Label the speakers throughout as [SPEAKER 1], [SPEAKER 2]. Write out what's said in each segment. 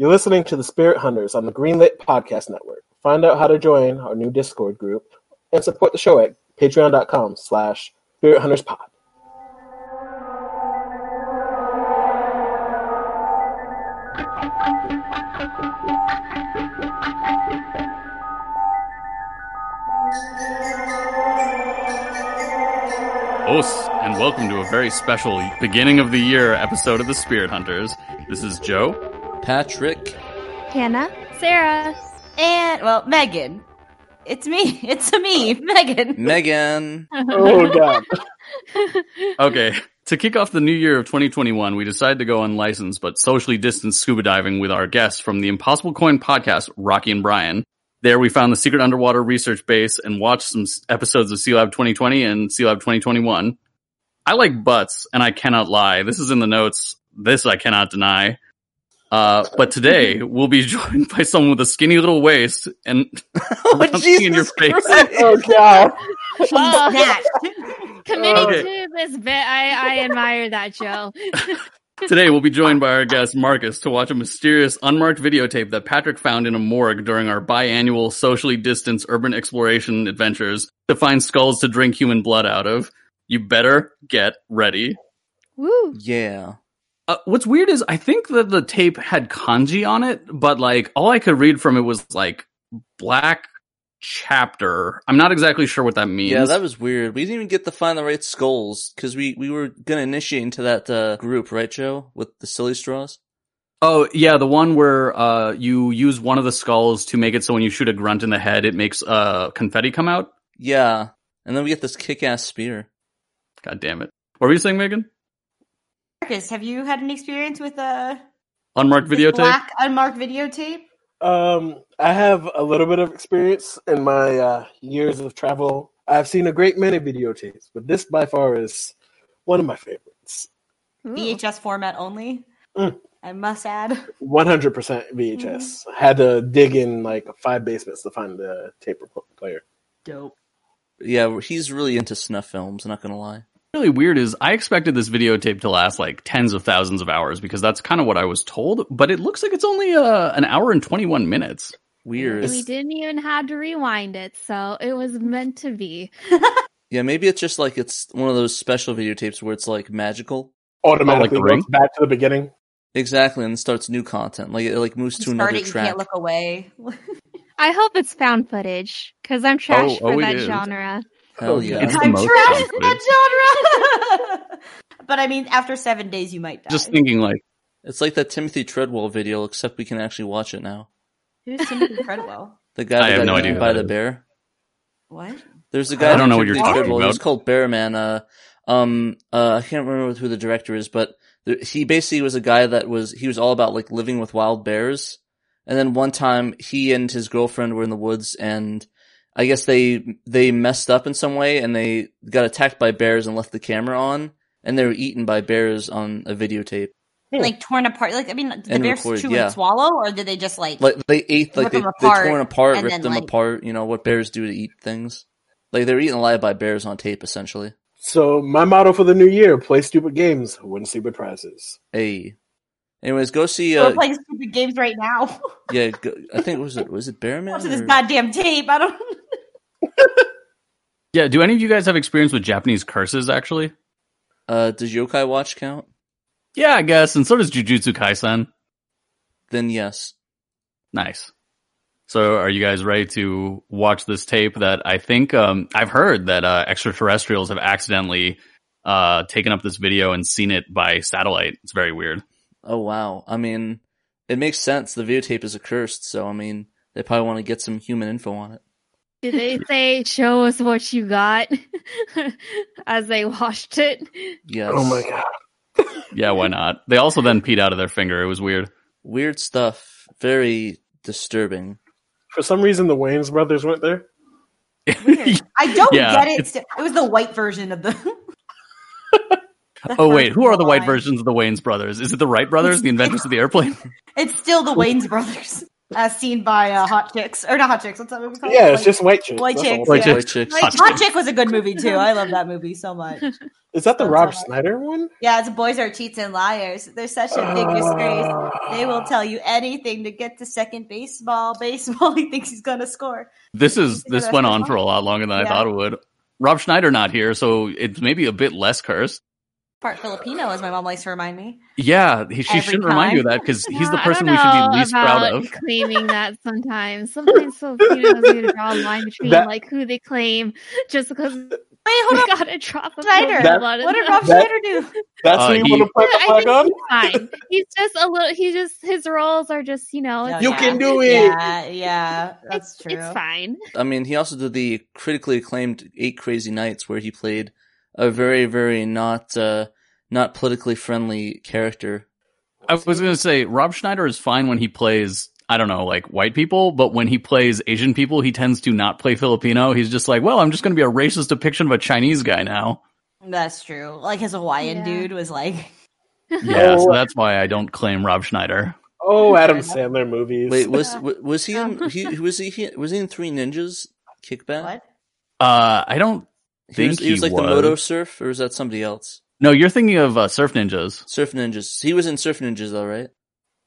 [SPEAKER 1] You're listening to the Spirit Hunters on the Greenlit Podcast Network. Find out how to join our new Discord group and support the show at patreon.com slash Spirit Hunters Pod.
[SPEAKER 2] Os, and welcome to a very special beginning of the year episode of the Spirit Hunters. This is Joe.
[SPEAKER 3] Patrick.
[SPEAKER 4] Hannah.
[SPEAKER 5] Sarah.
[SPEAKER 6] And well, Megan. It's me. It's a me, Megan.
[SPEAKER 3] Megan.
[SPEAKER 1] Oh, God.
[SPEAKER 2] Okay, to kick off the new year of 2021, we decided to go unlicensed but socially distanced scuba diving with our guests from the Impossible Coin podcast, Rocky and Brian. There we found the secret underwater research base and watched some s- episodes of Sea Lab 2020 and Sea Lab 2021. I like butts and I cannot lie. This is in the notes. This I cannot deny. Uh, but today we'll be joined by someone with a skinny little waist and
[SPEAKER 3] Oh,
[SPEAKER 2] Something in your face.
[SPEAKER 1] Oh, God.
[SPEAKER 6] She's that.
[SPEAKER 5] Committing
[SPEAKER 2] Okay.
[SPEAKER 5] to this bit, I, I admire that, Joe.
[SPEAKER 2] Today, we'll be joined by our guest Marcus to watch a mysterious unmarked videotape that Patrick found in a morgue during our biannual socially distanced urban exploration adventures to find skulls to drink human blood out of. You better get ready.
[SPEAKER 5] Woo.
[SPEAKER 3] Yeah.
[SPEAKER 2] Uh, what's weird is I think that the tape had kanji on it, but like all I could read from it was like black chapter. I'm not exactly sure what that means.
[SPEAKER 3] Yeah, that was weird. We didn't even get to find the right skulls because we, we were gonna initiate into that uh, group, right, Joe, with the silly straws.
[SPEAKER 2] Oh yeah, the one where uh, you use one of the skulls to make it so when you shoot a grunt in the head, it makes uh, confetti come out.
[SPEAKER 3] Yeah, and then we get this kick-ass spear.
[SPEAKER 2] God damn it! What were you saying, Megan?
[SPEAKER 6] Marcus, have you had an experience with a
[SPEAKER 2] Unmarked videotape.
[SPEAKER 6] black unmarked videotape?
[SPEAKER 1] Um, I have a little bit of experience in my uh, years of travel. I've seen a great many videotapes, but this by far is one of my favorites.
[SPEAKER 6] VHS format only.
[SPEAKER 1] Mm.
[SPEAKER 6] I must add.
[SPEAKER 1] 100% VHS. Had to dig in like five basements to find the tape rec- player.
[SPEAKER 6] Dope.
[SPEAKER 3] Yeah, he's really into snuff films. Not gonna lie.
[SPEAKER 2] really weird is I expected this videotape to last like tens of thousands of hours because that's kind of what I was told, but it looks like it's only uh, an hour and 21 minutes.
[SPEAKER 3] Weird.
[SPEAKER 5] We didn't even have to rewind it, so it was meant to be.
[SPEAKER 3] Yeah, maybe it's just like it's one of those special videotapes where it's like magical.
[SPEAKER 1] Automatically
[SPEAKER 2] Oh, like the
[SPEAKER 1] goes back to the beginning.
[SPEAKER 3] Exactly, and starts new content. Like it like moves to
[SPEAKER 6] Start
[SPEAKER 3] another
[SPEAKER 6] it, you
[SPEAKER 3] track.
[SPEAKER 6] can't look away.
[SPEAKER 5] I hope it's found footage, because I'm trash
[SPEAKER 2] Oh,
[SPEAKER 5] for
[SPEAKER 2] oh, it
[SPEAKER 5] that
[SPEAKER 2] is.
[SPEAKER 5] genre.
[SPEAKER 3] Hell yeah.
[SPEAKER 2] It's the
[SPEAKER 6] I'm
[SPEAKER 2] most
[SPEAKER 6] trash
[SPEAKER 2] fun
[SPEAKER 6] in that genre. but I mean, after seven days, you might die.
[SPEAKER 2] Just thinking like,
[SPEAKER 3] It's like that Timothy Treadwell video, except we can actually watch it now.
[SPEAKER 6] Who's Timothy Treadwell?
[SPEAKER 3] The guy
[SPEAKER 2] I
[SPEAKER 3] that got
[SPEAKER 2] have no
[SPEAKER 3] eaten
[SPEAKER 2] idea who
[SPEAKER 3] by
[SPEAKER 2] that
[SPEAKER 3] the
[SPEAKER 2] is.
[SPEAKER 3] bear.
[SPEAKER 6] What?
[SPEAKER 3] There's a guy.
[SPEAKER 2] I don't
[SPEAKER 3] who
[SPEAKER 2] know what
[SPEAKER 3] did
[SPEAKER 2] you're
[SPEAKER 3] the
[SPEAKER 2] talking
[SPEAKER 3] Treadwell. He was
[SPEAKER 2] about.
[SPEAKER 3] called Bearman. Uh, um, uh, I can't remember who the director is, but there, he basically was a guy that was he was all about like living with wild bears. And then one time, he and his girlfriend were in the woods, and I guess they they messed up in some way, and they got attacked by bears and left the camera on, and they were eaten by bears on a videotape.
[SPEAKER 6] Like torn apart? Like I mean, did the
[SPEAKER 3] And
[SPEAKER 6] bears
[SPEAKER 3] recorded,
[SPEAKER 6] chew
[SPEAKER 3] yeah.
[SPEAKER 6] and swallow, or did they just like?
[SPEAKER 3] Like they ate, like
[SPEAKER 6] Rip
[SPEAKER 3] they,
[SPEAKER 6] them
[SPEAKER 3] they
[SPEAKER 6] apart,
[SPEAKER 3] torn apart,
[SPEAKER 6] and
[SPEAKER 3] ripped
[SPEAKER 6] then,
[SPEAKER 3] them
[SPEAKER 6] like-
[SPEAKER 3] apart. You know what bears do to eat things. Like they're eaten alive by bears on tape, essentially.
[SPEAKER 1] So my motto for the new year: play stupid games, win stupid prizes.
[SPEAKER 3] Hey. Anyways, go see.
[SPEAKER 6] We're
[SPEAKER 3] Uh,
[SPEAKER 6] playing stupid games right now.
[SPEAKER 3] yeah, go, I think was it was it Bearman?
[SPEAKER 6] Watching this
[SPEAKER 3] or-
[SPEAKER 6] goddamn tape. I don't.
[SPEAKER 2] yeah, do any of you guys have experience with Japanese curses actually?
[SPEAKER 3] Uh, does Yokai Watch count?
[SPEAKER 2] Yeah, I guess. And so does Jujutsu Kaisen.
[SPEAKER 3] Then yes.
[SPEAKER 2] Nice. So are you guys ready to watch this tape that I think um, I've heard that uh, extraterrestrials have accidentally uh, taken up this video and seen it by satellite. It's very weird.
[SPEAKER 3] Oh wow. I mean, it makes sense. The videotape is accursed, so I mean, they probably want to get some human info on it.
[SPEAKER 5] Did they say, show us what you got as they watched it?
[SPEAKER 3] Yes.
[SPEAKER 1] Oh my god!
[SPEAKER 2] Yeah, why not? They also then peed out of their finger. It was weird.
[SPEAKER 3] Weird stuff. Very disturbing.
[SPEAKER 1] For some reason, the Wayne's brothers weren't there.
[SPEAKER 6] I don't
[SPEAKER 2] Yeah,
[SPEAKER 6] get it.
[SPEAKER 2] it's-
[SPEAKER 6] It was the white version of the. The
[SPEAKER 2] Oh wait, who are the white
[SPEAKER 6] line.
[SPEAKER 2] versions of the Wayne's brothers? Is it the Wright brothers, the inventors of the airplane?
[SPEAKER 6] It's still the Wayne's brothers. as seen by uh, Hot Chicks or not Hot Chicks. What's that movie called?
[SPEAKER 1] Yeah, it's just white chick.
[SPEAKER 6] White
[SPEAKER 1] that's
[SPEAKER 6] chicks,
[SPEAKER 1] all.
[SPEAKER 6] yeah.
[SPEAKER 2] Chick.
[SPEAKER 3] Boy chicks.
[SPEAKER 6] Like,
[SPEAKER 2] Hot
[SPEAKER 6] Hot
[SPEAKER 2] Chicks.
[SPEAKER 6] Chick was a good movie too. I love that movie so much.
[SPEAKER 1] Is that the Rob
[SPEAKER 6] That's all right.
[SPEAKER 1] Schneider one?
[SPEAKER 6] Yeah, it's boys are cheats and liars. They're such a big disgrace. They will tell you anything to get to second baseball. Baseball, he thinks he's gonna score.
[SPEAKER 2] This is this went on for a lot longer than I
[SPEAKER 6] Yeah.
[SPEAKER 2] thought it would. Rob Schneider not here, so it's maybe a bit less cursed.
[SPEAKER 6] Part Filipino, as my mom likes to remind me.
[SPEAKER 2] Yeah, he, she
[SPEAKER 6] Every
[SPEAKER 2] shouldn't remind
[SPEAKER 6] time.
[SPEAKER 2] you of that because he's the
[SPEAKER 5] I
[SPEAKER 2] person
[SPEAKER 5] don't
[SPEAKER 2] we should
[SPEAKER 5] know
[SPEAKER 2] be least proud
[SPEAKER 5] about
[SPEAKER 2] of.
[SPEAKER 5] Claiming that sometimes, sometimes Filipino knows to draw a line between
[SPEAKER 1] That-
[SPEAKER 5] like who they claim just because we
[SPEAKER 6] Wait, hold on.
[SPEAKER 5] got Oh a drop of
[SPEAKER 6] Schneider.
[SPEAKER 5] blood on
[SPEAKER 6] What did
[SPEAKER 5] them.
[SPEAKER 6] Rob
[SPEAKER 1] That-
[SPEAKER 6] Schneider do?
[SPEAKER 1] That's
[SPEAKER 2] Uh,
[SPEAKER 1] who you
[SPEAKER 2] he-
[SPEAKER 1] want to put the
[SPEAKER 5] I
[SPEAKER 1] flag on?
[SPEAKER 5] think he's fine. He's just a little. He just his roles are just you know. It's
[SPEAKER 1] You
[SPEAKER 6] Yeah.
[SPEAKER 1] can do it.
[SPEAKER 6] Yeah, yeah, that's
[SPEAKER 5] Oh, it's,
[SPEAKER 6] true.
[SPEAKER 5] It's fine.
[SPEAKER 3] I mean, he also did the critically acclaimed Eight Crazy Nights, where he played a very, very not uh, not politically friendly character.
[SPEAKER 2] I was going to say Rob Schneider is fine when he plays I don't know like white people, but when he plays Asian people, he tends to not play Filipino. He's just like, well, I'm just going to be a racist depiction of a Chinese guy now.
[SPEAKER 6] That's true. Like his Hawaiian
[SPEAKER 5] Yeah.
[SPEAKER 6] dude was like,
[SPEAKER 2] Yeah, so
[SPEAKER 1] Oh.
[SPEAKER 2] that's why I don't claim Rob Schneider.
[SPEAKER 1] Oh, Adam Sandler movies.
[SPEAKER 3] Wait, was
[SPEAKER 6] Yeah.
[SPEAKER 3] wa- was he
[SPEAKER 5] Yeah.
[SPEAKER 3] in he was he, he was he in Three Ninjas Kickback?
[SPEAKER 6] "What?
[SPEAKER 2] Uh, I don't.
[SPEAKER 3] He was,
[SPEAKER 2] Think
[SPEAKER 3] he was
[SPEAKER 2] he
[SPEAKER 3] like the
[SPEAKER 2] was.
[SPEAKER 3] Moto Surf, or was that somebody else?
[SPEAKER 2] No, you're thinking of uh, Surf Ninjas.
[SPEAKER 3] Surf Ninjas. He was in Surf Ninjas, though, right?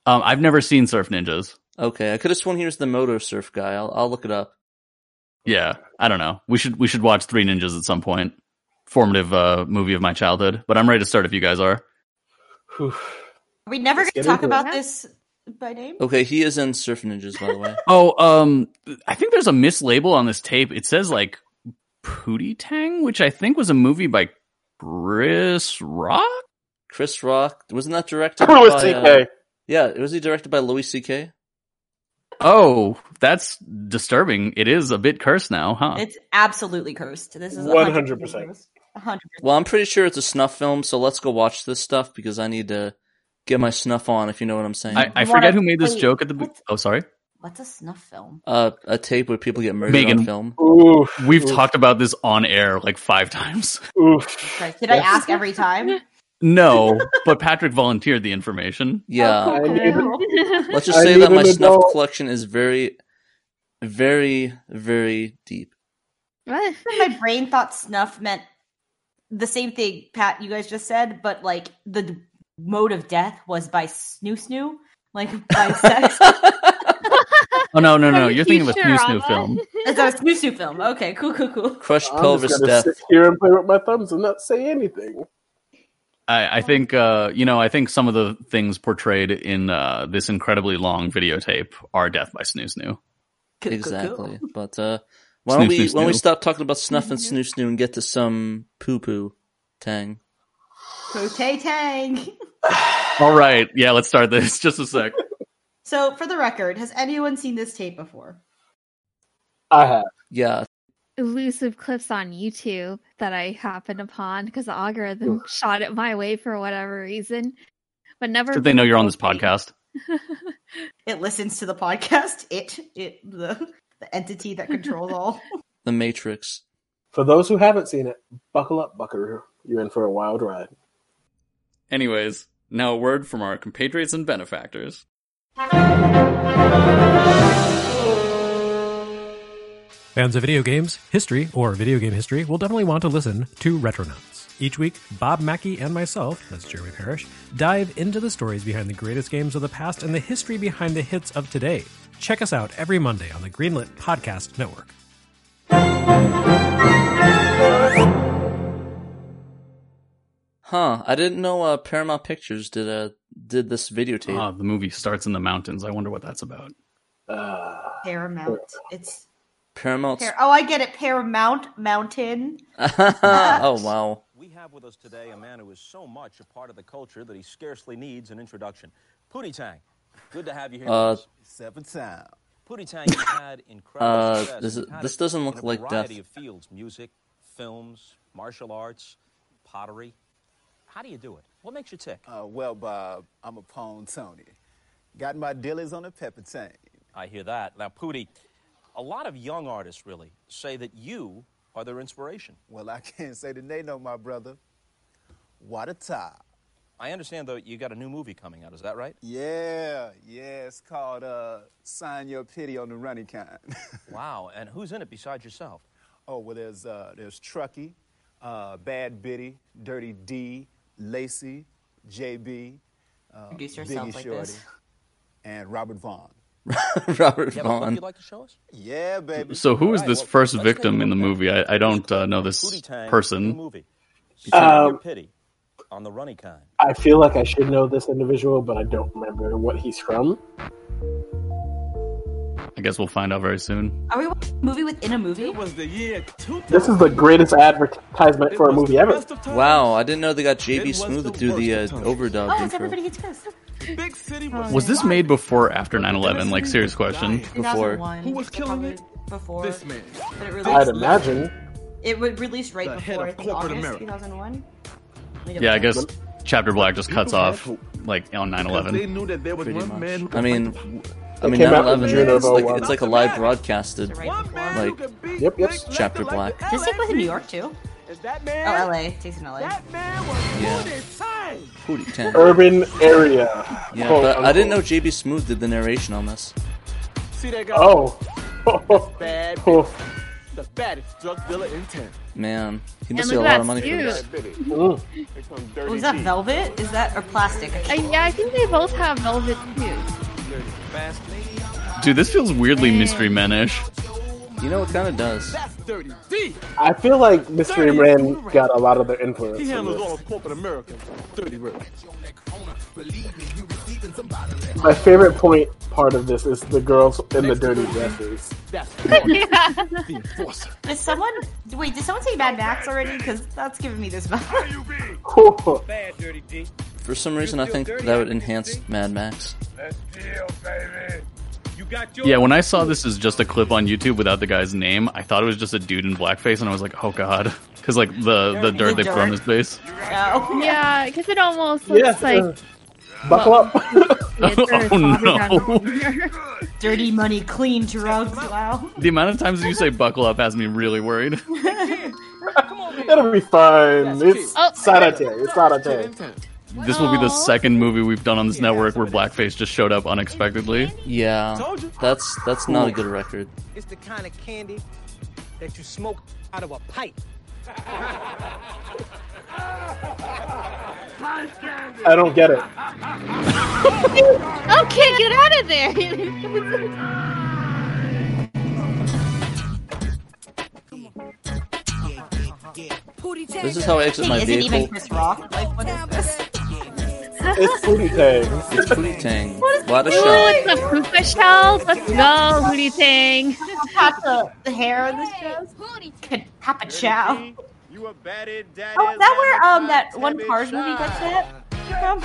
[SPEAKER 2] Um, I've never seen Surf Ninjas.
[SPEAKER 3] Okay, I could have sworn he was the Moto Surf guy. I'll, I'll look it up.
[SPEAKER 2] Yeah, I don't know. We should we should watch Three Ninjas at some point. Formative uh, movie of my childhood. But I'm ready to start if you guys are.
[SPEAKER 1] Whew.
[SPEAKER 6] Are we never
[SPEAKER 1] Let's get
[SPEAKER 6] going to talk
[SPEAKER 1] into it.
[SPEAKER 6] about
[SPEAKER 5] Yeah.
[SPEAKER 6] this by name?
[SPEAKER 3] Okay, he is in Surf Ninjas, by the way.
[SPEAKER 2] Oh, um, I think there's a mislabel on this tape. It says like Pootie Tang, which I think was a movie by Chris Rock.
[SPEAKER 3] Chris Rock wasn't that directed?
[SPEAKER 1] Who was
[SPEAKER 3] by,
[SPEAKER 1] TK?
[SPEAKER 3] uh, yeah, was he directed by Louis C.K.?
[SPEAKER 2] Oh, that's disturbing. It is a bit cursed now, huh?
[SPEAKER 6] It's absolutely cursed. This is
[SPEAKER 1] 100%.
[SPEAKER 6] cursed. 100%.
[SPEAKER 3] Well, I'm pretty sure it's a snuff film, so let's go watch this stuff because I need to get my snuff on, if you know what I'm saying.
[SPEAKER 2] I, I
[SPEAKER 6] You
[SPEAKER 2] forget
[SPEAKER 6] wanna-
[SPEAKER 2] who made this
[SPEAKER 6] wait,
[SPEAKER 2] joke at the. be-
[SPEAKER 6] what?
[SPEAKER 2] Oh, sorry.
[SPEAKER 6] What's a snuff film?
[SPEAKER 3] uh, a tape where people get murdered
[SPEAKER 2] Megan.
[SPEAKER 3] on film.
[SPEAKER 1] Oof.
[SPEAKER 2] We've
[SPEAKER 1] Oof.
[SPEAKER 2] talked about this on air like five times.
[SPEAKER 1] Oof.
[SPEAKER 6] Sorry, Did I
[SPEAKER 1] Yes.
[SPEAKER 6] ask every time?
[SPEAKER 2] No, but Patrick volunteered the information.
[SPEAKER 5] Oh,
[SPEAKER 3] Yeah.
[SPEAKER 1] I mean,
[SPEAKER 3] Let's just
[SPEAKER 1] I
[SPEAKER 3] say
[SPEAKER 1] need
[SPEAKER 3] that my
[SPEAKER 1] an
[SPEAKER 3] snuff
[SPEAKER 1] adult.
[SPEAKER 3] collection is very, very, very deep.
[SPEAKER 5] What?
[SPEAKER 6] My brain thought snuff meant the same thing, Pat, you guys just said, but like the d- mode of death was by snoo snoo, like by sex.
[SPEAKER 2] Oh no, no, no!
[SPEAKER 5] Are
[SPEAKER 2] You're
[SPEAKER 5] you
[SPEAKER 2] thinking of a
[SPEAKER 5] sure,
[SPEAKER 2] snoo snoo
[SPEAKER 5] Alma?
[SPEAKER 2] film.
[SPEAKER 6] Is that a snoo snoo film? Okay, cool, cool, cool.
[SPEAKER 3] Crushed
[SPEAKER 1] I'm
[SPEAKER 3] pelvis
[SPEAKER 1] just gonna
[SPEAKER 3] death.
[SPEAKER 1] sit here and play with my thumbs and not say anything.
[SPEAKER 5] Oh.
[SPEAKER 2] I, I think uh, you know. I think some of the things portrayed in uh, this incredibly long videotape are death by snoo snoo.
[SPEAKER 6] Cool, cool, cool.
[SPEAKER 3] Exactly. But uh, why don't
[SPEAKER 2] Snoo,
[SPEAKER 3] we
[SPEAKER 2] snoo,
[SPEAKER 3] why don't we
[SPEAKER 2] snoo.
[SPEAKER 3] stop talking about snuff and
[SPEAKER 1] Mm-hmm.
[SPEAKER 3] snoo snoo and get to some poo poo tang?
[SPEAKER 6] Prote tang.
[SPEAKER 2] All right, yeah, let's start this. Just a sec.
[SPEAKER 6] So, for the record, has anyone seen this tape before?
[SPEAKER 1] I have.
[SPEAKER 3] Yeah,
[SPEAKER 5] Elusive clips on YouTube that I happened upon because the algorithm shot it my way for whatever reason, but never.
[SPEAKER 2] Did they know you're on this podcast?
[SPEAKER 6] It listens to the podcast. It, it, the, the entity that controls all.
[SPEAKER 3] the Matrix.
[SPEAKER 1] For those who haven't seen it, buckle up, Buckaroo. You're in for a wild ride.
[SPEAKER 2] Anyways, now a word from our compatriots and benefactors.
[SPEAKER 4] Fans of video games, history, or video game history will definitely want to listen to Retronauts. Each week, Bob Mackey and myself, that's Jeremy Parrish, dive into the stories behind the greatest games of the past and the history behind the hits of today. Check us out every Monday on the Greenlit Podcast Network.
[SPEAKER 3] Huh? I didn't know uh, Paramount Pictures did uh, did this videotape.
[SPEAKER 2] Ah, the movie starts in the mountains. I wonder what that's about.
[SPEAKER 1] Uh,
[SPEAKER 6] Paramount. It's
[SPEAKER 3] Paramount's.
[SPEAKER 6] par- oh, I get it. Paramount Mountain.
[SPEAKER 3] oh wow.
[SPEAKER 7] We have with us today a man who is so much a part of the culture that he scarcely needs an introduction. Pootie Tang, good to have you here.
[SPEAKER 3] Uh,
[SPEAKER 7] with us.
[SPEAKER 8] Seven times.
[SPEAKER 7] Pootie Tang has had incredible
[SPEAKER 3] Uh,
[SPEAKER 7] success.
[SPEAKER 3] this is-
[SPEAKER 7] and
[SPEAKER 3] this
[SPEAKER 7] talent
[SPEAKER 3] doesn't
[SPEAKER 7] in
[SPEAKER 3] look
[SPEAKER 7] a
[SPEAKER 3] like
[SPEAKER 7] variety
[SPEAKER 3] death.
[SPEAKER 7] of fields: music, films, martial arts, pottery. How do you do it? What makes you tick?
[SPEAKER 8] Uh, well, Bob, I'm a pawn Tony. Got my dillies on a pepper tank.
[SPEAKER 7] I hear that. Now, Pootie, a lot of young artists really say that you are their inspiration.
[SPEAKER 8] Well, I can't say that they know my brother. What a top.
[SPEAKER 7] I understand, though, you got a new movie coming out. Is that right?
[SPEAKER 8] Yeah, yeah. It's called uh, "Sign Your Pity on the Running Kind."
[SPEAKER 7] Wow. And who's in it besides yourself?
[SPEAKER 8] oh well, there's uh, there's Truckee, uh, Bad Biddy, Dirty D, Lacey, JB, uh,
[SPEAKER 6] Introduce
[SPEAKER 8] Biggie
[SPEAKER 6] yourself like
[SPEAKER 8] Shorty,
[SPEAKER 6] this.
[SPEAKER 8] and Robert Vaughn.
[SPEAKER 3] Robert
[SPEAKER 7] You have a book
[SPEAKER 3] Vaughn.
[SPEAKER 7] you'd like to show us?
[SPEAKER 8] Yeah, baby.
[SPEAKER 2] So who is
[SPEAKER 7] Alright,
[SPEAKER 2] this
[SPEAKER 7] well,
[SPEAKER 2] first
[SPEAKER 7] let's take a
[SPEAKER 2] victim in the
[SPEAKER 7] look at
[SPEAKER 2] movie? I, I don't uh, know
[SPEAKER 7] Booty
[SPEAKER 2] this
[SPEAKER 7] Tang, new
[SPEAKER 2] person.
[SPEAKER 7] movie. Sign your
[SPEAKER 1] Um,
[SPEAKER 7] pity on the runny kind.
[SPEAKER 1] I feel like I should know this individual, but I don't remember what he's from.
[SPEAKER 2] I guess we'll find out very soon.
[SPEAKER 6] Are we watching a movie within a movie?
[SPEAKER 9] was the year 2000.
[SPEAKER 1] This is the greatest advertisement
[SPEAKER 9] It
[SPEAKER 1] for a
[SPEAKER 9] was
[SPEAKER 1] movie
[SPEAKER 9] the
[SPEAKER 1] ever.
[SPEAKER 9] best of times.
[SPEAKER 3] Wow, I didn't know they got
[SPEAKER 9] It
[SPEAKER 3] JB
[SPEAKER 9] was
[SPEAKER 3] Smooth to
[SPEAKER 9] the
[SPEAKER 3] do the uh,
[SPEAKER 9] worst of times.
[SPEAKER 3] overdub
[SPEAKER 6] Oh, it's
[SPEAKER 3] intro
[SPEAKER 6] everybody hates Chris.
[SPEAKER 9] Big City was
[SPEAKER 2] Was this made before or after 9-11? Like, serious question.
[SPEAKER 3] before.
[SPEAKER 6] 2001.
[SPEAKER 9] Who was
[SPEAKER 6] so
[SPEAKER 9] killing
[SPEAKER 6] probably
[SPEAKER 9] it?
[SPEAKER 6] Before.
[SPEAKER 9] This man.
[SPEAKER 6] But it
[SPEAKER 1] I'd
[SPEAKER 6] released,
[SPEAKER 1] imagine.
[SPEAKER 6] It would release right
[SPEAKER 9] The head
[SPEAKER 6] before
[SPEAKER 9] of
[SPEAKER 6] I think,
[SPEAKER 9] corporate
[SPEAKER 6] August
[SPEAKER 9] America.
[SPEAKER 6] 2001.
[SPEAKER 2] Yeah, I guess Chapter Black just cuts
[SPEAKER 9] People had
[SPEAKER 2] off,
[SPEAKER 9] hope.
[SPEAKER 2] like, on
[SPEAKER 9] Because They
[SPEAKER 2] 9-11.
[SPEAKER 9] knew that there was
[SPEAKER 3] pretty
[SPEAKER 9] one man who
[SPEAKER 3] much.
[SPEAKER 9] could
[SPEAKER 3] I mean,
[SPEAKER 9] fight
[SPEAKER 3] I mean,
[SPEAKER 1] came out in
[SPEAKER 3] 9/11.
[SPEAKER 1] June of
[SPEAKER 3] It's like
[SPEAKER 1] 01.
[SPEAKER 3] it's like a live broadcasted.
[SPEAKER 9] the- one man who
[SPEAKER 3] like,
[SPEAKER 9] could
[SPEAKER 1] Yep,
[SPEAKER 9] beat
[SPEAKER 1] yep.
[SPEAKER 9] Blake Lively
[SPEAKER 3] Chapter
[SPEAKER 9] like the
[SPEAKER 3] Black.
[SPEAKER 6] Does it take place in New York too?
[SPEAKER 9] Is that
[SPEAKER 6] Oh,
[SPEAKER 9] man?
[SPEAKER 6] LA. It takes in LA.
[SPEAKER 9] That man was
[SPEAKER 3] Yeah.
[SPEAKER 9] Booty Tang.
[SPEAKER 3] Hootie Tang.
[SPEAKER 1] Urban area.
[SPEAKER 3] Yeah,
[SPEAKER 1] Quote,
[SPEAKER 3] but I didn't know
[SPEAKER 1] unquote.
[SPEAKER 3] JB Smooth did the narration on this.
[SPEAKER 9] See that guy?
[SPEAKER 1] Oh.
[SPEAKER 9] Bad
[SPEAKER 1] Oh.
[SPEAKER 9] bitch. The baddest drug dealer in town.
[SPEAKER 3] Man, he must
[SPEAKER 5] look
[SPEAKER 3] get a
[SPEAKER 5] at
[SPEAKER 3] lot of
[SPEAKER 5] that
[SPEAKER 3] money for
[SPEAKER 5] suit.
[SPEAKER 3] this.
[SPEAKER 9] Bad bitty.
[SPEAKER 1] Mm.
[SPEAKER 9] They come dirty
[SPEAKER 6] Was Oh, that
[SPEAKER 9] D.
[SPEAKER 6] velvet? Is that or plastic?
[SPEAKER 5] Uh, yeah, I think they both have velvet too.
[SPEAKER 9] Dirty fast lady.
[SPEAKER 2] Dude, this feels weirdly Mystery Men-ish.
[SPEAKER 3] You know, it kind of does.
[SPEAKER 9] That's dirty D.
[SPEAKER 1] I feel like Mystery
[SPEAKER 9] Dirty
[SPEAKER 1] Man
[SPEAKER 9] Blu-ray.
[SPEAKER 1] got a lot of their influence.
[SPEAKER 9] He
[SPEAKER 1] from
[SPEAKER 9] handles all
[SPEAKER 1] this.
[SPEAKER 9] of corporate America. Dirty work.
[SPEAKER 1] My favorite point part of this is the girls in the dirty dresses.
[SPEAKER 9] That's
[SPEAKER 5] Yeah.
[SPEAKER 9] the enforcer.
[SPEAKER 6] Did someone wait? Did someone say Mad Max already? Because that's giving me this vibe.
[SPEAKER 1] Cool.
[SPEAKER 9] Bad dirty D.
[SPEAKER 3] For some reason, I think that would enhance Mad Max.
[SPEAKER 9] That's deal, baby. You got your
[SPEAKER 2] Yeah, when I saw this as just a clip on YouTube without the guy's name, I thought it was just a dude in blackface, and I was like, oh god. Because, like, the, the dirt they put on his face.
[SPEAKER 6] No.
[SPEAKER 5] yeah, because it almost
[SPEAKER 1] Yeah. Mm.
[SPEAKER 5] looks like
[SPEAKER 1] Buckle up.
[SPEAKER 5] yeah, it's sort of
[SPEAKER 2] Oh,
[SPEAKER 5] slobbered
[SPEAKER 2] no.
[SPEAKER 5] down here.
[SPEAKER 6] Dirty money, clean drugs. Wow.
[SPEAKER 2] The amount of times that you say buckle up has me really worried.
[SPEAKER 1] It'll be fine. It's
[SPEAKER 5] Oh.
[SPEAKER 1] sanitary. It's sanitary.
[SPEAKER 9] in town.
[SPEAKER 2] This will be the
[SPEAKER 5] Aw.
[SPEAKER 2] second movie we've done on this network where blackface just showed up unexpectedly.
[SPEAKER 3] Yeah,
[SPEAKER 9] Told you.
[SPEAKER 3] that's that's not a good record.
[SPEAKER 10] It's the kind of candy that you smoke out of a pipe.
[SPEAKER 1] I don't get it.
[SPEAKER 5] okay, get out of there.
[SPEAKER 3] This is how I exit
[SPEAKER 6] Hey,
[SPEAKER 3] my
[SPEAKER 6] is it even
[SPEAKER 3] vehicle.
[SPEAKER 6] Chris Rock? Like, what is this?
[SPEAKER 1] It's booty tang.
[SPEAKER 3] It's Hootie Tang. What a
[SPEAKER 5] Ooh,
[SPEAKER 3] shot.
[SPEAKER 5] Oh, it's a poopa shell. Let's go, Hootie Tang.
[SPEAKER 6] Pop the, the hair on this dress. Could pop a chow.
[SPEAKER 7] You a baddie daddy.
[SPEAKER 6] Oh, is that where um that one Cars movie gets that from?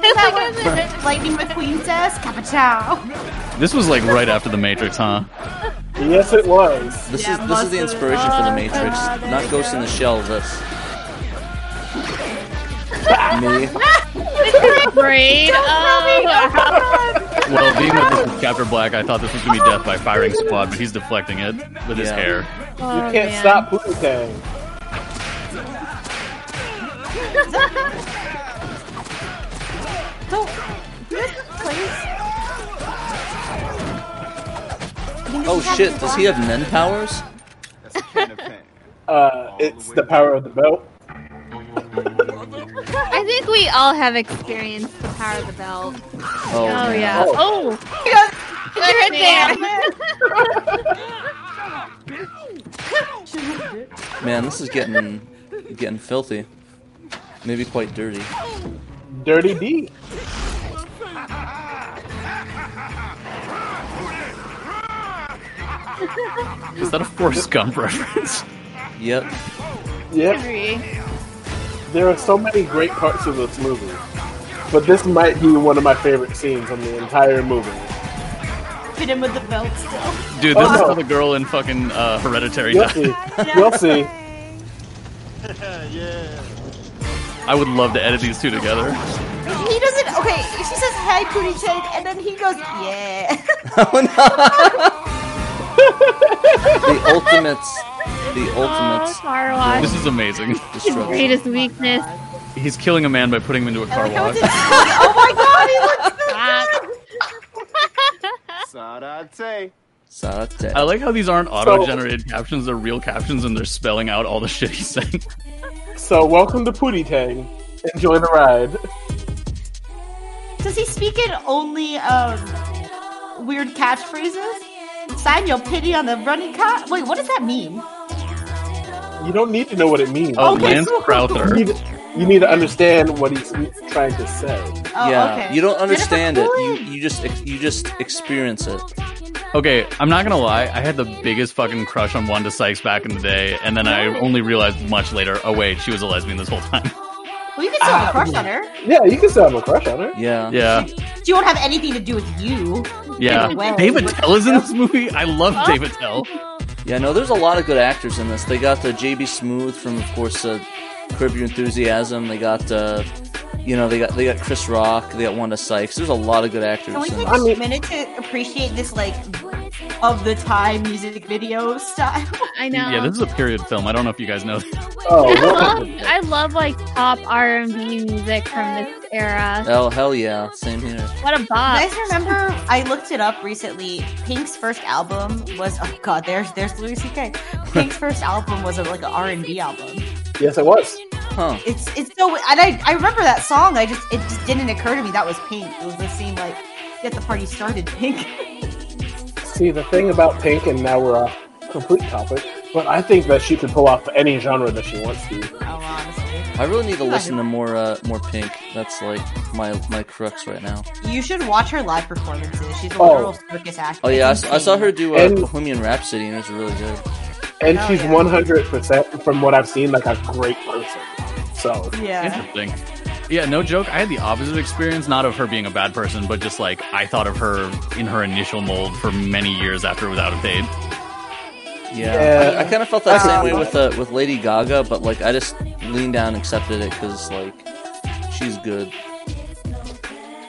[SPEAKER 6] that one, Lightning McQueen says, "Cup of chow."
[SPEAKER 2] This was like right after The Matrix, huh?
[SPEAKER 1] Yes, it was.
[SPEAKER 3] This is this is the inspiration for the Matrix, not Ghost in the Shell. This. Me.
[SPEAKER 5] Braid up.
[SPEAKER 2] Well, being that this is Chapter Black, I thought this was gonna be death by firing squad, but he's deflecting it with his
[SPEAKER 3] Yeah.
[SPEAKER 2] hair.
[SPEAKER 1] You
[SPEAKER 9] Oh,
[SPEAKER 5] oh,
[SPEAKER 1] can't stop booty tang.
[SPEAKER 6] So, this place.
[SPEAKER 3] Oh shit! Does he have Nen powers?
[SPEAKER 8] That's a can of pain.
[SPEAKER 1] Uh, it's the power of the belt.
[SPEAKER 5] I think we all have experienced the power of the belt.
[SPEAKER 3] Oh,
[SPEAKER 5] Oh
[SPEAKER 3] man.
[SPEAKER 5] yeah. Oh,
[SPEAKER 6] You're
[SPEAKER 5] man.
[SPEAKER 3] Man, this is getting getting filthy. Maybe quite dirty.
[SPEAKER 1] Dirty D.
[SPEAKER 2] Is that a Forrest Gump reference?
[SPEAKER 3] Yep.
[SPEAKER 1] Yep.
[SPEAKER 5] Agree.
[SPEAKER 1] There are so many great parts of this movie, but this might be one of my favorite scenes on the entire movie.
[SPEAKER 6] Fit him with the belt still.
[SPEAKER 2] Dude, this is
[SPEAKER 1] Oh, no.
[SPEAKER 2] how the girl in fucking uh, Hereditary
[SPEAKER 1] You'll
[SPEAKER 2] died.
[SPEAKER 1] see. You'll see.
[SPEAKER 2] I would love to edit these two together.
[SPEAKER 6] He doesn't. Okay, she says hi, Pootie Tank, and then he goes, yeah.
[SPEAKER 3] The ultimates. The
[SPEAKER 5] Oh,
[SPEAKER 3] ultimates.
[SPEAKER 5] car wash.
[SPEAKER 2] This is amazing.
[SPEAKER 5] His
[SPEAKER 3] Destruction.
[SPEAKER 5] greatest Oh, weakness.
[SPEAKER 2] he's killing a man by putting him into a car wash.
[SPEAKER 6] Oh
[SPEAKER 8] Sarate.
[SPEAKER 6] Oh,
[SPEAKER 3] Sarate.
[SPEAKER 2] I like how these aren't auto-generated captions; they're real captions, and they're spelling out all the shit he's saying.
[SPEAKER 1] So welcome to Pootie Tang. Enjoy the ride.
[SPEAKER 6] Does he speak in only um, weird catchphrases? Sign your pity on the running car. Wait, what does that mean?
[SPEAKER 1] You don't need to know what it means.
[SPEAKER 2] Oh, Lance Crowther.
[SPEAKER 1] You need, you need to understand what he's trying to say.
[SPEAKER 6] Oh,
[SPEAKER 3] yeah,
[SPEAKER 6] okay.
[SPEAKER 3] you don't understand it. You,
[SPEAKER 6] Coolidge.
[SPEAKER 3] you just ex- you just experience it.
[SPEAKER 2] Okay, I'm not gonna lie. I had the biggest fucking crush on Wanda Sykes back in the day, and then I only realized much later. Oh wait, she was a lesbian this whole time.
[SPEAKER 6] Well, you can still have a
[SPEAKER 3] Ah.
[SPEAKER 6] crush on her.
[SPEAKER 1] Yeah, you can still have a crush on her.
[SPEAKER 3] Yeah.
[SPEAKER 2] Yeah,
[SPEAKER 6] She won't have anything to do with you. Either way.
[SPEAKER 2] yeah. David Tell is in this movie. I love David Tell.
[SPEAKER 3] Yeah, no, there's a lot of good actors in this. They got the JB Smooth from, of course, uh, Curb Your Enthusiasm. They got, uh, you know, they got they got Chris Rock. They got Wanda Sykes. There's a lot of good actors.
[SPEAKER 6] Can we
[SPEAKER 3] in
[SPEAKER 6] take
[SPEAKER 3] this.
[SPEAKER 6] a minute to appreciate this, like, of the time music video style?
[SPEAKER 5] I know.
[SPEAKER 2] Yeah, this is a period film. I don't know if you guys know.
[SPEAKER 1] Oh,
[SPEAKER 5] I love,
[SPEAKER 1] well,
[SPEAKER 5] I love like pop R and B music from this era.
[SPEAKER 3] Oh hell yeah, same here.
[SPEAKER 5] What a
[SPEAKER 6] You
[SPEAKER 3] Uh,
[SPEAKER 5] bop!
[SPEAKER 6] guys remember? I looked it up recently. Pink's first album was oh god, there's there's Louis C.K. Pink's first album was a, like an R and B album.
[SPEAKER 1] yes, it was.
[SPEAKER 3] Huh?
[SPEAKER 6] It's it's so and I I remember that song. I just it just didn't occur to me that was Pink. It was the same like get the party started Pink.
[SPEAKER 1] See, the thing about Pink, and now we're off complete topic, but I think that she can pull off any genre that she wants to.
[SPEAKER 6] Oh, honestly,
[SPEAKER 3] I really need to listen to more uh, more Pink. That's like my my crux right now.
[SPEAKER 6] you should watch her live performances. She's a
[SPEAKER 1] Oh.
[SPEAKER 6] literal circus act.
[SPEAKER 3] Oh yeah, I, s- I saw her do uh,
[SPEAKER 1] And-
[SPEAKER 3] Bohemian Rhapsody, and it was really good.
[SPEAKER 1] And
[SPEAKER 6] Oh,
[SPEAKER 1] she's
[SPEAKER 6] yeah.
[SPEAKER 1] 100%, from what I've seen, like a great person. So,
[SPEAKER 6] Yeah.
[SPEAKER 2] Interesting. Yeah, no joke. I had the opposite experience, not of her being a bad person, but just like I thought of her in her initial mold for many years after Without a Date.
[SPEAKER 3] Yeah,
[SPEAKER 1] Yeah.
[SPEAKER 3] I, I kind of felt that
[SPEAKER 1] Uh,
[SPEAKER 3] same way with uh, with Lady Gaga, but like I just leaned down and accepted it because like she's good.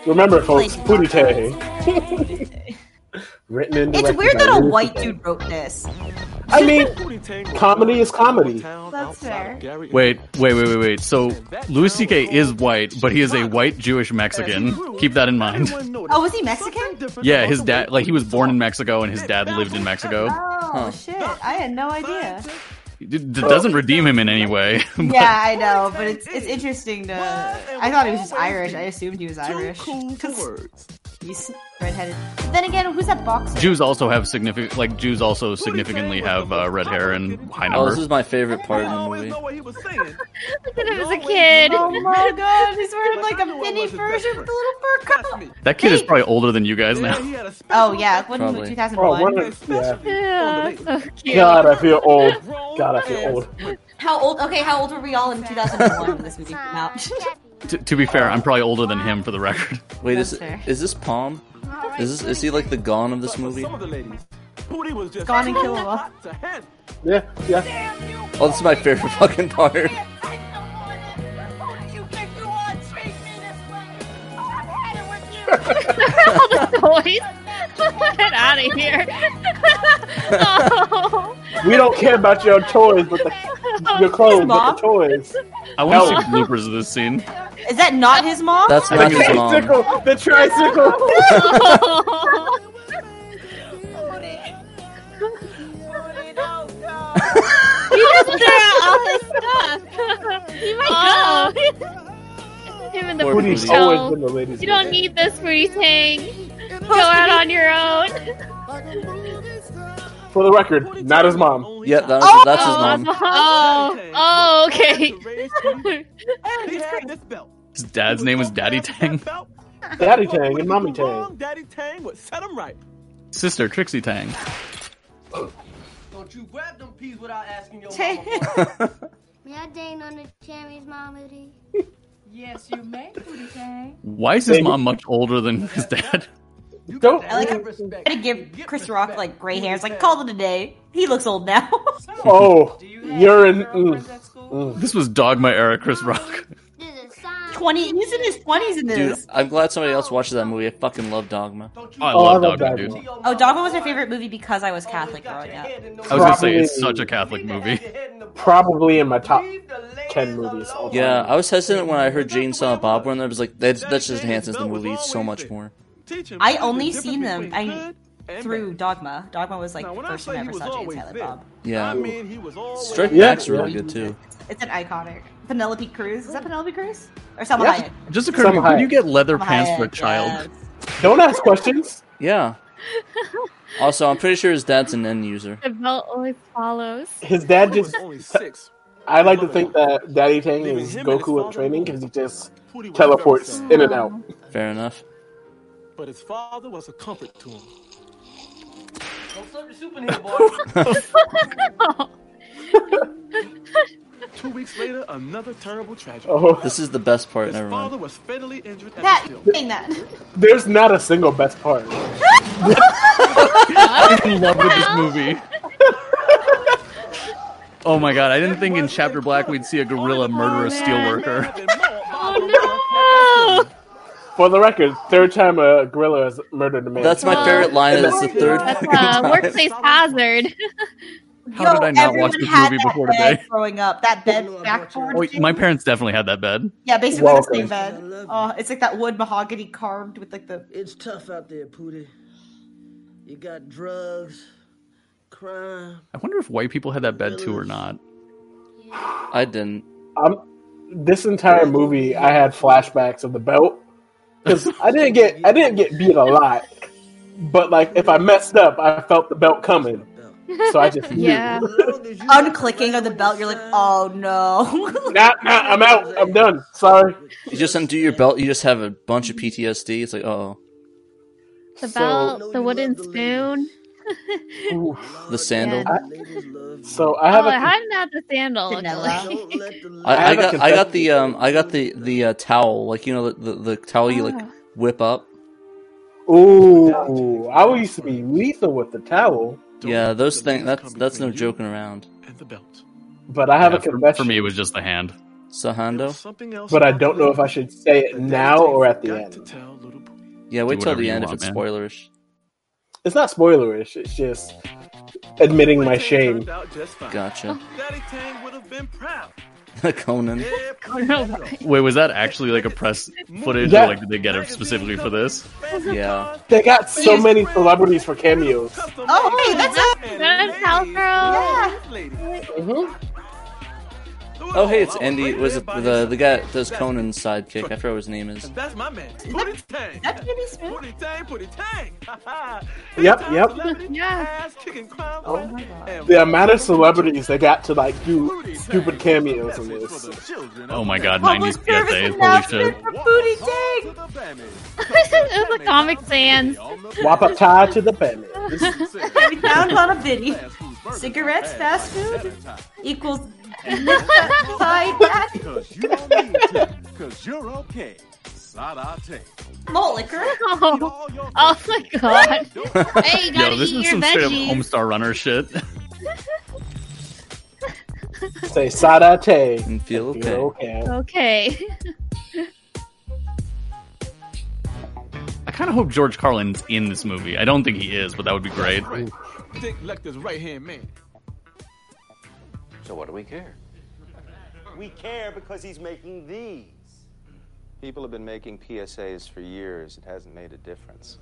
[SPEAKER 1] remember, folks,
[SPEAKER 6] Like-
[SPEAKER 1] Pootie Tang. Written and
[SPEAKER 6] It's
[SPEAKER 1] directed
[SPEAKER 6] weird
[SPEAKER 1] by
[SPEAKER 6] that a
[SPEAKER 1] Louis
[SPEAKER 6] white
[SPEAKER 1] C.K.
[SPEAKER 6] dude wrote this.
[SPEAKER 1] I mean, comedy is comedy.
[SPEAKER 6] That's fair.
[SPEAKER 2] Wait, wait, wait, wait, wait. So Louis C.K. is white, but he is a white Jewish Mexican. Keep that in mind.
[SPEAKER 6] Oh, was he Mexican?
[SPEAKER 2] Yeah, his dad, like he was born in Mexico and his dad lived in Mexico.
[SPEAKER 6] Oh
[SPEAKER 3] Huh.
[SPEAKER 6] shit! I had no idea.
[SPEAKER 2] It d- doesn't redeem him in any way.
[SPEAKER 6] Yeah, I know, but it's it's interesting to. I thought he was just Irish. I assumed he was Irish. 'Cause He's redheaded. Then again, who's that boxer?
[SPEAKER 2] Jews also have significant, like Jews also significantly have uh, red hair and high
[SPEAKER 3] Oh, this
[SPEAKER 2] numbers.
[SPEAKER 3] is my favorite part in the movie.
[SPEAKER 5] Look at him as a kid.
[SPEAKER 6] Oh my god, he's wearing like a mini version of the little fur coat.
[SPEAKER 2] That kid is probably older than you guys now.
[SPEAKER 6] Oh yeah, when
[SPEAKER 3] Probably.
[SPEAKER 6] two
[SPEAKER 1] Oh,
[SPEAKER 6] thousand
[SPEAKER 1] one
[SPEAKER 6] one.
[SPEAKER 1] of- yeah.
[SPEAKER 5] Yeah, so cute.
[SPEAKER 1] God, I feel old. God, I feel old.
[SPEAKER 6] How old? Okay, how old were we all in two thousand one when this movie came out?
[SPEAKER 2] T- to be fair, I'm probably older than him for the record.
[SPEAKER 3] Wait, is
[SPEAKER 6] That's fair.
[SPEAKER 3] is this Palm? Is this is he like the Gone of this movie?
[SPEAKER 9] Some of the ladies. Pootie was just
[SPEAKER 6] Gone and
[SPEAKER 9] too
[SPEAKER 6] Kill 'Em All.
[SPEAKER 9] hot to handle.
[SPEAKER 1] Yeah, yeah.
[SPEAKER 3] Oh, this is my favorite fucking part.
[SPEAKER 5] all the toys. Get out of here. oh.
[SPEAKER 1] We don't care about your toys, but the, your clothes, but
[SPEAKER 6] Mom?
[SPEAKER 1] the toys.
[SPEAKER 2] I want to see bloopers of this scene.
[SPEAKER 6] Is that not his mom?
[SPEAKER 3] That's
[SPEAKER 2] I
[SPEAKER 3] not
[SPEAKER 2] think
[SPEAKER 3] his
[SPEAKER 2] it's
[SPEAKER 3] mom.
[SPEAKER 1] Tricycle, the tricycle.
[SPEAKER 5] He just threw out all his stuff. You might go. Him in the
[SPEAKER 3] Poor
[SPEAKER 1] Woody's
[SPEAKER 3] Woody.
[SPEAKER 1] always
[SPEAKER 5] shell.
[SPEAKER 1] been the ladies.
[SPEAKER 5] You don't
[SPEAKER 1] man.
[SPEAKER 5] need this, Fruity Tang. Go out on your own.
[SPEAKER 1] For the record, not his mom.
[SPEAKER 3] Yeah, that was, that's his mom.
[SPEAKER 5] Oh, oh, okay.
[SPEAKER 2] His dad's name was Daddy Tang.
[SPEAKER 1] Daddy Tang and Mommy Tang.
[SPEAKER 9] Daddy Tang would set him right.
[SPEAKER 2] Sister Trixie Tang.
[SPEAKER 10] Don't you grab them peas without asking your
[SPEAKER 11] May I dine on the Tammy's mom, Moody?
[SPEAKER 10] Yes, you may.
[SPEAKER 2] Why is his mom much older than his dad?
[SPEAKER 1] Don't. Oh,
[SPEAKER 6] I like how I had to give Chris Rock like gray hairs. Like call it a day. He looks old now.
[SPEAKER 1] Oh, you're in. Mm,
[SPEAKER 2] This was Dogma era Chris Rock.
[SPEAKER 11] This is sign.
[SPEAKER 6] Twenty. He's in his twenties in
[SPEAKER 3] Dude,
[SPEAKER 6] this.
[SPEAKER 3] I'm glad somebody else watches that movie. I fucking love Dogma.
[SPEAKER 2] Oh, I
[SPEAKER 1] Oh, I
[SPEAKER 2] love
[SPEAKER 1] love
[SPEAKER 2] Dogma,
[SPEAKER 1] that
[SPEAKER 2] dude.
[SPEAKER 1] one.
[SPEAKER 6] Oh, Dogma was my favorite movie because I was Catholic growing up.
[SPEAKER 2] I was gonna say it's such a Catholic movie.
[SPEAKER 1] Probably in my top ten movies. All time.
[SPEAKER 3] Yeah, I was hesitant when I heard Jane Silent Bob one. I was like, that that just enhances the movie so much more.
[SPEAKER 6] I only seen them I through Dogma. Dogma was like the first time I ever saw Jane Silent Bob.
[SPEAKER 3] Yeah,
[SPEAKER 6] I mean,
[SPEAKER 3] Strike Back's really
[SPEAKER 6] yeah.
[SPEAKER 3] good too.
[SPEAKER 6] It's an iconic. Penelope Cruz. Is that Penelope Cruz? Or Selma
[SPEAKER 1] Yeah.
[SPEAKER 6] Hayek?
[SPEAKER 2] Just occurred to me,
[SPEAKER 1] Some
[SPEAKER 2] could you get leather
[SPEAKER 6] Some
[SPEAKER 2] pants for a
[SPEAKER 6] Hayek,
[SPEAKER 2] child?
[SPEAKER 1] Don't ask questions.
[SPEAKER 3] Yeah. Also, I'm pretty sure his dad's an end user.
[SPEAKER 5] The belt always follows.
[SPEAKER 1] His dad just. I like to think that Daddy Tang
[SPEAKER 3] Leaving
[SPEAKER 1] is
[SPEAKER 3] him and his
[SPEAKER 1] Goku in
[SPEAKER 3] father
[SPEAKER 1] training because he just
[SPEAKER 9] Pootie was
[SPEAKER 1] teleports
[SPEAKER 9] very
[SPEAKER 1] in and
[SPEAKER 9] sad.
[SPEAKER 1] out.
[SPEAKER 3] Fair enough.
[SPEAKER 9] But his father was a comfort to him.
[SPEAKER 10] Don't slip your soup in here, boy.
[SPEAKER 9] Two weeks later, another terrible tragedy.
[SPEAKER 1] Oh.
[SPEAKER 3] This is the best part.
[SPEAKER 9] His
[SPEAKER 3] Never mind.
[SPEAKER 9] father was fatally injured at
[SPEAKER 6] That
[SPEAKER 9] the field.
[SPEAKER 6] thing that.
[SPEAKER 1] There's not a single best part.
[SPEAKER 2] I'm in love with this movie. Oh my god, I didn't think in Chapter Black we'd see a gorilla murder a steelworker.
[SPEAKER 5] Oh
[SPEAKER 1] For the record, third time a gorilla has murdered a man.
[SPEAKER 3] That's my favorite line. That's the third
[SPEAKER 5] no!
[SPEAKER 3] fucking
[SPEAKER 5] Uh,
[SPEAKER 3] time.
[SPEAKER 5] workplace hazard.
[SPEAKER 2] How did I not watch
[SPEAKER 6] everyone
[SPEAKER 2] this
[SPEAKER 6] had
[SPEAKER 2] movie
[SPEAKER 6] that
[SPEAKER 2] before
[SPEAKER 6] bed
[SPEAKER 2] today?
[SPEAKER 6] Growing up, that bed backboard.
[SPEAKER 2] Oh,
[SPEAKER 6] thing.
[SPEAKER 2] my parents definitely had that bed.
[SPEAKER 6] yeah, basically
[SPEAKER 2] Welcome.
[SPEAKER 6] the same bed. Oh, it's like that wood mahogany carved with like the.
[SPEAKER 10] It's tough out there, Pootie. You got drugs, crime.
[SPEAKER 2] I wonder if white people had that bed too or not.
[SPEAKER 3] I didn't.
[SPEAKER 1] I'm, this entire movie, I had flashbacks of the belt because I didn't get I didn't get beat a lot, but like if I messed up, I felt the belt coming, so I just knew.
[SPEAKER 5] Yeah.
[SPEAKER 6] Unclicking of the belt, you're like, oh no.
[SPEAKER 1] Nah, nah, I'm out. I'm done. Sorry.
[SPEAKER 3] You just undo your belt. You just have a bunch of PTSD. It's like, oh,
[SPEAKER 5] The
[SPEAKER 1] So-
[SPEAKER 5] belt, the wooden spoon.
[SPEAKER 1] Ooh.
[SPEAKER 3] the sandal.
[SPEAKER 1] I- so I have
[SPEAKER 5] oh,
[SPEAKER 1] a
[SPEAKER 5] I had not the sandal. luckily.
[SPEAKER 3] I, I,
[SPEAKER 1] I have a
[SPEAKER 3] got I got the um I got the the uh, towel like you know the, the the towel you like whip up.
[SPEAKER 1] Ooh, I used to be lethal with the towel,
[SPEAKER 3] Yeah, those things. That's that's no joking around.
[SPEAKER 1] but I have
[SPEAKER 2] Yeah,
[SPEAKER 1] a
[SPEAKER 2] for-
[SPEAKER 1] confession.
[SPEAKER 2] For me, it was just the hand.
[SPEAKER 3] Sahando.
[SPEAKER 1] but I don't know if I should say it now or at the end.
[SPEAKER 3] Yeah,
[SPEAKER 2] Do
[SPEAKER 3] wait till
[SPEAKER 2] whatever
[SPEAKER 3] the
[SPEAKER 2] you
[SPEAKER 3] end if
[SPEAKER 2] want,
[SPEAKER 3] it's
[SPEAKER 2] man.
[SPEAKER 3] spoilerish.
[SPEAKER 1] It's not spoilerish. It's just admitting my shame.
[SPEAKER 3] Gotcha.
[SPEAKER 9] Daddy Tang would have been proud.
[SPEAKER 3] Conan.
[SPEAKER 9] Yeah,
[SPEAKER 2] Wait, was that actually like a press footage,
[SPEAKER 1] Yeah.
[SPEAKER 2] or like did they get it specifically for this?
[SPEAKER 3] Yeah.
[SPEAKER 1] They got so many celebrities for cameos.
[SPEAKER 6] Oh, hey, that's it.
[SPEAKER 5] That's cowgirl.
[SPEAKER 3] Oh hey, it's Andy. Was it the the guy that does Conan's sidekick? I forgot what his name is.
[SPEAKER 9] That's my man. Pootie Tang.
[SPEAKER 6] That's Jimmy Smith.
[SPEAKER 9] Pootie Tang, Pootie Tang.
[SPEAKER 1] Yep, yep.
[SPEAKER 5] Yeah.
[SPEAKER 9] Ass kicking crime.
[SPEAKER 1] Oh
[SPEAKER 9] fighter, and
[SPEAKER 1] The amount of celebrities they got to like do stupid cameos in this.
[SPEAKER 2] Oh my god,
[SPEAKER 6] Public
[SPEAKER 2] nineties
[SPEAKER 6] service
[SPEAKER 2] PSAs, holy
[SPEAKER 6] announcement
[SPEAKER 2] shit.
[SPEAKER 6] for Booty Dang.
[SPEAKER 5] it was a comic sans.
[SPEAKER 1] Wapa tie to the Batman. This-
[SPEAKER 6] Heavy pounds on a biddy. Cigarettes, fast food equals side back.
[SPEAKER 7] Cause you don't need to, cause you're okay. Side I take.
[SPEAKER 6] Malt liquor.
[SPEAKER 5] Oh, oh my god. hey, you gotta
[SPEAKER 2] Yo, this
[SPEAKER 5] eat
[SPEAKER 2] is
[SPEAKER 5] your
[SPEAKER 2] some straight up
[SPEAKER 5] veggies.
[SPEAKER 2] Homestar Runner shit.
[SPEAKER 1] Say sadate.
[SPEAKER 3] And feel
[SPEAKER 1] Feel
[SPEAKER 3] okay.
[SPEAKER 1] okay.
[SPEAKER 5] Okay.
[SPEAKER 2] I kind of hope George Carlin's in this movie. I don't think he is, but that would be great.
[SPEAKER 9] Dick Lecter's right hand man.
[SPEAKER 12] So what do we care?
[SPEAKER 7] We care because he's making these.
[SPEAKER 12] People have been making PSAs for years. It hasn't made a difference.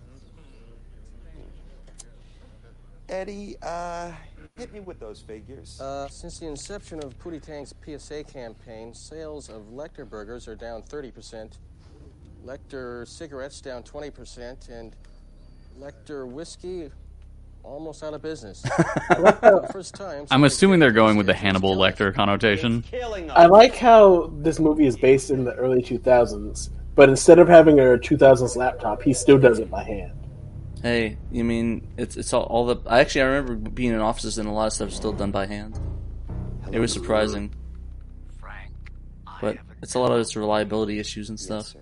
[SPEAKER 12] Eddie, uh, hit me with those figures.
[SPEAKER 10] Uh, since the inception of Pootie Tang's PSA campaign, sales of Lecter burgers are down 30%, Lecter cigarettes down 20%, and Lecter whiskey almost out of business. First time.
[SPEAKER 2] I'm assuming they're going with the Hannibal Lecter connotation.
[SPEAKER 1] I like how this movie is based in the early 2000s, but instead of having a 2000s laptop, he still does it by hand.
[SPEAKER 3] Hey, you mean it's it's all, all the? I actually I remember being in offices and a lot of stuff still done by hand. It was surprising, but it's a lot of its reliability issues and stuff.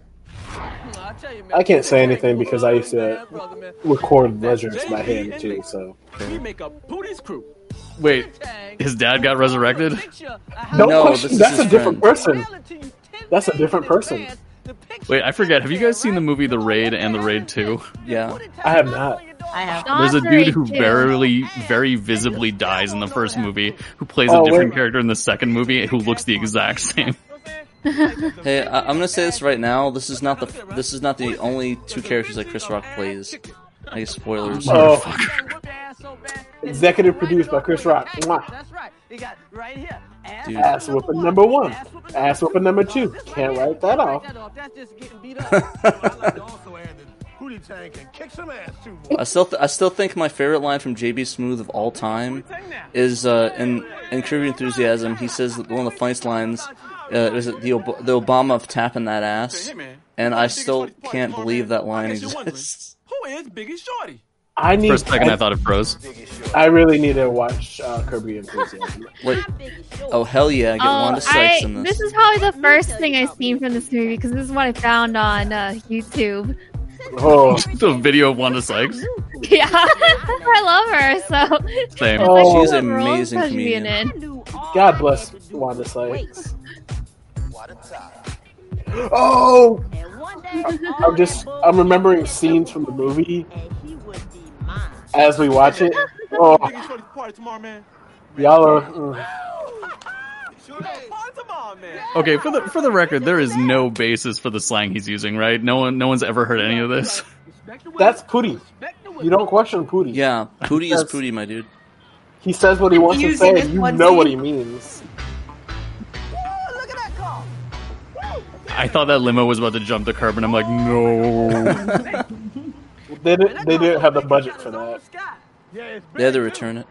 [SPEAKER 1] I can't say anything because I used to record measures by hand too, so.
[SPEAKER 9] We make a Pootie's crew.
[SPEAKER 2] Wait, his dad got resurrected?
[SPEAKER 1] Don't
[SPEAKER 3] No,
[SPEAKER 1] question,
[SPEAKER 3] this is
[SPEAKER 1] that's
[SPEAKER 3] his
[SPEAKER 1] a different
[SPEAKER 3] friend.
[SPEAKER 1] person. That's a different person.
[SPEAKER 2] Wait, I forget. Have you guys seen the movie The Raid and The Raid 2?
[SPEAKER 3] Yeah,
[SPEAKER 1] I have not.
[SPEAKER 6] I have.
[SPEAKER 2] There's a dude who barely, very visibly dies in the first movie, who plays a
[SPEAKER 3] Oh,
[SPEAKER 2] different
[SPEAKER 3] wait.
[SPEAKER 2] character in the second movie, who looks the exact same.
[SPEAKER 3] Hey, I- I'm gonna say this right now. This is not the f- this is not the only two characters that Chris Rock plays. I guess spoilers.
[SPEAKER 1] Oh. Executive produced by Chris Rock. Mwah.
[SPEAKER 3] Dude.
[SPEAKER 1] Ass whooping number one. Ass whooping number two. Can't write that off.
[SPEAKER 9] Pootie Tang can kick some ass too,
[SPEAKER 2] Uh,
[SPEAKER 3] I still th- I still think my favorite line from JB Smooth of all time is uh, in in Curb Your Enthusiasm. He says that one of the funniest lines uh, is that the Ob- the Obama of tapping that ass, and I still can't believe that line exists.
[SPEAKER 9] Who is Biggie Shorty?
[SPEAKER 1] I need.
[SPEAKER 2] For a second, I thought of pros.
[SPEAKER 1] I really need to watch uh, Kirby Enthusiasm.
[SPEAKER 3] Wait. Oh hell yeah! I get Wanda Sykes
[SPEAKER 5] I-
[SPEAKER 3] in
[SPEAKER 5] this
[SPEAKER 3] this.
[SPEAKER 5] is probably the first thing I seen from this movie because this is what I found on uh, YouTube.
[SPEAKER 1] Oh.
[SPEAKER 2] the video of Wanda Sykes.
[SPEAKER 5] Yeah, I love her so.
[SPEAKER 2] Same.
[SPEAKER 3] Oh.
[SPEAKER 5] It's like
[SPEAKER 1] She's
[SPEAKER 5] what
[SPEAKER 1] an
[SPEAKER 5] role
[SPEAKER 1] amazing
[SPEAKER 5] does she be in
[SPEAKER 1] God bless Wanda Sykes. Oh, I'm just I'm remembering scenes from the movie as we watch it. Oh,
[SPEAKER 9] Biggie Shorty's party tomorrow, man.
[SPEAKER 1] y'all are. mm.
[SPEAKER 2] Okay, for the for the record, there is no basis for the slang he's using, right? No one, no one's ever heard any of this.
[SPEAKER 1] That's Pootie. You don't question Pootie.
[SPEAKER 3] Yeah, Pootie is
[SPEAKER 1] That's-
[SPEAKER 3] Pootie, my dude.
[SPEAKER 1] He says what he wants to
[SPEAKER 3] Using
[SPEAKER 1] say.
[SPEAKER 3] this
[SPEAKER 1] and You
[SPEAKER 3] one
[SPEAKER 1] know what he
[SPEAKER 3] scene.
[SPEAKER 1] means.
[SPEAKER 2] I thought that limo was about to jump the curb, and I'm like, no.
[SPEAKER 1] They didn't, they didn't have the budget for that.
[SPEAKER 3] They had to return it.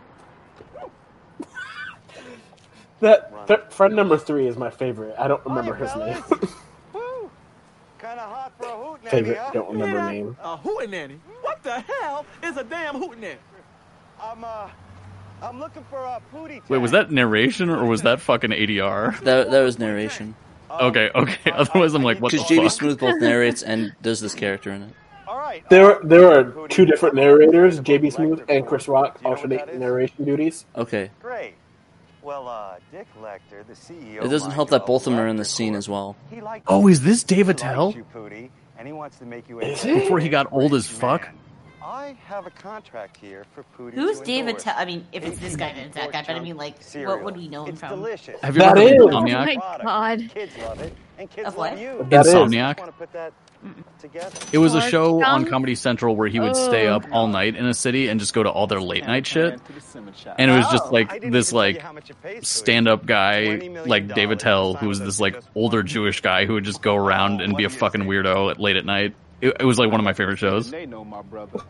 [SPEAKER 1] That th- friend number three is my favorite. I don't remember his name. favorite, don't remember name.
[SPEAKER 9] A hootenanny? What the hell is a damn hootenanny? I'm uh, I'm looking for a pootie.
[SPEAKER 2] Wait, was that narration or was that fucking ADR?
[SPEAKER 3] That that was narration.
[SPEAKER 2] Okay, okay. Otherwise, I'm like, what the
[SPEAKER 3] Because JB
[SPEAKER 2] fuck?
[SPEAKER 3] Smooth both narrates and does this character in it.
[SPEAKER 1] There, there are two different narrators, JB Smooth and Chris Rock, alternate narration duties.
[SPEAKER 3] Okay,
[SPEAKER 12] Great. Well, uh, Dick Lecter, the
[SPEAKER 8] E
[SPEAKER 12] CEO.
[SPEAKER 3] it doesn't help that both of them are in the scene as well.
[SPEAKER 2] Oh, is this Dave Attell?
[SPEAKER 12] You Pooty, and he wants to make you a.
[SPEAKER 2] Before he got old as fuck.
[SPEAKER 12] I have a contract here for Pooty.
[SPEAKER 6] Who's
[SPEAKER 12] to
[SPEAKER 6] David?
[SPEAKER 12] endorse.
[SPEAKER 6] Tell- I mean, if it's this guy, then it's that guy. But I mean, like, what would we know him from?
[SPEAKER 12] Delicious.
[SPEAKER 2] Have you ever heard of Insomniac?
[SPEAKER 5] Oh my god.
[SPEAKER 12] Kids love it, and kids
[SPEAKER 6] Of
[SPEAKER 12] love
[SPEAKER 6] what?
[SPEAKER 12] you.
[SPEAKER 2] That is. Insomniac.
[SPEAKER 12] Want to put that together?
[SPEAKER 2] It was a
[SPEAKER 12] Or
[SPEAKER 2] show on
[SPEAKER 12] some-
[SPEAKER 2] Comedy Central where he would stay
[SPEAKER 12] Oh.
[SPEAKER 2] up all night in a city and just go to all their late night shit. And it was just
[SPEAKER 12] Oh, I
[SPEAKER 2] like
[SPEAKER 12] didn't
[SPEAKER 2] this
[SPEAKER 12] even tell you
[SPEAKER 2] like
[SPEAKER 12] how much it pays.
[SPEAKER 2] stand up guy like Dave Attell who was this like older Jewish guy who would just go around and be a fucking weirdo at late at night. It, it was like one of my favorite shows.
[SPEAKER 10] They know my brother.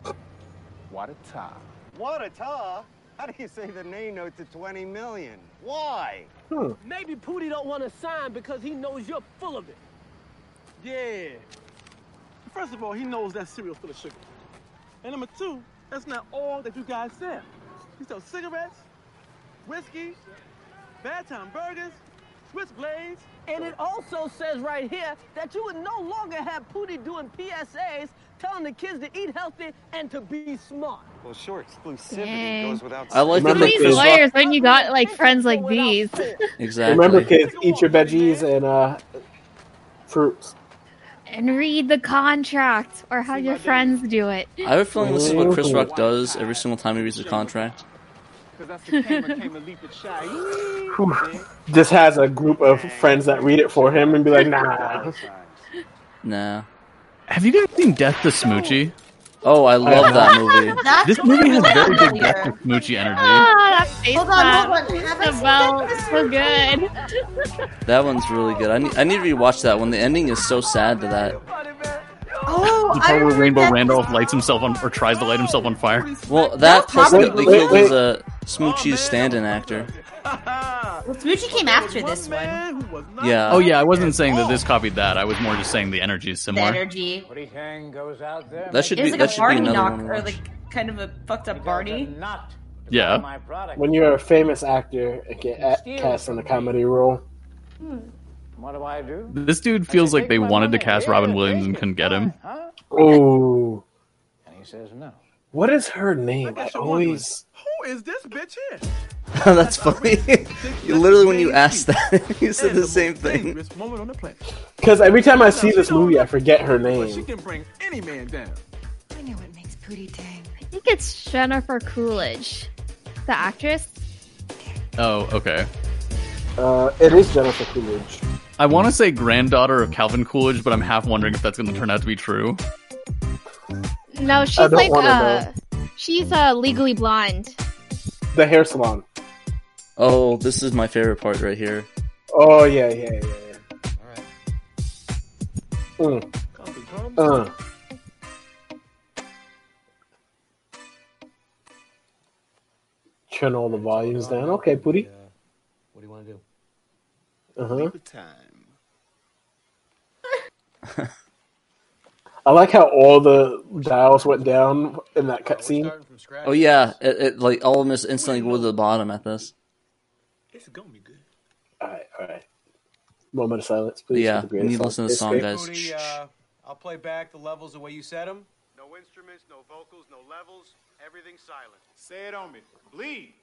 [SPEAKER 10] What a time.
[SPEAKER 12] What a ta! How do you say the nay note to 20 million? Why?
[SPEAKER 9] Maybe Pootie don't want to sign because he knows you're full of it. Yeah. First of all, he knows that cereal's full of sugar. And number two, that's not all that you guys sell. You sell cigarettes, whiskey, bad time burgers, Swiss blades.
[SPEAKER 13] And it also says right here that you would no longer have Pootie doing PSAs telling the kids to eat healthy and to be smart.
[SPEAKER 12] Well, sure, exclusivity
[SPEAKER 5] Dang.
[SPEAKER 12] goes without
[SPEAKER 3] I like
[SPEAKER 5] Look at
[SPEAKER 3] that
[SPEAKER 5] these
[SPEAKER 3] Chris Rock-
[SPEAKER 5] lawyers when you got like friends like these.
[SPEAKER 3] Exactly.
[SPEAKER 1] Remember, kids, eat your veggies and uh, fruits.
[SPEAKER 5] and read the contract or have your friends do it.
[SPEAKER 3] I have a feeling this is what Chris Rock does every single time he reads a contract.
[SPEAKER 1] Just has a group of friends that read it for him and be like, nah.
[SPEAKER 3] Nah.
[SPEAKER 2] Have you guys seen Death to Smoochie?
[SPEAKER 3] Oh, I love that movie.
[SPEAKER 6] That's
[SPEAKER 2] This movie has very big Death to Smoochie energy.
[SPEAKER 5] Ah, that face
[SPEAKER 6] Hold on, hold
[SPEAKER 5] slap. The
[SPEAKER 6] Oh,
[SPEAKER 5] bell, so good.
[SPEAKER 3] That one's really good. I need, I need to rewatch that one. The ending is so sad to that.
[SPEAKER 6] Oh,
[SPEAKER 2] The part where Rainbow Randolph lights himself on or tries to light himself on fire.
[SPEAKER 3] Well, that plus
[SPEAKER 6] Wait,
[SPEAKER 3] that they
[SPEAKER 6] wait,
[SPEAKER 3] killed
[SPEAKER 6] wait.
[SPEAKER 3] his uh, Smoochie's stand-in actor.
[SPEAKER 6] Well, Smoochie came after this one.
[SPEAKER 3] Yeah.
[SPEAKER 2] Oh yeah, I wasn't saying that this copied that. I was more just saying the energy is
[SPEAKER 6] The
[SPEAKER 2] similar.
[SPEAKER 6] energy.
[SPEAKER 14] goes out there.
[SPEAKER 3] That should
[SPEAKER 6] it was
[SPEAKER 3] be-
[SPEAKER 6] like
[SPEAKER 3] that
[SPEAKER 6] a
[SPEAKER 3] should be
[SPEAKER 6] Barney
[SPEAKER 3] another
[SPEAKER 6] knock
[SPEAKER 3] one to
[SPEAKER 6] or
[SPEAKER 3] watch.
[SPEAKER 6] like kind of a fucked up Barney.
[SPEAKER 2] Yeah.
[SPEAKER 1] When you're a famous actor and get at- cast in a comedy role,
[SPEAKER 14] What do I do?
[SPEAKER 2] This dude feels like they wanted to cast Robin Williams and couldn't get him.
[SPEAKER 1] oh,
[SPEAKER 14] And he says no.
[SPEAKER 1] what is her name? I always.
[SPEAKER 9] Who is this bitch here?
[SPEAKER 3] That's funny. You Literally, when you asked that, you said the same thing.
[SPEAKER 9] This moment on the planet.
[SPEAKER 1] Because every time I see this movie, I forget her name.
[SPEAKER 9] She can bring any man down.
[SPEAKER 5] Pootie Tang. I think it's Jennifer Coolidge, the actress.
[SPEAKER 2] Oh, okay.
[SPEAKER 1] Uh, it is Jennifer Coolidge.
[SPEAKER 2] I want to say granddaughter of Calvin Coolidge, but I'm half wondering if that's going to turn out to be true.
[SPEAKER 5] No, she's
[SPEAKER 1] don't
[SPEAKER 5] like
[SPEAKER 1] wanna
[SPEAKER 5] uh, she's uh legally blonde.
[SPEAKER 1] The hair salon.
[SPEAKER 3] Oh, this is my favorite part right here.
[SPEAKER 1] Oh yeah, yeah, yeah. yeah. Mm.
[SPEAKER 3] Uh-huh.
[SPEAKER 1] Uh. Turn all the volumes down. Okay, Pootie.
[SPEAKER 15] What do you want to do?
[SPEAKER 1] Uh huh. I like how all the dials went down in that cutscene.
[SPEAKER 3] Oh yeah, it, it, like all of them just instantly go to the bottom at this.
[SPEAKER 1] All right, all right. Moment of silence, please.
[SPEAKER 3] Yeah,
[SPEAKER 1] for the
[SPEAKER 3] we need to
[SPEAKER 1] greatest
[SPEAKER 3] listen to the song, guys.
[SPEAKER 1] history.
[SPEAKER 15] Cody, uh, I'll play back the levels the way you said them. No instruments, no vocals, no levels. Everything silent. Say it on me. Bleed.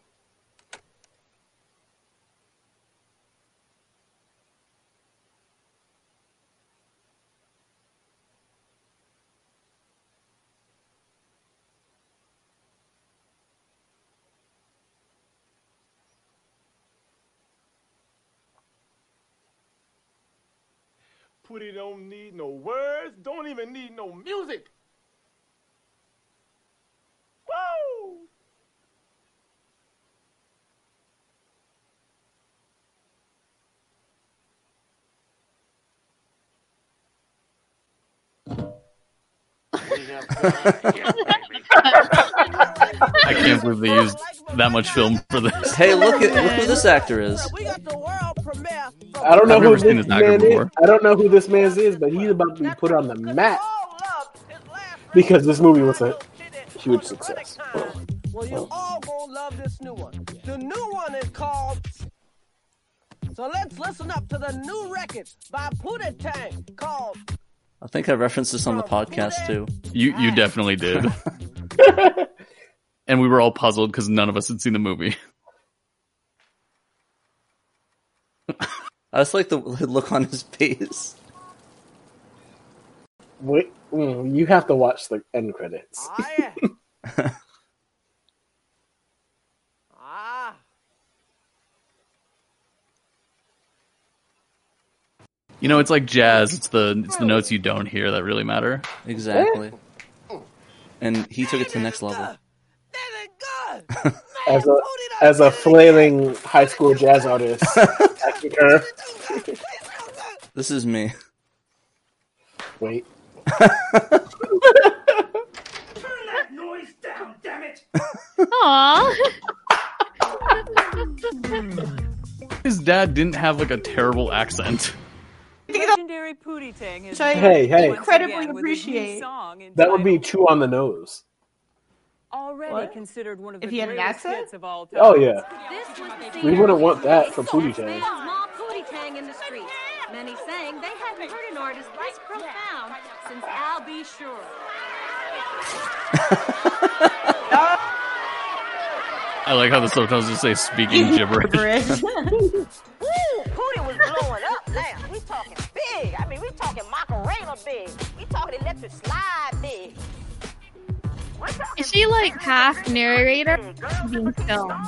[SPEAKER 9] Pootie don't need no words, don't even need no music. Woo!
[SPEAKER 2] I can't believe they used that much film for this.
[SPEAKER 3] Hey, look at look who this
[SPEAKER 15] uh,
[SPEAKER 3] actor is.
[SPEAKER 1] I don't know
[SPEAKER 2] I've
[SPEAKER 1] who
[SPEAKER 2] never
[SPEAKER 1] this
[SPEAKER 2] seen this actor
[SPEAKER 1] man
[SPEAKER 2] before.
[SPEAKER 1] is. I don't know who this man is, but he's about to be put on the map because this movie was a huge success.
[SPEAKER 16] Well, you all gonna love this new one. The new one is called. So let's listen up to the new record by Pootie Tang called
[SPEAKER 3] I think I referenced this on the podcast too.
[SPEAKER 2] You you definitely did. and we were all puzzled because none of us had seen the movie.
[SPEAKER 3] I just like the look on his face.
[SPEAKER 1] Wait, mm, you have to watch the end credits.
[SPEAKER 16] Ah, Ah,
[SPEAKER 2] You know, it's like jazz. It's the it's the notes you don't hear that really matter.
[SPEAKER 3] Exactly. And he took it to the next level.
[SPEAKER 1] as a as a flailing high school jazz artist, I concur.
[SPEAKER 3] This is me.
[SPEAKER 1] Wait,
[SPEAKER 9] Turn that noise down, damn it!
[SPEAKER 13] Aww.
[SPEAKER 2] His dad didn't have like a terrible accent.
[SPEAKER 17] Legendary Pootie Tang is
[SPEAKER 1] Hey, hey.
[SPEAKER 17] back once
[SPEAKER 13] Incredibly
[SPEAKER 17] again with his new
[SPEAKER 13] appreciate.
[SPEAKER 17] song in-
[SPEAKER 1] that would be two on the nose.
[SPEAKER 17] already
[SPEAKER 13] What?
[SPEAKER 17] considered one of
[SPEAKER 13] If
[SPEAKER 17] the
[SPEAKER 13] he had an
[SPEAKER 17] greatest
[SPEAKER 13] accent?
[SPEAKER 17] hits of all time.
[SPEAKER 1] Oh yeah,
[SPEAKER 17] This was the
[SPEAKER 1] we wouldn't want that from Pootie Tang.
[SPEAKER 6] Small Pootie Tang in the streets. Many saying they hadn't heard an artist like profound since Al B. Sure.
[SPEAKER 2] I like how the subtitles just say speaking gibberish.
[SPEAKER 16] Woo! Pootie was blowing up now. We talking big. I mean, we talking Macarena big. We talking electric slide big.
[SPEAKER 5] Is she like half narrator? She's Being filmed.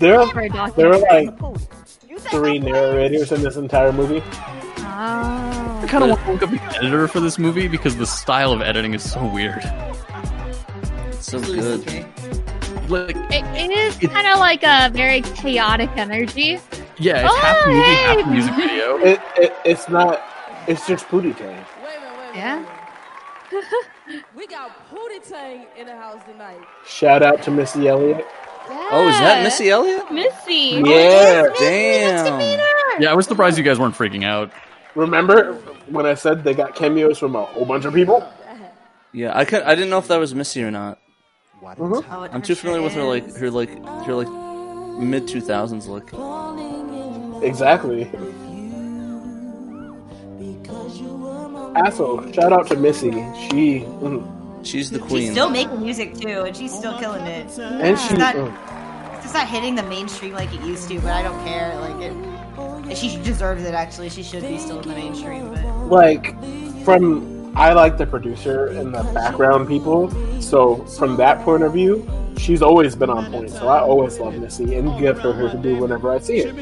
[SPEAKER 1] There
[SPEAKER 5] For a
[SPEAKER 1] are there are
[SPEAKER 5] documentary.
[SPEAKER 1] like three narrators in this entire movie.
[SPEAKER 5] Oh.
[SPEAKER 2] I kind of want to look up the editor for this movie because the style of editing is so weird.
[SPEAKER 3] so good.
[SPEAKER 2] Like,
[SPEAKER 5] It, it is kind of like a very chaotic energy.
[SPEAKER 2] yeah, it's
[SPEAKER 5] Oh,
[SPEAKER 2] half movie, half
[SPEAKER 5] hey!
[SPEAKER 2] music video.
[SPEAKER 1] It, it it's not. It's just Pootie Tang.
[SPEAKER 5] Yeah.
[SPEAKER 13] we got Pootie Tang in the house tonight.
[SPEAKER 1] Shout out to Missy Elliott.
[SPEAKER 3] Oh, is that Missy Elliott?
[SPEAKER 13] Missy.
[SPEAKER 1] Yeah.
[SPEAKER 3] Damn.
[SPEAKER 2] Yeah, I was surprised you guys weren't freaking out.
[SPEAKER 1] Remember when I said they got cameos from a whole bunch of people?
[SPEAKER 3] Yeah, I could. I didn't know if that was Missy or not.
[SPEAKER 2] Mm-hmm.
[SPEAKER 1] Mhm.
[SPEAKER 6] Oh,
[SPEAKER 3] I'm too familiar with her like her like her like mid two thousands look.
[SPEAKER 1] Exactly. Asshole, shout out to Missy. She mm,
[SPEAKER 3] She's the
[SPEAKER 18] She's
[SPEAKER 3] queen.
[SPEAKER 18] still making music too, and she's
[SPEAKER 13] Oh
[SPEAKER 18] still killing it.
[SPEAKER 1] and she
[SPEAKER 18] It's not,
[SPEAKER 1] mm,
[SPEAKER 18] it's just not hitting the mainstream like it used to, but I don't care. Like it, she deserves it. Actually, she should be still in the mainstream. But
[SPEAKER 1] like from I like the producer and the background people. So from that point of view, she's always been on point. So I always love Missy and good for her to do whenever I see it.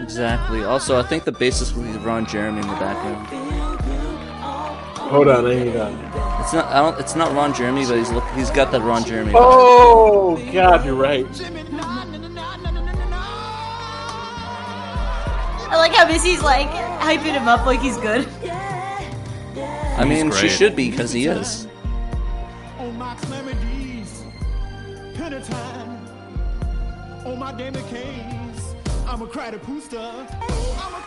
[SPEAKER 3] Exactly. Also, I think the bassist will be Ron Jeremy in the background.
[SPEAKER 1] Hold on, I ain't done.
[SPEAKER 3] It's not. I don't. It's not Ron Jeremy, but he's look. He's got that Ron Jeremy. vibe.
[SPEAKER 1] Oh God, you're right.
[SPEAKER 6] I like how Missy's like hyping him up like he's good.
[SPEAKER 3] I mean, she
[SPEAKER 2] great.
[SPEAKER 3] should be because he is.
[SPEAKER 9] Oh,
[SPEAKER 19] On my remedies, penny time.
[SPEAKER 9] Oh,
[SPEAKER 19] On my game of kings, I'm a cratter pooster.
[SPEAKER 9] Oh,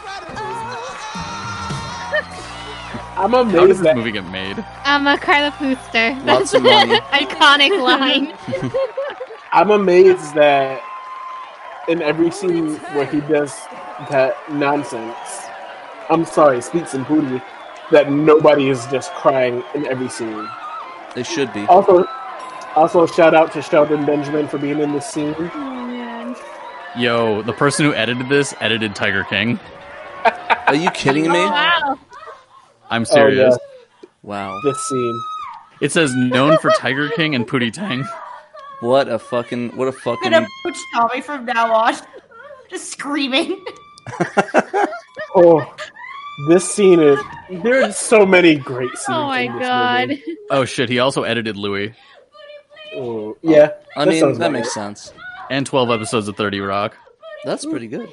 [SPEAKER 1] I'm amazed
[SPEAKER 2] How does this
[SPEAKER 1] that-
[SPEAKER 2] movie get made?
[SPEAKER 5] I'm a cry the pooster.
[SPEAKER 2] Lots of money.
[SPEAKER 5] Iconic line.
[SPEAKER 1] I'm amazed that in every scene where he does that nonsense, I'm sorry, speaks in booty, that nobody is just crying in every scene.
[SPEAKER 3] They should be.
[SPEAKER 1] Also, also shout out to Sheldon Benjamin for being in this scene. Oh,
[SPEAKER 2] Yo, the person who edited this edited Tiger King.
[SPEAKER 3] Are you kidding me?
[SPEAKER 5] wow.
[SPEAKER 1] Oh,
[SPEAKER 2] I'm serious.
[SPEAKER 3] Wow.
[SPEAKER 1] This scene.
[SPEAKER 2] It says known for Tiger King and Pootie Tang.
[SPEAKER 3] What a fucking what a fucking
[SPEAKER 6] I'm gonna approach Tommy from now on, just screaming.
[SPEAKER 1] Oh, this scene is. There are so many great scenes.
[SPEAKER 5] Oh my god.
[SPEAKER 2] Oh shit, he also edited Louis.
[SPEAKER 1] Oh, yeah.
[SPEAKER 3] I mean,
[SPEAKER 2] sounds
[SPEAKER 3] that
[SPEAKER 2] about
[SPEAKER 3] makes sense.
[SPEAKER 2] And 12 episodes of 30 Rock.
[SPEAKER 3] That's pretty good.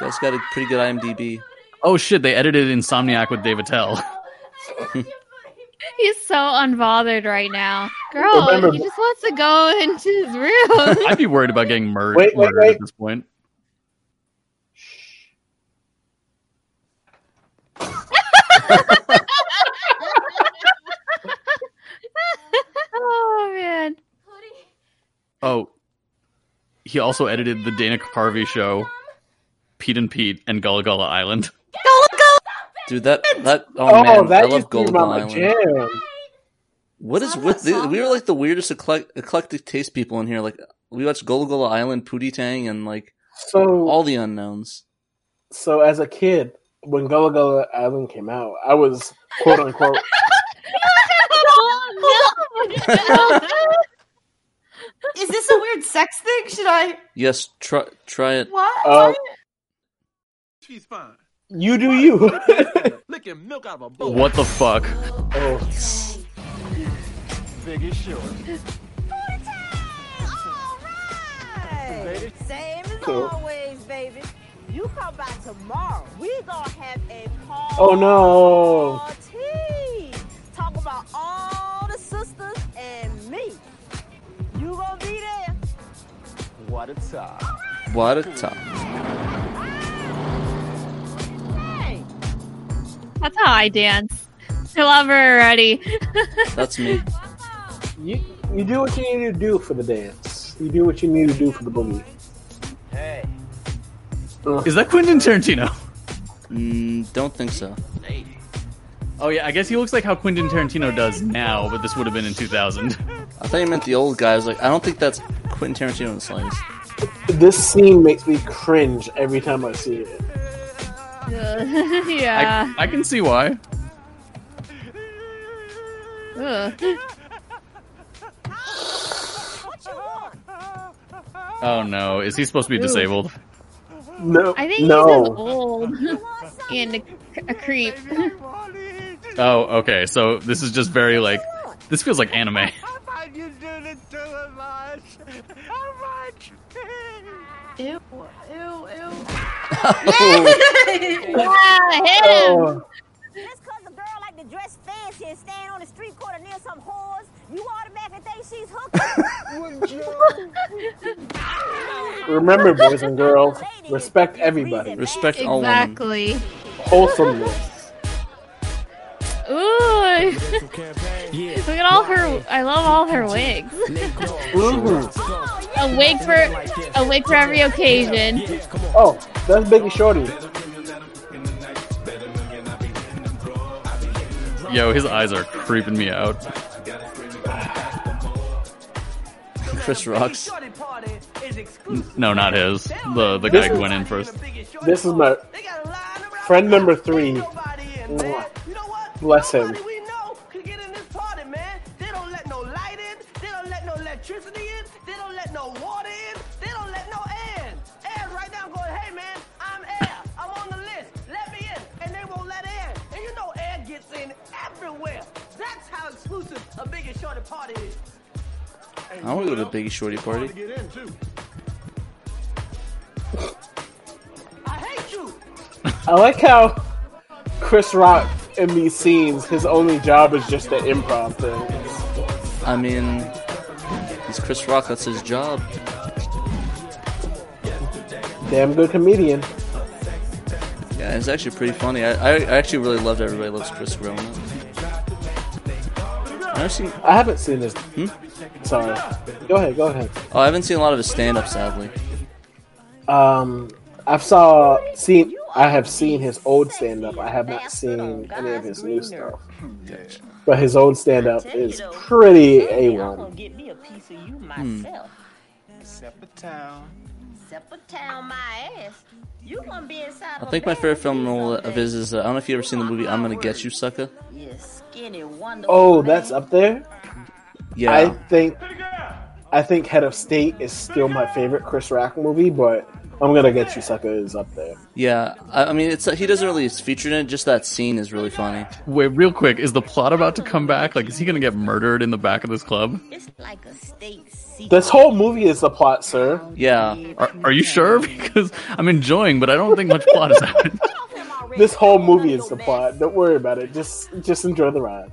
[SPEAKER 3] That's got a pretty good IMDb.
[SPEAKER 2] Oh shit, they edited Insomniac with Dave Attell.
[SPEAKER 5] He's so unbothered right now. Girl,
[SPEAKER 2] Remember-
[SPEAKER 5] he just wants to go into his room.
[SPEAKER 2] I'd be worried about getting murdered,
[SPEAKER 1] Wait, wait,
[SPEAKER 2] murdered
[SPEAKER 1] wait.
[SPEAKER 2] at this point.
[SPEAKER 5] oh man.
[SPEAKER 2] Oh, he also edited the Dana Carvey show, Pete and Pete, and Gullah Gullah Island.
[SPEAKER 3] Dude, that that oh,
[SPEAKER 2] Oh,
[SPEAKER 3] man,
[SPEAKER 2] that
[SPEAKER 3] I love
[SPEAKER 2] used to be
[SPEAKER 3] Gold
[SPEAKER 2] my
[SPEAKER 3] Island.
[SPEAKER 1] jam.
[SPEAKER 3] What is with the, we were like the weirdest eclec- eclectic taste people in here. Like we watched Gola Gola Island, Pootie Tang, and like
[SPEAKER 1] So-
[SPEAKER 3] all the unknowns.
[SPEAKER 1] So as a kid, when Gullah Gullah Island came out, I was quote unquote.
[SPEAKER 6] Is this a weird sex thing? Should I?
[SPEAKER 3] Yes, try try it.
[SPEAKER 6] What?
[SPEAKER 1] Uh,
[SPEAKER 9] She's fine.
[SPEAKER 1] you do you.
[SPEAKER 9] Licking milk out of a bowl.
[SPEAKER 2] What the fuck?
[SPEAKER 1] Oh.
[SPEAKER 9] Big is short.
[SPEAKER 20] Same as
[SPEAKER 1] Cool.
[SPEAKER 20] always, baby. You come by tomorrow. We gonna have a
[SPEAKER 1] Oh no.
[SPEAKER 20] party. Talk about all the sisters and me. You gonna be there?
[SPEAKER 8] What a time.
[SPEAKER 3] What a time.
[SPEAKER 5] That's how I dance. I love her already.
[SPEAKER 3] That's me.
[SPEAKER 1] You you do what you need to do for the dance. You do what you need to do for the boogie.
[SPEAKER 14] Hey.
[SPEAKER 2] Is that Quentin Tarantino?
[SPEAKER 3] Mm, don't think so.
[SPEAKER 2] Oh yeah, I guess he looks like how Quentin Tarantino does now, but this would have been in 2000.
[SPEAKER 3] I thought you meant the old guy. I was like, I don't think that's Quentin Tarantino in the slightest.
[SPEAKER 1] This scene makes me cringe every time I see it.
[SPEAKER 5] yeah.
[SPEAKER 2] I, I can see why.
[SPEAKER 5] Ugh.
[SPEAKER 2] Oh no, is he supposed to be
[SPEAKER 5] Ooh.
[SPEAKER 2] disabled?
[SPEAKER 1] No,
[SPEAKER 5] I think
[SPEAKER 2] No.
[SPEAKER 5] he's just old and a, a creep.
[SPEAKER 1] Uh,
[SPEAKER 2] Oh, okay. So this is just very like this feels like anime.
[SPEAKER 6] Ew, ew, ew.
[SPEAKER 5] yeah, him.
[SPEAKER 1] Oh.
[SPEAKER 16] Just cause a girl like to dress fancy and stand on the street corner near some whores, you automatically think she's hooked.
[SPEAKER 1] Remember, boys and girls, respect everybody.
[SPEAKER 3] Respect
[SPEAKER 5] all women. Exactly.
[SPEAKER 1] Wholesomeness.
[SPEAKER 5] Ooh. Look at all her. I love all her wigs.
[SPEAKER 1] Mm-hmm.
[SPEAKER 5] a wig for a wig for every occasion.
[SPEAKER 1] Oh, that's Biggie Shorty.
[SPEAKER 2] Yo, his eyes are creeping me out.
[SPEAKER 3] Chris Rocks.
[SPEAKER 2] No, not his. The the guy who went in first.
[SPEAKER 1] This is my friend number three. Mwah. Bless him.
[SPEAKER 13] we know could get in this party, man. They don't let no light in. They don't let no electricity in. They don't let no water in. They don't let no air in. Air right now going, hey, man, I'm air. I'm on the list. Let me in. And they won't let air. in. And you know air gets in everywhere. That's how exclusive a Big and Shorty party is.
[SPEAKER 3] I want to go to the Biggie Shorty party.
[SPEAKER 9] Get in, too.
[SPEAKER 13] I hate you.
[SPEAKER 1] I like how Chris Rock in these scenes, his only job is just the improv thing.
[SPEAKER 3] I mean, he's Chris Rock. That's his job.
[SPEAKER 1] Damn good comedian.
[SPEAKER 3] Yeah, it's actually pretty funny. I, I, I actually really loved Everybody Loves Chris growing up. I've seen.
[SPEAKER 1] I haven't seen this. Sorry. Go ahead. Go ahead.
[SPEAKER 3] Oh, I haven't seen a lot of his stand up, sadly.
[SPEAKER 1] Um, I've saw seen. I have seen his old stand up. I have not seen any of his new stuff. But his old stand up is pretty a one.
[SPEAKER 20] Get me a piece of you
[SPEAKER 1] Hmm.
[SPEAKER 20] myself. Separate town. Separate town, my ass. You gonna be inside
[SPEAKER 3] I
[SPEAKER 20] of a
[SPEAKER 3] think my
[SPEAKER 20] bed.
[SPEAKER 3] favorite film of his is uh, I don't know if you ever seen the movie I'm Gonna Get You, Sucker.
[SPEAKER 20] You skinny, wonderful.
[SPEAKER 1] Oh, that's up there.
[SPEAKER 3] Yeah.
[SPEAKER 1] I think. I think Head of State is still my favorite Chris Rock movie, but I'm gonna get you, sucker, is up there.
[SPEAKER 3] Yeah, I, I mean it's uh, he doesn't really feature in it. Just that scene is really funny.
[SPEAKER 2] Wait, real quick, is the plot about to come back? Like, is he gonna get murdered in the back of this club?
[SPEAKER 20] It's like a state secret.
[SPEAKER 1] This whole movie is the plot, sir.
[SPEAKER 3] Yeah.
[SPEAKER 2] Are, are you sure? Because I'm enjoying, but I don't think much plot is happening.
[SPEAKER 1] This whole movie is the plot. Don't worry about it. Just just enjoy the ride.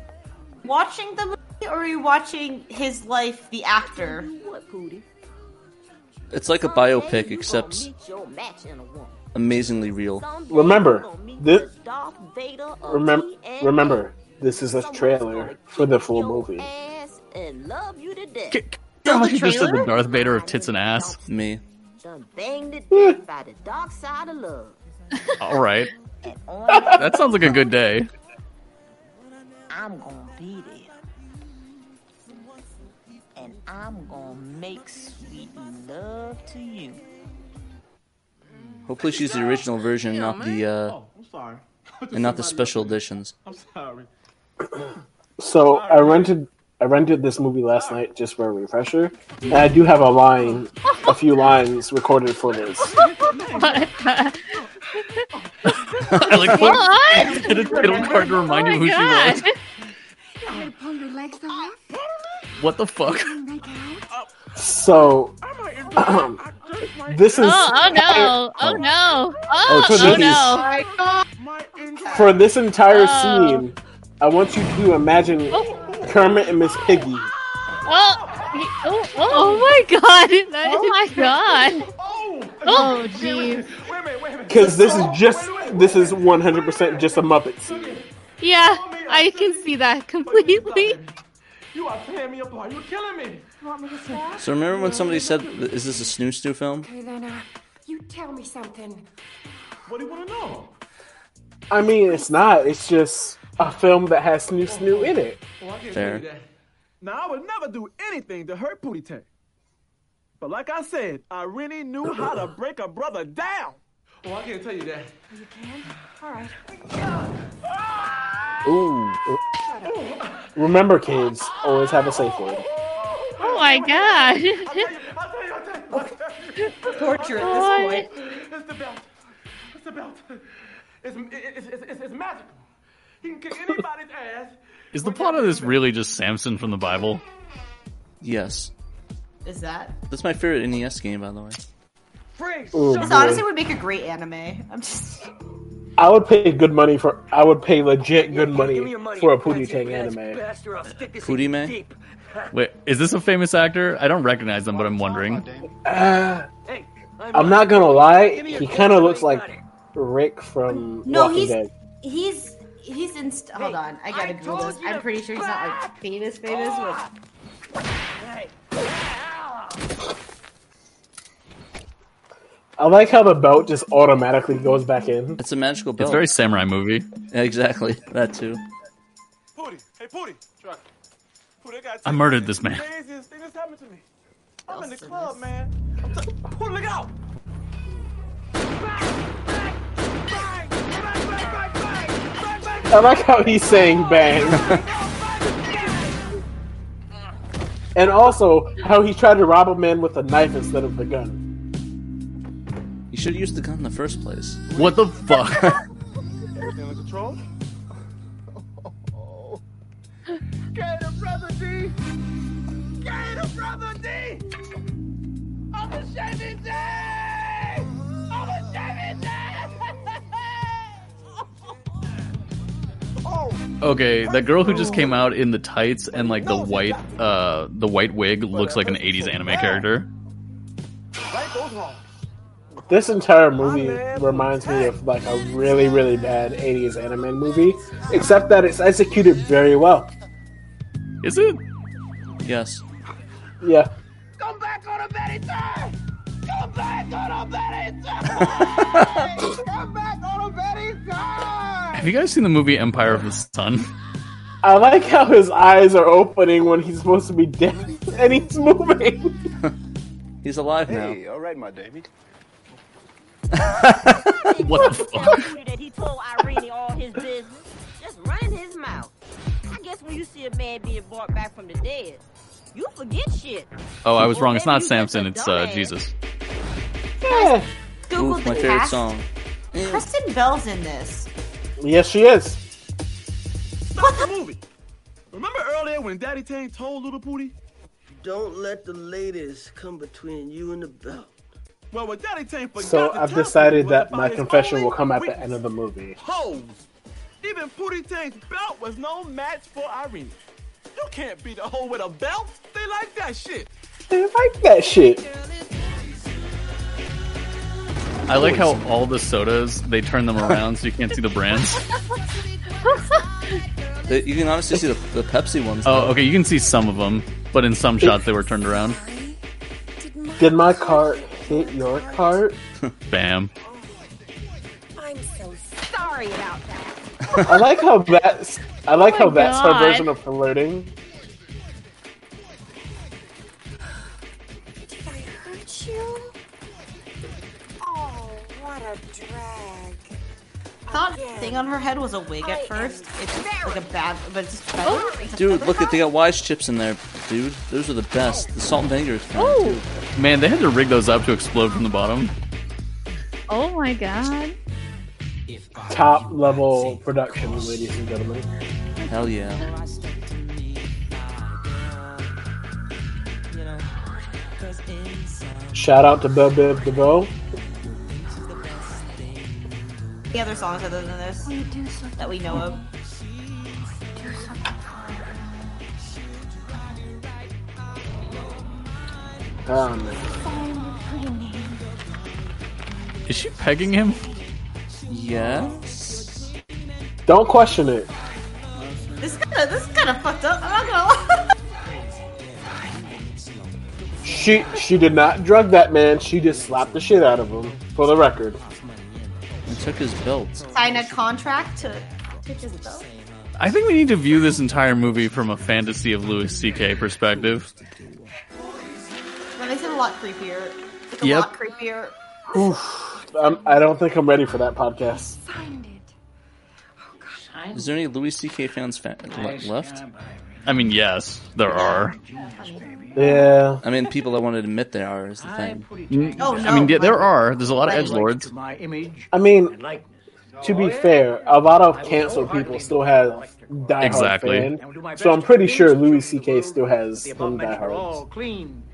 [SPEAKER 6] Watching the movie, or are you watching his life, the actor?
[SPEAKER 3] It's like a biopic, except
[SPEAKER 20] Your match in a woman.
[SPEAKER 3] amazingly real.
[SPEAKER 1] Remember this. Remember, remember this is a trailer for the full movie.
[SPEAKER 20] Ass and love you to death.
[SPEAKER 2] Sounds like you just did the Darth Vader of tits and ass.
[SPEAKER 3] Me.
[SPEAKER 20] Done banged it dead by the dark side of love.
[SPEAKER 2] All right. That sounds like a good day.
[SPEAKER 20] I'm gonna be there. And I'm gonna make sweet love to you.
[SPEAKER 3] Hopefully she's the original version, not the uh,
[SPEAKER 9] Oh, I'm sorry.
[SPEAKER 3] and not the special editions.
[SPEAKER 9] I'm sorry.
[SPEAKER 1] So I rented I rented this movie last night just for a refresher, and I do have a line, a few lines recorded for this.
[SPEAKER 2] I like
[SPEAKER 5] What?
[SPEAKER 2] Hit a title card to remind you who she was. What the fuck?
[SPEAKER 1] So this is
[SPEAKER 5] oh, oh no! Oh no! Oh,
[SPEAKER 1] Oh, so
[SPEAKER 5] oh
[SPEAKER 1] this is-
[SPEAKER 5] no!
[SPEAKER 1] for this entire scene. I want you to imagine Kermit and Miss Piggy.
[SPEAKER 5] Oh, y- oh, oh, my god! oh my god! Oh jeez!
[SPEAKER 1] Because this
[SPEAKER 9] Oh,
[SPEAKER 1] is just this is 100% just a Muppet scene.
[SPEAKER 5] Yeah, I can see that completely.
[SPEAKER 9] You are tearing me apart. You're killing me.
[SPEAKER 21] You want me to stop?
[SPEAKER 3] So remember when somebody said, "Is this a snoo snoo film?"
[SPEAKER 21] Okay, Lena, you tell me something.
[SPEAKER 9] What do you want to know?
[SPEAKER 1] I mean, it's not. It's just a film that has Snoo Snoo in it.
[SPEAKER 9] Oh, I can't
[SPEAKER 3] Fair.
[SPEAKER 9] believe that. Now I would never do anything to hurt Pootie Tang. But like I said, I really knew how to break a brother down. Oh, I can't tell you that.
[SPEAKER 21] You can? Alright.
[SPEAKER 9] Ah!
[SPEAKER 1] Ooh. Remember, kids, always have a safe word.
[SPEAKER 5] Oh my god!
[SPEAKER 9] Torture
[SPEAKER 5] at this Oh, I-
[SPEAKER 9] It's the belt. It's the belt. It's, it's, it's, it's, it's magical. He can kick anybody's ass.
[SPEAKER 2] Is the plot of this really just Samson from the Bible?
[SPEAKER 3] Yes,
[SPEAKER 6] Is that?
[SPEAKER 3] that's my favorite NES game, by the way.
[SPEAKER 6] Freeze!
[SPEAKER 1] Oh,
[SPEAKER 6] this
[SPEAKER 1] boy.
[SPEAKER 6] honestly would make a great anime. I'm just.
[SPEAKER 1] I would pay good money for. I would pay legit good money for a Pootie Tang anime.
[SPEAKER 3] Pootie Man.
[SPEAKER 2] Wait, is this a famous actor? I don't recognize them, but I'm wondering.
[SPEAKER 1] Uh, I'm not gonna lie, he kind of looks like Rick from
[SPEAKER 6] No,
[SPEAKER 1] Walking
[SPEAKER 6] he's
[SPEAKER 1] Dead.
[SPEAKER 6] he's he's in. St- hold on, I gotta Google this. I'm pretty sure he's not like famous, famous. But...
[SPEAKER 1] I like how the belt just automatically goes back in.
[SPEAKER 3] It's a magical belt.
[SPEAKER 2] It's very samurai movie.
[SPEAKER 3] Exactly that too.
[SPEAKER 9] Pootie. Hey, Pootie. Truck. Pootie, I gotta
[SPEAKER 2] I
[SPEAKER 9] tell you,
[SPEAKER 2] murdered this
[SPEAKER 9] the
[SPEAKER 2] man.
[SPEAKER 9] Craziest thing that's happened to me. I'm in the club, man. I'm t- Pootie, look out! Bang! Bang! Bang! Bang! Bang! Bang! Bang! Bang! Bang!
[SPEAKER 1] I like how he's saying bang. and also how he tried to rob a man with a knife instead of the gun.
[SPEAKER 3] You should have used the gun in the first place.
[SPEAKER 2] What the fuck?
[SPEAKER 9] Everything under control? Gator brother D! Gator brother D! I'm a shaving D! I'm a shaving D! Oh!
[SPEAKER 2] okay, that girl who just came out in the tights and like the white uh the white wig looks like an 80s anime character.
[SPEAKER 9] Right goes wrong.
[SPEAKER 1] This entire movie reminds me of like a really, really bad 80s anime movie, except that it's executed very well.
[SPEAKER 2] Is it?
[SPEAKER 3] Yes.
[SPEAKER 1] Yeah.
[SPEAKER 9] Come back on a better time! Come back on a better time! Come back on a better time!
[SPEAKER 2] Have you guys seen the movie Empire of the Sun?
[SPEAKER 1] I like how his eyes are opening when he's supposed to be dead and he's moving.
[SPEAKER 3] He's alive now.
[SPEAKER 8] Hey, all right, my David.
[SPEAKER 2] what the fuck?
[SPEAKER 20] that he told Irene all his business, just running his mouth. I guess when you see a man being brought back from the dead, you forget shit.
[SPEAKER 2] Oh, I was wrong. It's
[SPEAKER 20] Or maybe
[SPEAKER 2] not
[SPEAKER 20] you
[SPEAKER 2] Samson.
[SPEAKER 20] just
[SPEAKER 2] It's
[SPEAKER 20] a
[SPEAKER 2] uh,
[SPEAKER 20] dumbass.
[SPEAKER 2] Jesus.
[SPEAKER 1] Yeah.
[SPEAKER 6] Google
[SPEAKER 3] my
[SPEAKER 6] the
[SPEAKER 3] favorite
[SPEAKER 6] cast.
[SPEAKER 3] song.
[SPEAKER 6] Kristen Bell's in this.
[SPEAKER 1] Yes, she is.
[SPEAKER 9] Stop the movie! Remember earlier when Daddy Tang told Little Pooty? Don't let the ladies come between you and the belt. Well, what Daddy Tang forgot
[SPEAKER 1] So
[SPEAKER 9] to
[SPEAKER 1] I've
[SPEAKER 9] tell
[SPEAKER 1] decided
[SPEAKER 9] Pooty
[SPEAKER 1] that
[SPEAKER 9] was
[SPEAKER 1] my
[SPEAKER 9] his
[SPEAKER 1] confession
[SPEAKER 9] only
[SPEAKER 1] will come at the
[SPEAKER 9] weakness,
[SPEAKER 1] end of the movie.
[SPEAKER 9] Hoes! Even Pooty Tang's belt was no match for Irene. You can't beat a hoe with a belt. They like that shit.
[SPEAKER 1] They like that shit.
[SPEAKER 2] I like how all the sodas they turn them around so you can't see the brands.
[SPEAKER 3] The- you can honestly see the, the Pepsi ones.
[SPEAKER 2] Oh, okay. You can see some of them, but in some shots they were turned around.
[SPEAKER 1] Did my cart hit your cart?
[SPEAKER 2] Bam.
[SPEAKER 20] I'm so sorry about that.
[SPEAKER 1] I like how that's I like
[SPEAKER 20] Oh
[SPEAKER 1] how
[SPEAKER 20] my
[SPEAKER 1] that's
[SPEAKER 20] God.
[SPEAKER 1] her version of flirting.
[SPEAKER 21] Did I hurt you? Oh, what a drag.
[SPEAKER 6] I thought the thing on her head was a wig at first. It's like a bad, but it's just feather. It's a
[SPEAKER 3] Dude,
[SPEAKER 6] feather
[SPEAKER 3] look at
[SPEAKER 6] hat.
[SPEAKER 3] they got wise chips in there, dude. Those are the best. The salt and vinegar is fine,
[SPEAKER 5] Oh.
[SPEAKER 3] too.
[SPEAKER 2] Man, they had to rig those up to explode from the bottom.
[SPEAKER 5] Oh my god.
[SPEAKER 1] Top level production, ladies and gentlemen.
[SPEAKER 3] Hell yeah.
[SPEAKER 1] Shout out to Belle Biv DeVoe.
[SPEAKER 6] Any other songs other than this that we know of?
[SPEAKER 1] Um,
[SPEAKER 2] Is she pegging him?
[SPEAKER 3] Yes.
[SPEAKER 1] don't question it.
[SPEAKER 6] This kind of this kind of fucked up. I'm not gonna lie.
[SPEAKER 1] She she did not drug that man. She just slapped the shit out of him. For the record,
[SPEAKER 3] And took his belt.
[SPEAKER 6] Sign a contract to to just go.
[SPEAKER 2] I think we need to view this entire movie from a fantasy of Louis C.K. perspective.
[SPEAKER 6] That makes it a lot creepier. It's a
[SPEAKER 2] Yep.
[SPEAKER 6] lot creepier.
[SPEAKER 1] Oof. I'm, Um, I don't think I'm ready for that podcast.
[SPEAKER 3] Is there any Louis C.K. fans fa- le- left?
[SPEAKER 2] I mean, yes, there are.
[SPEAKER 1] Yeah.
[SPEAKER 3] I mean, people that want to admit there are is the thing.
[SPEAKER 1] Mm,
[SPEAKER 2] Oh, I mean, yeah, there are. There's a lot of edge lords.
[SPEAKER 14] My image. Oh,
[SPEAKER 1] I mean, to be fair, a lot of canceled people still have diehard
[SPEAKER 2] Exactly.
[SPEAKER 1] fan, so I'm pretty sure Louis C.K. still has some diehards.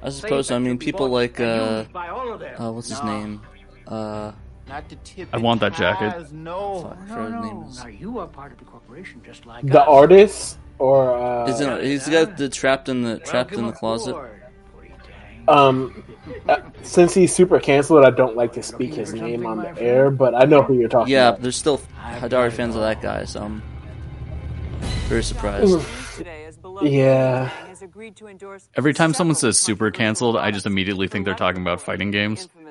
[SPEAKER 3] I suppose. I mean, people like uh, uh what's his name? Uh,
[SPEAKER 2] I want that jacket.
[SPEAKER 14] No.
[SPEAKER 3] I forgot his name is.
[SPEAKER 14] Now you are part of the corporation, just like
[SPEAKER 1] The artist or uh,
[SPEAKER 3] Is it, he's got the trapped in the trapped in the closet.
[SPEAKER 1] um, uh, since he's super canceled, I don't like to speak his name on the air, but I know who you're talking
[SPEAKER 3] Yeah,
[SPEAKER 1] about.
[SPEAKER 3] there's still Hadari fans of that guy, so I'm very surprised.
[SPEAKER 1] Yeah.
[SPEAKER 2] Every time someone says super canceled, I just immediately think they're talking about fighting games.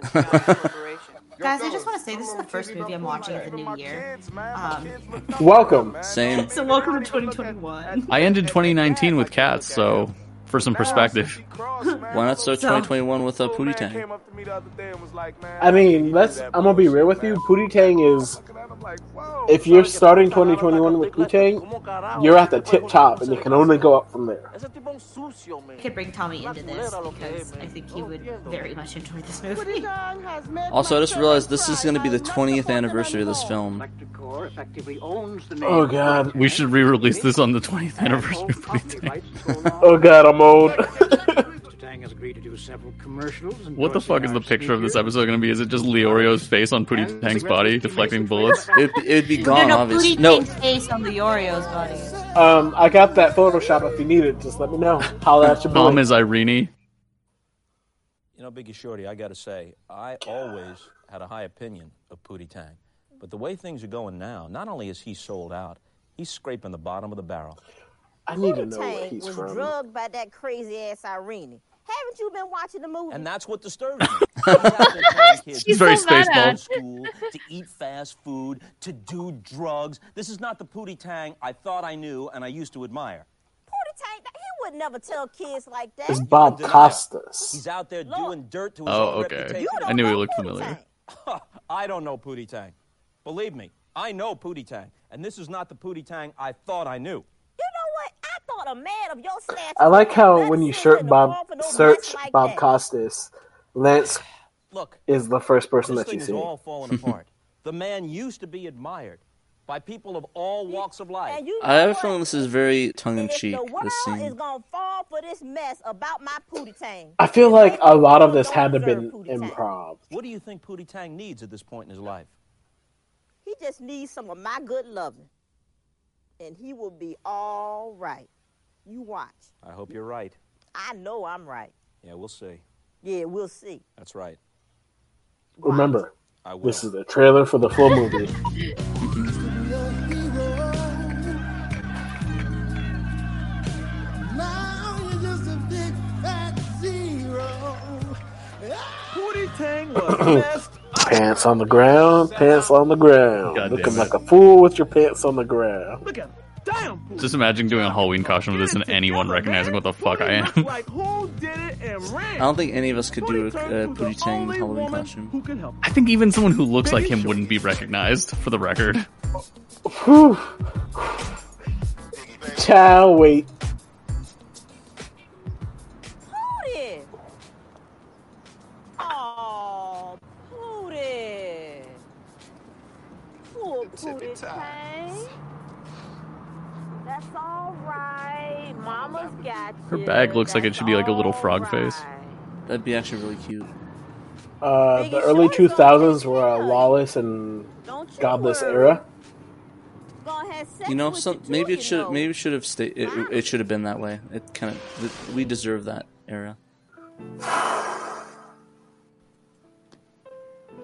[SPEAKER 6] Guys, I just want to say this is the first movie I'm watching of the new year. Um,
[SPEAKER 1] Welcome.
[SPEAKER 3] Same.
[SPEAKER 6] so welcome to 2021.
[SPEAKER 2] I ended 2019 with cats, so for some perspective.
[SPEAKER 3] Why not start 2021 with a Pootie Tang?
[SPEAKER 1] I mean, let's. I'm gonna be real with you. Pootie Tang is I'm like, whoa. If you're starting 2021 with Wu-Tang, you're at the tip top and you can only go up from there.
[SPEAKER 6] I could bring Tommy into this because I think he would very much enjoy this movie.
[SPEAKER 3] Also, I just realized this is going to be the 20th anniversary of this film.
[SPEAKER 1] Oh god.
[SPEAKER 2] We should re-release this on the 20th anniversary. of Pretty Tang.
[SPEAKER 1] Oh god, I'm old.
[SPEAKER 14] Mr. Tang has agreed to do several commercials. And
[SPEAKER 2] What the fuck is the picture of this episode going to be? Is it just Leorio's face on Pootie Tang's body deflecting bullets?
[SPEAKER 3] It it'd
[SPEAKER 2] Oh,
[SPEAKER 3] be
[SPEAKER 6] no, no, Booty Tang's face on the Oreo's body.
[SPEAKER 1] Um, I got that Photoshop if you need it. Just let me know. Holla at your boy.
[SPEAKER 2] Mom is Irene.
[SPEAKER 7] You know, Biggie Shorty, I gotta say, I always had a high opinion of Pootie Tang. But the way things are going now, not only is he sold out, he's scraping the bottom of the barrel.
[SPEAKER 1] I need to
[SPEAKER 16] Wu
[SPEAKER 1] know where
[SPEAKER 16] Tang
[SPEAKER 1] he's
[SPEAKER 16] was
[SPEAKER 1] from.
[SPEAKER 16] drugged by that crazy ass Irene. Haven't you been watching the movie?
[SPEAKER 7] And that's what disturbs me. He's out there telling kids
[SPEAKER 16] She's so
[SPEAKER 7] to go to
[SPEAKER 16] badass.
[SPEAKER 7] school, to eat fast food, to do drugs. This is not the Pootie Tang I thought I knew and I used to admire.
[SPEAKER 16] Pootie Tang, he would never tell kids like that.
[SPEAKER 1] It's Bob Costas.
[SPEAKER 7] He's out there doing dirt to his
[SPEAKER 2] Oh,
[SPEAKER 7] own
[SPEAKER 2] okay.
[SPEAKER 7] reputation.
[SPEAKER 2] I knew he looked familiar.
[SPEAKER 7] I don't know Pootie Tang. Believe me, I know Pootie Tang, and this is not the Pootie Tang I thought I knew.
[SPEAKER 16] I thought a man of your stature.
[SPEAKER 1] I like how when you search Bob search Bob Costas, Lance is the first person
[SPEAKER 7] this
[SPEAKER 1] that
[SPEAKER 7] thing
[SPEAKER 1] you
[SPEAKER 7] is
[SPEAKER 1] see.
[SPEAKER 7] all falling apart. The man used to be admired by people of all walks of life.
[SPEAKER 3] I have a feeling this is very tongue in cheek. This
[SPEAKER 16] is
[SPEAKER 3] scene.
[SPEAKER 16] gonna fall for this mess about my Pootie Tang.
[SPEAKER 1] I feel like a lot of this had to been improv.
[SPEAKER 7] What do you think Pootie Tang needs at this point in his life?
[SPEAKER 16] He just needs some of my good loving, and he will be all right. You watch.
[SPEAKER 7] I hope you're right.
[SPEAKER 16] I know I'm right.
[SPEAKER 7] Yeah, we'll see.
[SPEAKER 16] Yeah, we'll see.
[SPEAKER 7] That's right.
[SPEAKER 1] Remember, this is the trailer for the full movie.
[SPEAKER 19] Now you're just a big fat zero. Pootie Tang
[SPEAKER 1] pants on the ground, pants on the ground.
[SPEAKER 2] God damn
[SPEAKER 1] Looking
[SPEAKER 2] it.
[SPEAKER 1] like a fool with your pants on the ground.
[SPEAKER 2] Just imagine doing a Halloween costume of this and anyone recognizing what the fuck I am.
[SPEAKER 9] Like who did it and ran?
[SPEAKER 3] I don't think any of us could do a, a Pootie Tang Halloween costume.
[SPEAKER 9] Who can help?
[SPEAKER 2] I think even someone who looks like him wouldn't be recognized, for the record.
[SPEAKER 1] Whew. Child, wait.
[SPEAKER 16] Pootie. Oh, Pootie. Poor Pootie Tang. That's all right. Mama's got you.
[SPEAKER 2] Her bag looks like it should be like a little frog face.
[SPEAKER 3] That'd be actually really cute.
[SPEAKER 1] Uh, the early 2000s were a lawless and godless era.
[SPEAKER 3] You know, some maybe it should maybe it should have stayed. It, it should have been that way. It kind of th- we deserve that era.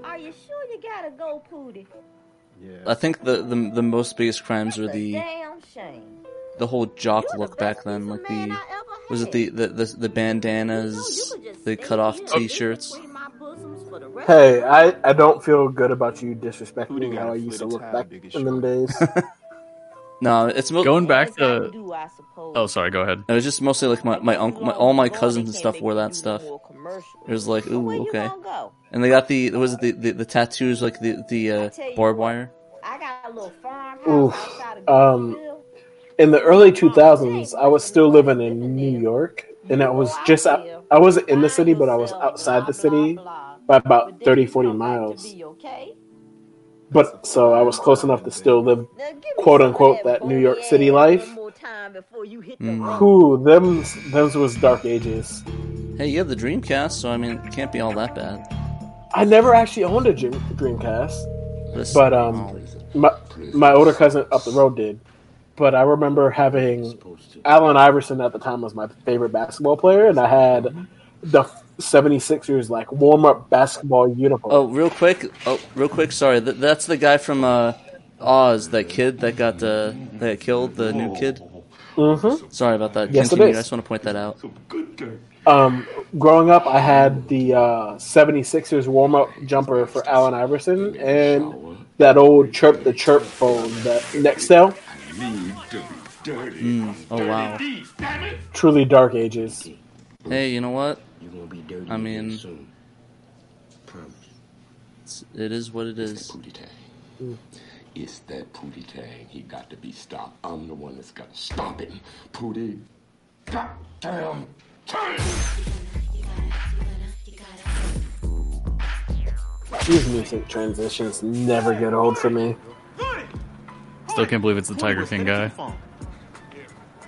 [SPEAKER 16] Are you sure you gotta go, Pootie?
[SPEAKER 3] I think the the, the most biggest crimes were the
[SPEAKER 16] Damn shame.
[SPEAKER 3] the whole jock look back then, like the was it the the the, the
[SPEAKER 16] Oh,
[SPEAKER 3] bandanas, the cut off t-shirts.
[SPEAKER 1] Hey, I, I don't feel good about you disrespecting how I used to look back in them days.
[SPEAKER 3] No, it's mo-
[SPEAKER 2] going back to.
[SPEAKER 16] Oh,
[SPEAKER 2] sorry. Go ahead.
[SPEAKER 3] It was just mostly like my my uncle, my, all my cousins and stuff wore that stuff. It was like ooh okay, and they got the was it the, the the tattoos like the the uh, barbed wire.
[SPEAKER 16] I got a little farm.
[SPEAKER 1] Oof. Um, in the early 2000s, I was still Oh, living in New York, and I was just out, I wasn't in the city, but I was outside the city by about 30, 40 miles. But so I was close enough to still live, quote unquote, that New York City life. Hmm. Who them them's was dark ages.
[SPEAKER 3] Hey, you have the Dreamcast, so I mean, it can't be all that bad.
[SPEAKER 1] I never actually owned a Dream, Dreamcast,
[SPEAKER 3] Listen,
[SPEAKER 1] but um, my my older cousin up the road did. But I remember having Allen Iverson at the time was my favorite basketball player, and I had the 76ers like warm up basketball uniform.
[SPEAKER 3] Oh, real quick. Oh, real quick. Sorry, Th- that's the guy from uh, Oz. That kid that got uh, that killed the new kid.
[SPEAKER 1] Mm-hmm.
[SPEAKER 3] Sorry about that.
[SPEAKER 1] Yes, it
[SPEAKER 3] Continue.
[SPEAKER 1] is.
[SPEAKER 3] I just want to point that out.
[SPEAKER 1] Um, growing up, I had the uh, 76ers warm up jumper for Allen Iverson and that old chirp the chirp phone that Nextel.
[SPEAKER 3] Mm. Oh wow.
[SPEAKER 1] Truly dark ages.
[SPEAKER 3] Hey, you know what? I mean, it's- it is what it is.
[SPEAKER 22] It's that Pootie Tang. He got to be stopped. I'm the one that's got to stop him. Pootie. Goddamn Tang!
[SPEAKER 1] These music transitions never get old for me.
[SPEAKER 2] Still can't believe it's the Tiger King guy.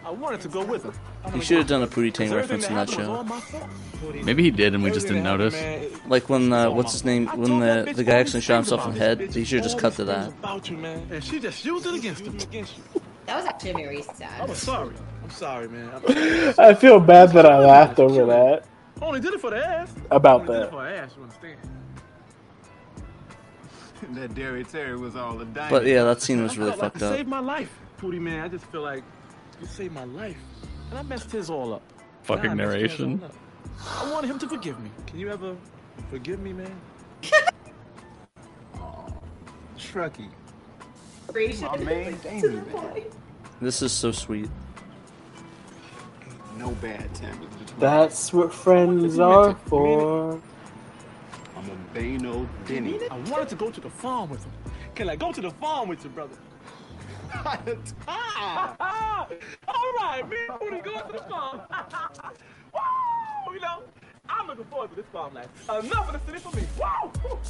[SPEAKER 9] I wanted to go with him.
[SPEAKER 3] He should have done a Pootie Tang
[SPEAKER 9] Because everything
[SPEAKER 3] reference in that show.
[SPEAKER 2] Maybe he did and we just didn't notice.
[SPEAKER 3] Like when uh, what's his name? When the the guy actually shot himself in the head. He should have just cut to that.
[SPEAKER 9] About you, man. And she just used it against him. Against you.
[SPEAKER 18] That was actually very sad.
[SPEAKER 9] I'm sorry. I'm sorry, man. I'm
[SPEAKER 1] I feel bad that I laughed over that.
[SPEAKER 9] Only did it for the ass.
[SPEAKER 1] About
[SPEAKER 9] Only did
[SPEAKER 1] that.
[SPEAKER 9] it for her ass, you understand?
[SPEAKER 8] that Derry Terry was all a diamond.
[SPEAKER 3] But yeah, that scene was
[SPEAKER 9] I
[SPEAKER 3] really
[SPEAKER 9] felt like
[SPEAKER 3] fucked
[SPEAKER 9] you
[SPEAKER 3] up.
[SPEAKER 9] saved my life, Pootie man. I just feel like you saved my life, and I messed his all up.
[SPEAKER 2] Fucking
[SPEAKER 9] Nah, I messed yours
[SPEAKER 2] narration.
[SPEAKER 9] all up. I wanted him to forgive me. Can you ever forgive me, man?
[SPEAKER 8] Truckee.
[SPEAKER 18] My
[SPEAKER 8] main Damien, man.
[SPEAKER 3] This is so sweet.
[SPEAKER 8] No bad tampers between
[SPEAKER 1] That's what friends are for.
[SPEAKER 8] us. I'm a Bano Denny.
[SPEAKER 9] I wanted to go to the farm with him. Can I go to the farm with you, brother? Ah! All right, man. We're gonna go to the farm. Woo! You know, I'm looking forward to this farm life. Enough of the city for me. Woo!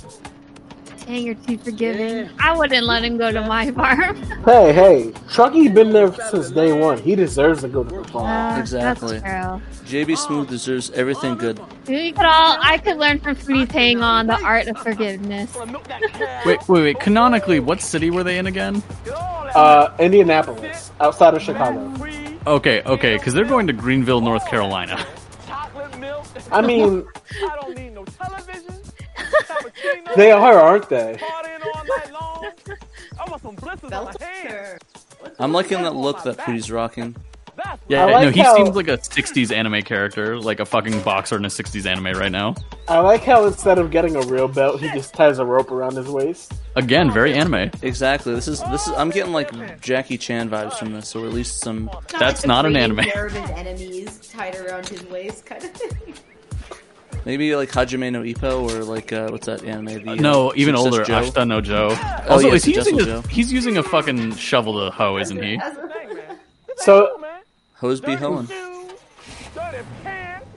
[SPEAKER 5] Dang, you're too forgiving. I wouldn't let him go to my farm.
[SPEAKER 1] Hey, hey, Truckee been there since day one. He deserves to go to the farm.
[SPEAKER 5] Uh,
[SPEAKER 3] Exactly.
[SPEAKER 5] That's
[SPEAKER 3] JB Smooth deserves everything good.
[SPEAKER 5] true. We could all. I could learn from Pootie Tang on the art of forgiveness.
[SPEAKER 2] Wait, wait, wait. Canonically, what city were they in again?
[SPEAKER 1] Uh, Indianapolis, outside of Chicago.
[SPEAKER 3] Oh,
[SPEAKER 2] Okay, okay, because they're going to Greenville, North Carolina.
[SPEAKER 1] I mean, they are, aren't they?
[SPEAKER 3] I'm liking that look that Pootie's rocking.
[SPEAKER 2] Yeah,
[SPEAKER 1] I like
[SPEAKER 2] no, he
[SPEAKER 1] how-
[SPEAKER 2] seems like a 60s anime character, like a fucking boxer in a 60s anime right now.
[SPEAKER 1] I like how instead of getting a real belt, he just ties a rope around his waist.
[SPEAKER 2] Again, very anime.
[SPEAKER 3] Exactly. This is this is. I'm getting like Jackie Chan vibes from this, or at least some.
[SPEAKER 18] Not like the great Beware of his enemies tied around his waist, kind of thing.
[SPEAKER 3] Maybe like Hajime no Ippo, or like uh, what's that anime? The, uh,
[SPEAKER 2] No, even
[SPEAKER 3] Success
[SPEAKER 2] older,
[SPEAKER 3] Joe?
[SPEAKER 2] Ashita no Joe.
[SPEAKER 3] Oh,
[SPEAKER 2] Also,
[SPEAKER 3] yeah,
[SPEAKER 2] is he using
[SPEAKER 3] Successful
[SPEAKER 2] a, he's using a fucking shovel to hoe, isn't he?
[SPEAKER 1] So
[SPEAKER 3] Hose be hoeing.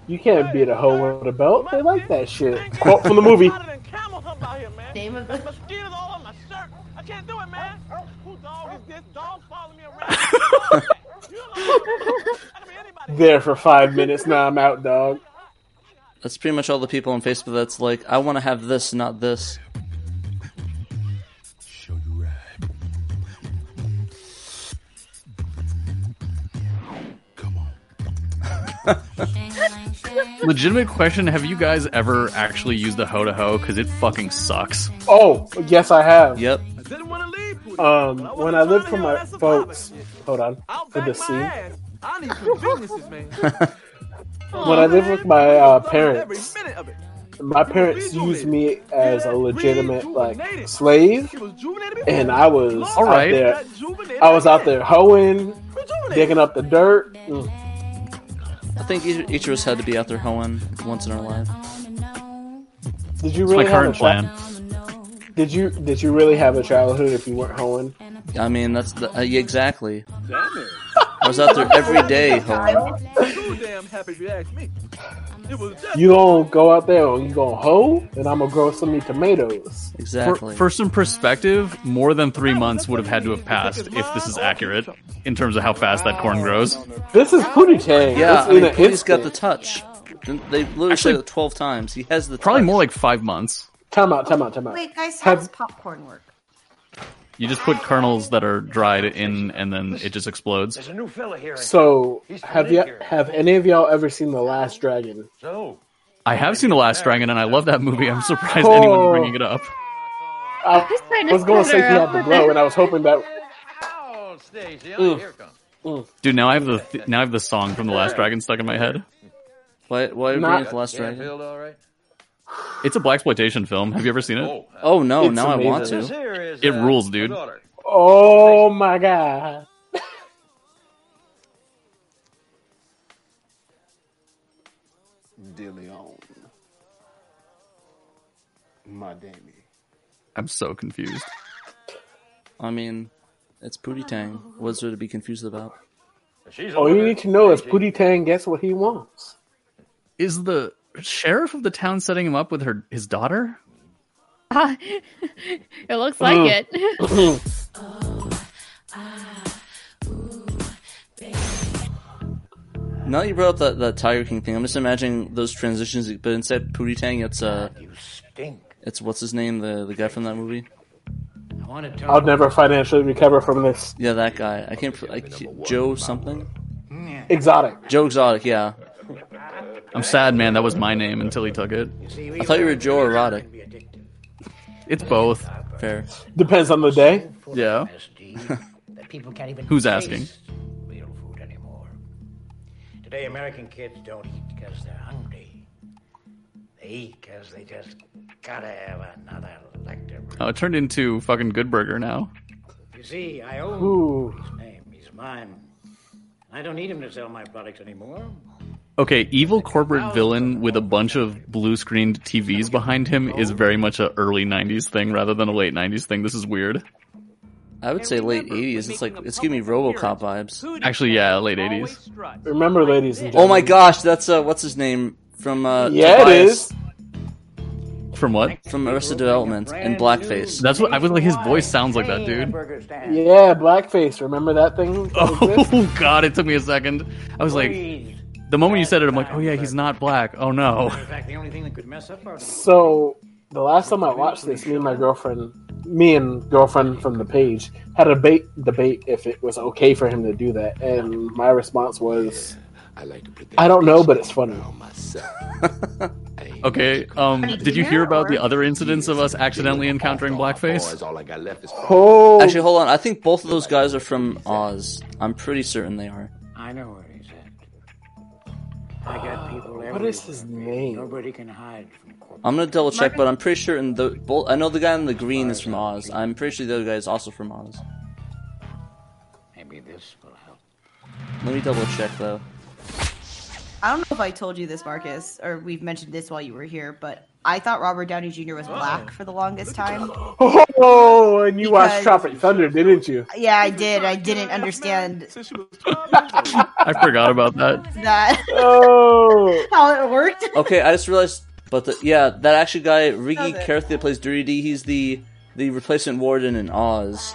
[SPEAKER 1] you can't beat a hoe with a belt. They like that shit. Quote from the movie.
[SPEAKER 18] Name of the
[SPEAKER 9] I can't do it, man. Who dog is this? Dog follow me around.
[SPEAKER 1] There for five minutes. Now I'm out, dog.
[SPEAKER 3] That's pretty much all the people on Facebook that's like, I want to have this, not this.
[SPEAKER 2] Legitimate question: Have you guys ever actually used a hoe to hoe? Because it fucking sucks.
[SPEAKER 1] Oh, yes, I have.
[SPEAKER 3] Yep.
[SPEAKER 1] Um, when I lived with my folks, hold on, for the sea.
[SPEAKER 9] I need conveniences, man.
[SPEAKER 1] When I lived with my uh, parents, my parents used me as a legitimate like slave, and I was
[SPEAKER 2] All right.
[SPEAKER 1] out there. I was out there hoeing, digging up the dirt. Mm.
[SPEAKER 3] I think each, each of us had to be out there hoeing once in our life.
[SPEAKER 1] Did you
[SPEAKER 3] It's my
[SPEAKER 1] really have a
[SPEAKER 3] current plan.
[SPEAKER 1] child- Did you did you really have a childhood if you weren't hoeing?
[SPEAKER 3] I mean, that's the, uh, yeah, exactly. I was out there every day hoeing.
[SPEAKER 9] Too damn happy if you ask me. It was just
[SPEAKER 1] You gonna go out there and you gonna hoe, and I'm gonna grow some me tomatoes.
[SPEAKER 2] For, for some perspective, more than three months would have had to have passed if this is accurate in terms of how fast that corn grows.
[SPEAKER 1] This is Pootie Tang.
[SPEAKER 3] Oh, Yeah,
[SPEAKER 1] It's
[SPEAKER 3] I mean,
[SPEAKER 1] in an
[SPEAKER 3] Cody's got the
[SPEAKER 1] instant.
[SPEAKER 3] touch. Didn't- They literally said it 12 times. He has the
[SPEAKER 2] Probably more like five months.
[SPEAKER 1] Time out, time out, time out.
[SPEAKER 18] Wait, guys, how does popcorn work?
[SPEAKER 2] You just put kernels that are dried in, and then it just explodes.
[SPEAKER 1] There's So have you have any of y'all ever seen The Last Dragon?
[SPEAKER 2] No. I have seen The Last Dragon, and I love that movie. I'm surprised anyone's
[SPEAKER 1] Oh.
[SPEAKER 2] bringing it up.
[SPEAKER 1] I
[SPEAKER 2] trying to
[SPEAKER 1] was gonna say he
[SPEAKER 2] cover
[SPEAKER 1] had
[SPEAKER 2] up
[SPEAKER 1] the
[SPEAKER 2] for
[SPEAKER 1] blow,
[SPEAKER 2] that.
[SPEAKER 1] and I was hoping that.
[SPEAKER 2] Mm. Dude, now I have the th- now I have the song from The Last Dragon stuck in my head.
[SPEAKER 3] Why? Why are you
[SPEAKER 2] Not-
[SPEAKER 3] bringing up The Last Dragon?
[SPEAKER 2] It's a black exploitation film. Have you ever seen it?
[SPEAKER 3] Oh no!
[SPEAKER 1] It's
[SPEAKER 3] now I want
[SPEAKER 1] amazing.
[SPEAKER 3] to.
[SPEAKER 2] It rules, dude.
[SPEAKER 1] Oh my god!
[SPEAKER 8] DeLeon. My Damien.
[SPEAKER 2] I'm so confused.
[SPEAKER 3] I mean, it's Pootie Tang. What's there to be confused about?
[SPEAKER 1] All you need to know is Pootie Tang gets what he wants.
[SPEAKER 2] Is the sheriff of the town setting him up with her his daughter?
[SPEAKER 5] it looks like
[SPEAKER 2] Mm.
[SPEAKER 5] it.
[SPEAKER 3] Now that you brought up that, that Tiger King thing, I'm just imagining those transitions, but instead Pootie Tang, it's uh, it's what's his name, the the guy from that movie.
[SPEAKER 14] I want to
[SPEAKER 1] I'll never financially recover from this.
[SPEAKER 3] Yeah, that guy. I can't. I can't Joe something.
[SPEAKER 1] Exotic.
[SPEAKER 3] Joe Exotic. Yeah.
[SPEAKER 2] I'm sad, man. That was my name until he took it.
[SPEAKER 3] I thought you were Joe Erotic.
[SPEAKER 2] It's both.
[SPEAKER 3] Fair.
[SPEAKER 1] Depends on the day.
[SPEAKER 2] Yeah.
[SPEAKER 14] that people can't even
[SPEAKER 2] Who's
[SPEAKER 14] taste
[SPEAKER 2] asking?
[SPEAKER 14] real food anymore. Today, American kids don't eat because they're hungry. They eat because they just gotta have another lecture.
[SPEAKER 2] Oh, it turned into fucking Good Burger now.
[SPEAKER 14] You see, I own
[SPEAKER 2] Ooh.
[SPEAKER 14] his name. He's mine. I don't need him to sell my products anymore.
[SPEAKER 2] Okay, evil corporate villain with a bunch of blue screened TVs behind him is very much a early 90s thing rather than a late 90s thing. This is weird.
[SPEAKER 3] I would say late 80s. It's like it's giving me RoboCop vibes.
[SPEAKER 2] Actually, yeah, late 80s.
[SPEAKER 1] Remember, ladies and
[SPEAKER 3] Oh
[SPEAKER 1] gentlemen.
[SPEAKER 3] my gosh, that's uh, what's his name from uh,
[SPEAKER 1] Yeah, it
[SPEAKER 3] Tobias.
[SPEAKER 2] From what?
[SPEAKER 3] From Arrested Development and blackface.
[SPEAKER 2] That's what I was like. His voice sounds like that, dude.
[SPEAKER 1] Yeah, blackface. Remember that thing?
[SPEAKER 2] Oh god, it took me a second. I was like, the moment you said it, I'm like, oh yeah, he's not black. Oh no.
[SPEAKER 14] In fact, the only thing that could mess up our
[SPEAKER 1] So the last time I watched this, me and my girlfriend, me and girlfriend from the page, had a debate debate if it was okay for him to do that, and my response was,
[SPEAKER 22] I like to pretend
[SPEAKER 1] I don't know, but it's funny.
[SPEAKER 2] Oh Okay. Um, did you hear about the other incidents of us accidentally encountering blackface?
[SPEAKER 22] all I got left is
[SPEAKER 1] Oh.
[SPEAKER 3] Actually, hold on. I think both of those guys are from Oz. I'm pretty certain they are.
[SPEAKER 14] I know where he's at. I got people everywhere.
[SPEAKER 1] What is his name?
[SPEAKER 14] Nobody can hide from corporate.
[SPEAKER 3] I'm gonna double check, but I'm pretty sure in the bo- I know the guy in the green is from Oz. I'm pretty sure the other guy is also from Oz.
[SPEAKER 14] Maybe this will help.
[SPEAKER 3] Let me double check though.
[SPEAKER 6] I don't know if I told you this, Marcus, or we've mentioned this while you were here, but I thought Robert Downey Jr. was black for the longest time.
[SPEAKER 1] Oh, and you watched
[SPEAKER 6] Because-
[SPEAKER 1] Tropic Thunder, didn't you?
[SPEAKER 6] Yeah, I did. I didn't understand
[SPEAKER 2] I forgot about that.
[SPEAKER 6] that
[SPEAKER 1] Oh.
[SPEAKER 6] how it worked.
[SPEAKER 3] Okay, I just realized. But the, yeah, that actually guy Riggy Carrothy that plays Dirty D. He's the the replacement warden in Oz,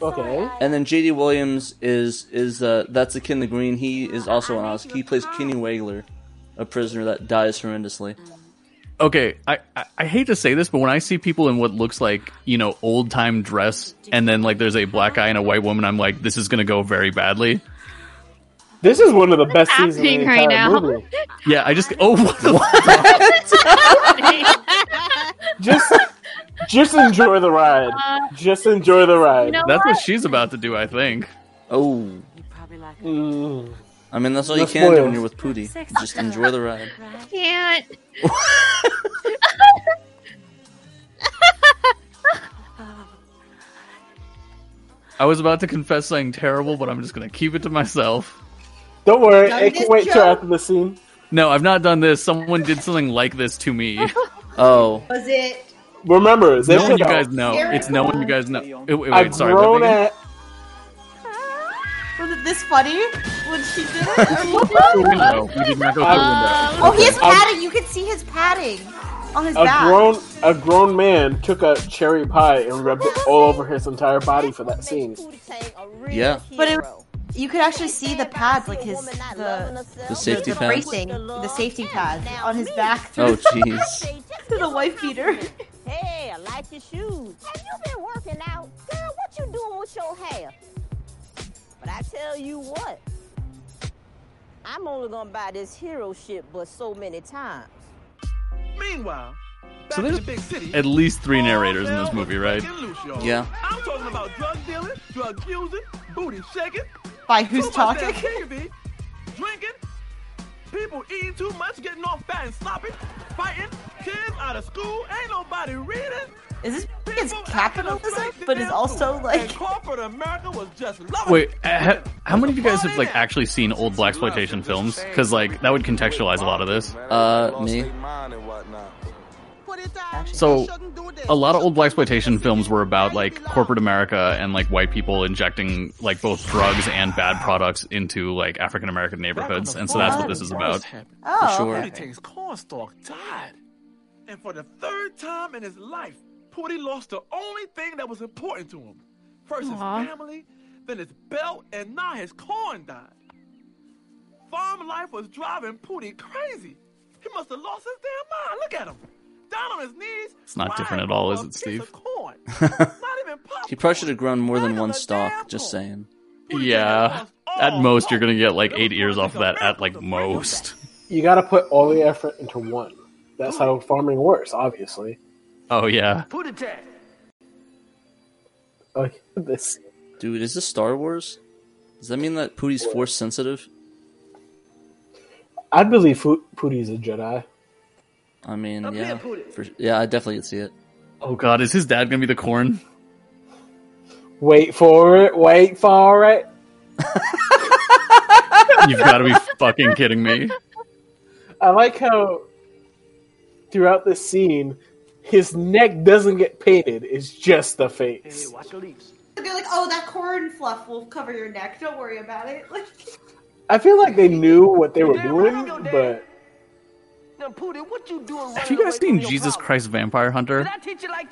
[SPEAKER 1] Okay.
[SPEAKER 3] and then J.D. Williams is is uh, that's the kid in the green. He is also in Oz. He plays Kenny Wagler, a prisoner that dies horrendously.
[SPEAKER 2] Okay, I, I, I hate to say this, but when I see people in what looks like, you know, old time dress and then like there's a black guy and a white woman, I'm like, this is gonna go very badly.
[SPEAKER 1] This is one of the best seasons in
[SPEAKER 5] happening
[SPEAKER 1] the
[SPEAKER 5] right
[SPEAKER 1] entire
[SPEAKER 5] now?
[SPEAKER 1] movie.
[SPEAKER 2] Yeah, I just oh what the
[SPEAKER 1] Just, just enjoy the ride. Just enjoy the ride.
[SPEAKER 5] know
[SPEAKER 2] That's what she's about to do, I think.
[SPEAKER 3] Oh,
[SPEAKER 1] Mm.
[SPEAKER 3] I mean that's all you
[SPEAKER 1] No
[SPEAKER 3] can do when
[SPEAKER 1] spoils.
[SPEAKER 3] you're with Pootie. Just enjoy the ride.
[SPEAKER 5] Can't.
[SPEAKER 2] I was about to confess something terrible, but I'm just gonna keep it to myself.
[SPEAKER 1] Don't worry,
[SPEAKER 6] Done
[SPEAKER 1] it can
[SPEAKER 6] this
[SPEAKER 1] wait till
[SPEAKER 6] joke.
[SPEAKER 1] after the scene.
[SPEAKER 2] No, I've not done this. Someone did something like this to me.
[SPEAKER 3] Oh,
[SPEAKER 6] Was it?
[SPEAKER 1] Remember,
[SPEAKER 2] No
[SPEAKER 1] this
[SPEAKER 2] one
[SPEAKER 1] is
[SPEAKER 2] you
[SPEAKER 1] a
[SPEAKER 2] guys know. It's no one you guys know. Wait, wait,
[SPEAKER 1] a
[SPEAKER 2] wait, sorry. what
[SPEAKER 1] grown
[SPEAKER 2] thing?
[SPEAKER 1] at
[SPEAKER 6] Was it this funny when she did it?
[SPEAKER 2] Through a window. You did not go through a window.
[SPEAKER 6] oh, he has
[SPEAKER 1] I'm-
[SPEAKER 6] padding. You can see his padding on his
[SPEAKER 1] Um, a
[SPEAKER 6] back.
[SPEAKER 1] grown a grown man took a cherry pie and rubbed it all over his entire body for that scene.
[SPEAKER 3] Yeah.
[SPEAKER 6] But it, you could actually see the pads, like his the
[SPEAKER 3] The safety
[SPEAKER 6] the
[SPEAKER 3] pads.
[SPEAKER 6] bracing, the safety pads on his back
[SPEAKER 3] Oh
[SPEAKER 6] through,
[SPEAKER 3] jeez.
[SPEAKER 6] through the wife beater.
[SPEAKER 21] Hey, I like your shoes. Have you been working out? Girl, what you doing with your hair?
[SPEAKER 16] But I tell you what, I'm only gonna buy this hero shit but so many times.
[SPEAKER 9] Meanwhile, back
[SPEAKER 2] So
[SPEAKER 9] in
[SPEAKER 2] there's
[SPEAKER 9] the big city,
[SPEAKER 2] At least three narrators in this movie, right?
[SPEAKER 9] get loose, y'all.
[SPEAKER 3] Yeah.
[SPEAKER 9] I'm talking about drug dealing, drug using, booty shaking.
[SPEAKER 6] By who's
[SPEAKER 9] too much
[SPEAKER 6] talking?
[SPEAKER 9] damn TV, drinking, people eating too much, getting all fat and sloppy, fighting, kids out of school, ain't nobody reading.
[SPEAKER 6] Is this
[SPEAKER 9] People
[SPEAKER 6] it's
[SPEAKER 9] acting
[SPEAKER 6] capitalism,
[SPEAKER 9] afraid to
[SPEAKER 6] but is
[SPEAKER 9] death
[SPEAKER 6] also
[SPEAKER 9] to it.
[SPEAKER 6] like
[SPEAKER 9] And corporate America was just loving
[SPEAKER 2] Wait, uh,
[SPEAKER 9] it.
[SPEAKER 2] ha- how many of you guys have like actually seen old black exploitation films? Because like that would contextualize a lot of this.
[SPEAKER 3] Uh, me.
[SPEAKER 12] Mine and whatnot.
[SPEAKER 2] So a lot of old black exploitation films were about like corporate America and like white people injecting like both drugs and bad products into like African American neighborhoods, and so that's what this is about.
[SPEAKER 9] Oh,
[SPEAKER 2] For sure.
[SPEAKER 9] Pootie Tang's cornstalk died. And for the third time in his life, Pootie lost the only thing that was important to him. First
[SPEAKER 5] Aw.
[SPEAKER 9] his family, then his belt, and now his corn died. Farm life was driving Pootie crazy. He must have lost his damn mind. Look at him. Down on his knees.
[SPEAKER 2] It's not different at all, is it, Steve?
[SPEAKER 3] He probably should have grown more than one stalk. Just saying.
[SPEAKER 2] Yeah. At most, you're gonna get like eight years off of that. At like most.
[SPEAKER 1] You got to put all the effort into one. That's how farming works, obviously.
[SPEAKER 2] Oh yeah.
[SPEAKER 1] Like this.
[SPEAKER 3] Dude, is this Star Wars? Does that mean that Pootie's force sensitive?
[SPEAKER 1] I believe Fu- Pootie's a Jedi.
[SPEAKER 3] I mean,
[SPEAKER 1] Up here,
[SPEAKER 3] yeah,
[SPEAKER 1] Pootie.
[SPEAKER 3] for, yeah, I definitely could see it.
[SPEAKER 2] Oh god, is his dad gonna be the corn?
[SPEAKER 1] Wait for it. Wait for it.
[SPEAKER 2] You've got to be fucking kidding me.
[SPEAKER 1] I like how throughout this scene, his neck doesn't get painted. It's just the face.
[SPEAKER 9] watch the leaves.
[SPEAKER 18] They're like, oh, that corn fluff will cover your neck. Don't worry about it. Like,
[SPEAKER 1] I feel like they knew what they were doing, but
[SPEAKER 9] Now, Pootie, what you doing
[SPEAKER 2] Have you guys seen Jesus Christ Vampire Hunter?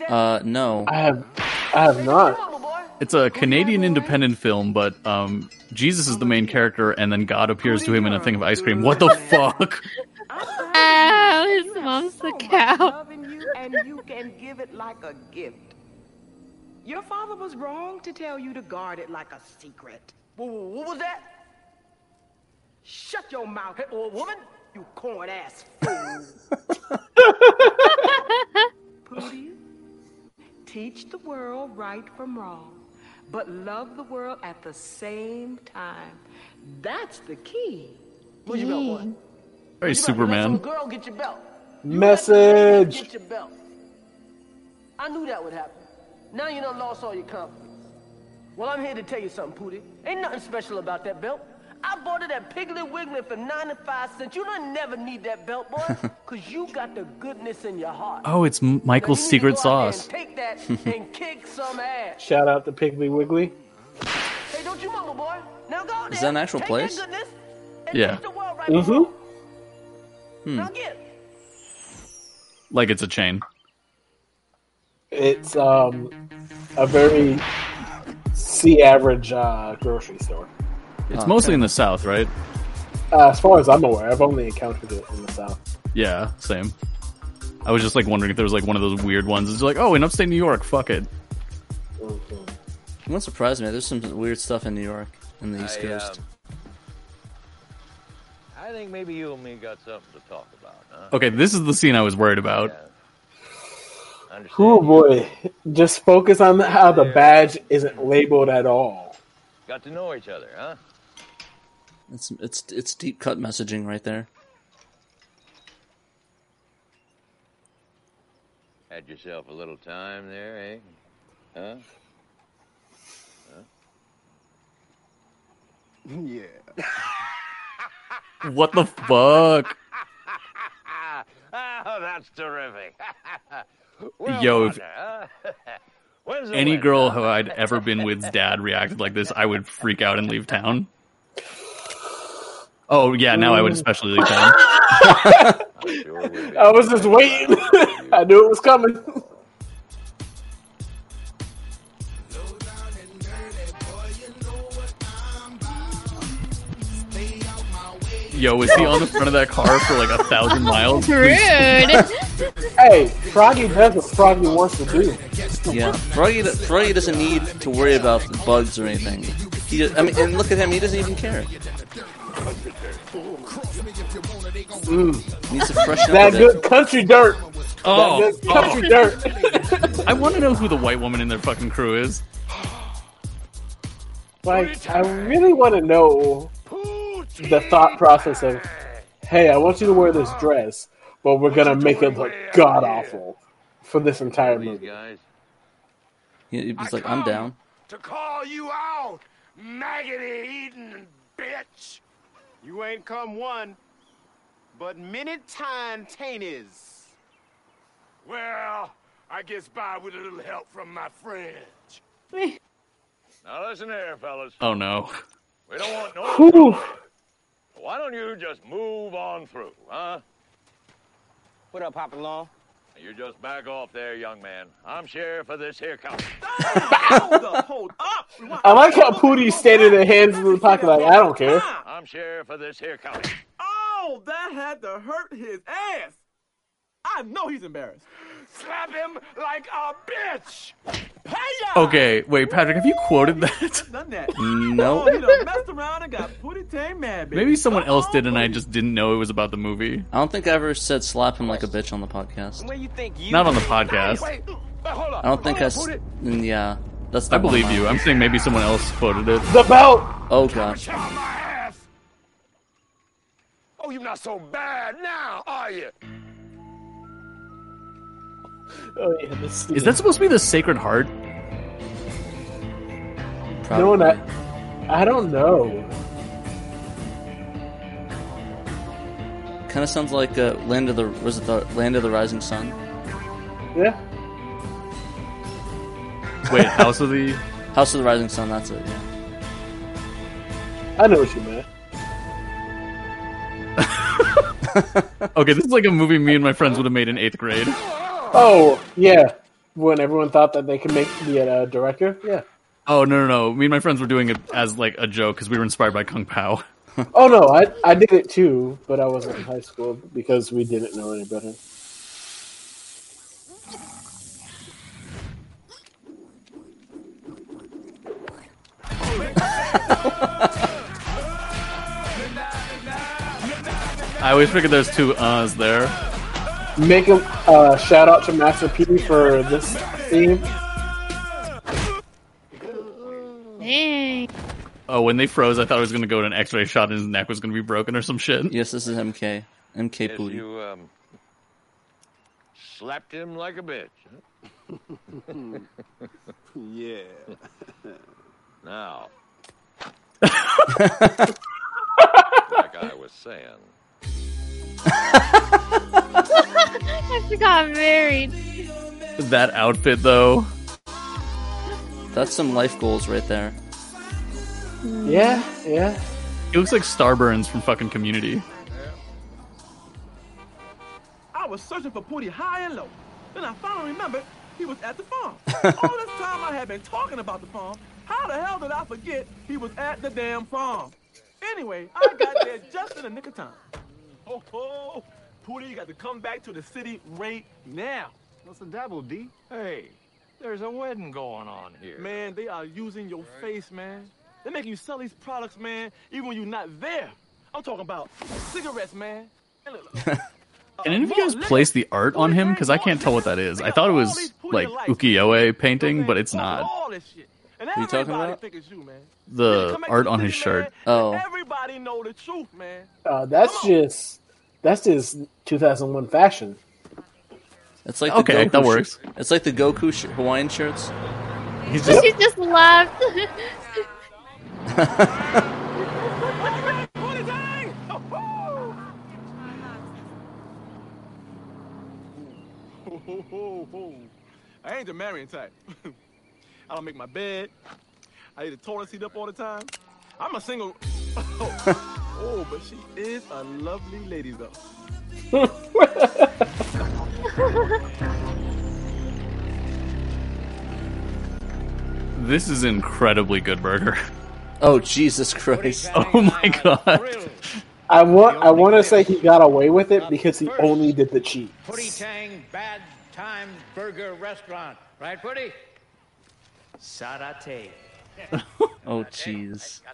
[SPEAKER 3] Uh, no.
[SPEAKER 1] I have, I have not.
[SPEAKER 2] It's a Canadian independent film, but um, Jesus is the main character, and then God appears to him in a thing of ice cream. What the fuck?
[SPEAKER 5] Oh, his mom's the cow.
[SPEAKER 4] loving you and you can give it like a gift. Your father was wrong to tell you to guard it like a secret.
[SPEAKER 9] Wha- wha- What was that?
[SPEAKER 4] Shut your mouth, hey, old woman. You corn ass fool. Pootie, teach the world right from wrong, but love the world at the same time. That's the key.
[SPEAKER 9] What you got, boy?
[SPEAKER 2] Very
[SPEAKER 4] Some
[SPEAKER 2] Superman.
[SPEAKER 4] girl get your belt.
[SPEAKER 1] Message.
[SPEAKER 4] Get your belt. I knew that would happen. Now you done lost all your confidence. Well, I'm here to tell you something, Pootie. Ain't nothing special about that belt. I bought it at Piggly Wiggly for 95 cents. You don't never need that belt, boy, because you got the goodness in your heart.
[SPEAKER 2] Oh, it's M- Michael's secret sauce.
[SPEAKER 4] Take that and kick some ass.
[SPEAKER 1] Shout out to Piggly Wiggly.
[SPEAKER 4] Hey, don't you mumble, boy. Now go there.
[SPEAKER 1] Is that an actual
[SPEAKER 4] take
[SPEAKER 1] place?
[SPEAKER 4] That goodness.
[SPEAKER 2] Yeah.
[SPEAKER 1] Mm-hmm. Hmm.
[SPEAKER 4] Now get.
[SPEAKER 2] Like it's a chain.
[SPEAKER 1] It's um a very C average uh, grocery store.
[SPEAKER 2] It's mostly in the South, right?
[SPEAKER 1] Uh, as far as I'm aware, I've only encountered it in the south.
[SPEAKER 2] Yeah, same. I was just like wondering if there was like one of those weird ones. It's like, oh, in upstate New York, fuck it.
[SPEAKER 3] It won't surprise me. There's some weird stuff in New York and the East
[SPEAKER 11] I,
[SPEAKER 3] Coast.
[SPEAKER 11] I think maybe you and me got something to talk about, huh?
[SPEAKER 2] Okay, this is the scene I was worried about.
[SPEAKER 1] Oh boy, just focus on how the badge isn't labeled at all.
[SPEAKER 11] Got to know each other, huh?
[SPEAKER 3] It's it's it's deep cut messaging right there.
[SPEAKER 11] Had yourself a little time there, eh? Huh?
[SPEAKER 8] Yeah.
[SPEAKER 2] What the fuck?
[SPEAKER 11] Oh, that's terrific. well,
[SPEAKER 2] Yo, if-
[SPEAKER 11] partner, huh? When's the
[SPEAKER 2] Any
[SPEAKER 11] wedding?
[SPEAKER 2] girl who I'd ever been with's dad reacted like this, I would freak out and leave town. Oh yeah, now I would especially leave town.
[SPEAKER 1] I was just waiting. I knew it was coming.
[SPEAKER 2] Yo, is he on the front of that car for like a thousand miles? Please.
[SPEAKER 1] hey, Froggy does what Froggy wants to do.
[SPEAKER 3] Yeah, Froggy, do- Froggy doesn't need to worry about the bugs or anything. He, I mean, and look at him. He doesn't even care. Needs to freshen up
[SPEAKER 1] That
[SPEAKER 3] a bit.
[SPEAKER 1] good country dirt.
[SPEAKER 2] Oh,
[SPEAKER 1] that good country
[SPEAKER 2] oh.
[SPEAKER 1] dirt.
[SPEAKER 2] I want to know who the white woman in their fucking crew is.
[SPEAKER 1] Like, I really want to know the thought process of, hey, I want you to wear this dress, but we're gonna make it look god awful for this entire movie.
[SPEAKER 3] He- He's like, I'm down.
[SPEAKER 23] to call you out, maggoty eating bitch.
[SPEAKER 8] You ain't come one, but many time tainties.
[SPEAKER 23] Well, I gets by with a little help from my friends.
[SPEAKER 11] Now listen here, fellas.
[SPEAKER 2] Oh no.
[SPEAKER 11] We don't want no. trouble. Why don't you just move on through, huh?
[SPEAKER 12] What up, Papa Long?
[SPEAKER 11] You just back off there, young man. I'm sheriff of this here county.
[SPEAKER 1] I like how Pootie standing in hands in the pocket, like, I don't care.
[SPEAKER 11] I'm sheriff of this here county.
[SPEAKER 9] Oh, that had to hurt his ass. I know he's embarrassed.
[SPEAKER 23] Slap him like a bitch.
[SPEAKER 2] Okay, wait, Patrick, have you quoted that?
[SPEAKER 9] Done that.
[SPEAKER 2] No.
[SPEAKER 9] Oh, he done messed around and got Pootie Tang mad, baby.
[SPEAKER 2] Maybe someone else did and I just didn't know it was about the movie.
[SPEAKER 3] I don't think I ever said slap him like a bitch on the podcast.
[SPEAKER 23] Where you think you?
[SPEAKER 2] Not on the podcast.
[SPEAKER 3] I don't think I. s- mm, Yeah, that's. Not
[SPEAKER 2] I believe you. I'm saying maybe someone else quoted it.
[SPEAKER 1] The belt.
[SPEAKER 3] Oh gosh.
[SPEAKER 23] Oh, you're not so bad now, are you?
[SPEAKER 1] Oh, yeah, this
[SPEAKER 2] Is that supposed to be the Sacred Heart?
[SPEAKER 1] No, that I don't know.
[SPEAKER 3] Kind of sounds like uh, Land of the was it the Land of the Rising Sun?
[SPEAKER 1] Yeah.
[SPEAKER 2] Wait, House of the
[SPEAKER 3] House of the Rising Sun. That's it. Yeah.
[SPEAKER 1] I know what you meant.
[SPEAKER 2] Okay, this is like a movie me and my friends would have made in eighth grade.
[SPEAKER 1] Oh yeah, when everyone thought that they could make the uh, director. Yeah.
[SPEAKER 2] Oh no no no! Me and my friends were doing it as like a joke because we were inspired by Kung Pao.
[SPEAKER 1] Oh no, I I did it too, but I wasn't in high school because we didn't know any better.
[SPEAKER 2] I always figured there's two uhs there.
[SPEAKER 1] Make a uh, shout out to Master P for this theme.
[SPEAKER 5] Dang.
[SPEAKER 2] Oh, when they froze, I thought I was going to go to an X-ray shot and his neck was going to be broken or some shit.
[SPEAKER 3] Yes, this is MK. MK Booty.
[SPEAKER 11] You um, slapped him like a bitch. huh?
[SPEAKER 8] Yeah.
[SPEAKER 11] now, like I was saying,
[SPEAKER 5] I got married.
[SPEAKER 2] That outfit though.
[SPEAKER 3] That's some life goals right there.
[SPEAKER 1] Yeah, yeah.
[SPEAKER 2] He looks like Starburns from fucking Community.
[SPEAKER 9] I was searching for Pootie high and low. Then I finally remembered he was at the farm. All this time I had been talking about the farm. How the hell did I forget he was at the damn farm? Anyway, I got there just in the nick of time. Ho ho! Pootie, you got to come back to the city right now.
[SPEAKER 23] What's the dabble, D? Hey, there's a wedding going on here.
[SPEAKER 9] Man, they are using your face, man. They're making you sell these products, man, even when you're not there. I'm talking about cigarettes, man. And look,
[SPEAKER 2] Can any of you guys place the art on him? Because I can't tell what that is. I thought it was like ukiyo-e painting, but it's not.
[SPEAKER 9] all this shit. And
[SPEAKER 2] What are you talking
[SPEAKER 9] everybody
[SPEAKER 2] about?
[SPEAKER 9] think it's you, man.
[SPEAKER 2] The art on his shirt.
[SPEAKER 3] Oh,
[SPEAKER 9] Everybody know the truth, man.
[SPEAKER 1] Uh, that's just that's just 2001 fashion.
[SPEAKER 3] it's like
[SPEAKER 2] Okay,
[SPEAKER 3] the Goku
[SPEAKER 2] that
[SPEAKER 3] shi-
[SPEAKER 2] works.
[SPEAKER 3] It's like the Goku sh- Hawaiian shirts.
[SPEAKER 2] He's
[SPEAKER 5] She just left.
[SPEAKER 9] Ho, ho, ho, ho. I ain't the marrying type. I don't make my bed. I eat a toilet seat up all the time. I'm a single. oh, but she is a lovely lady, though.
[SPEAKER 2] This is incredibly good burger.
[SPEAKER 3] Oh Jesus Christ!
[SPEAKER 2] Oh my god.
[SPEAKER 1] I want I want to say he got away with it because he only did the cheat.
[SPEAKER 14] Putty Tang Bad Time Burger Restaurant. Right, Putty? Sarate.
[SPEAKER 3] Oh jeez.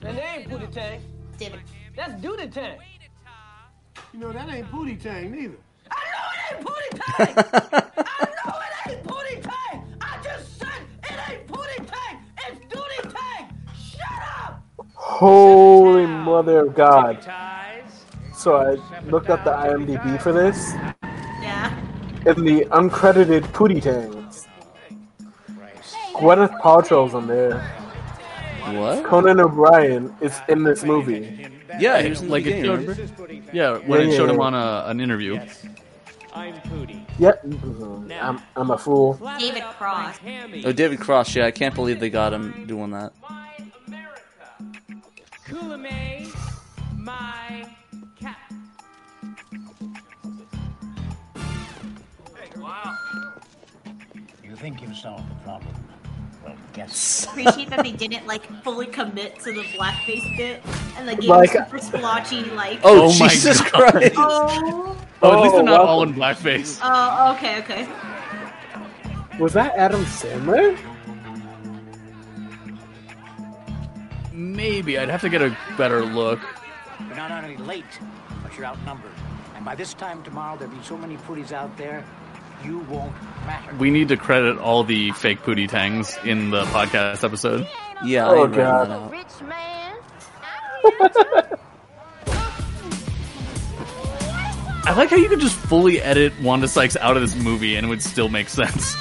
[SPEAKER 4] That ain't Booty Tang. Damn it. That's Duty Tang.
[SPEAKER 23] You know that ain't booty tang neither.
[SPEAKER 4] I know it ain't Booty Tang! I know it ain't Booty Tang! I just said it ain't Booty Tang! It's Duty Tang! Shut up!
[SPEAKER 1] Holy mother of God! So I looked up the IMDb for this,
[SPEAKER 6] Yeah.
[SPEAKER 1] and the uncredited Pootie Tangs. Gwyneth Paltrow's on there.
[SPEAKER 3] What?
[SPEAKER 1] Conan O'Brien is in this movie.
[SPEAKER 2] Yeah,
[SPEAKER 3] he was in the
[SPEAKER 2] like it
[SPEAKER 3] beginning,
[SPEAKER 2] showed-
[SPEAKER 3] remember?
[SPEAKER 2] Yeah, when
[SPEAKER 1] Yeah,
[SPEAKER 2] it
[SPEAKER 1] yeah,
[SPEAKER 2] showed him
[SPEAKER 1] yeah.
[SPEAKER 2] on a, an interview.
[SPEAKER 10] I'm Pootie.
[SPEAKER 1] Yep. Mhm. I'm, I'm a fool.
[SPEAKER 6] David Cross.
[SPEAKER 3] Oh, David Cross. Yeah, I can't believe they got him doing that.
[SPEAKER 10] Kulame, my cat.
[SPEAKER 11] Wow.
[SPEAKER 14] You think you've solved the problem? Well, guess.
[SPEAKER 6] Appreciate that they didn't like fully commit to the blackface bit and like gave
[SPEAKER 3] Like-
[SPEAKER 6] him super splotchy like.
[SPEAKER 3] Oh, Oh my Jesus God. Christ.
[SPEAKER 6] Oh.
[SPEAKER 2] Oh, at least they're not
[SPEAKER 1] Oh,
[SPEAKER 2] all in blackface.
[SPEAKER 6] Oh, okay, okay.
[SPEAKER 1] Was that Adam Sandler?
[SPEAKER 2] Maybe I'd have to get a better look.
[SPEAKER 14] You're not only late, but you're outnumbered. And by this time tomorrow, there'll be so many pooties out there, you won't matter.
[SPEAKER 2] We need to credit all the fake pootie tangs in the podcast episode.
[SPEAKER 3] Yeah.
[SPEAKER 2] Oh,
[SPEAKER 3] ain't writing that out.
[SPEAKER 21] Rich man.
[SPEAKER 2] I like how you could just fully edit Wanda Sykes out of this movie and it would still make sense.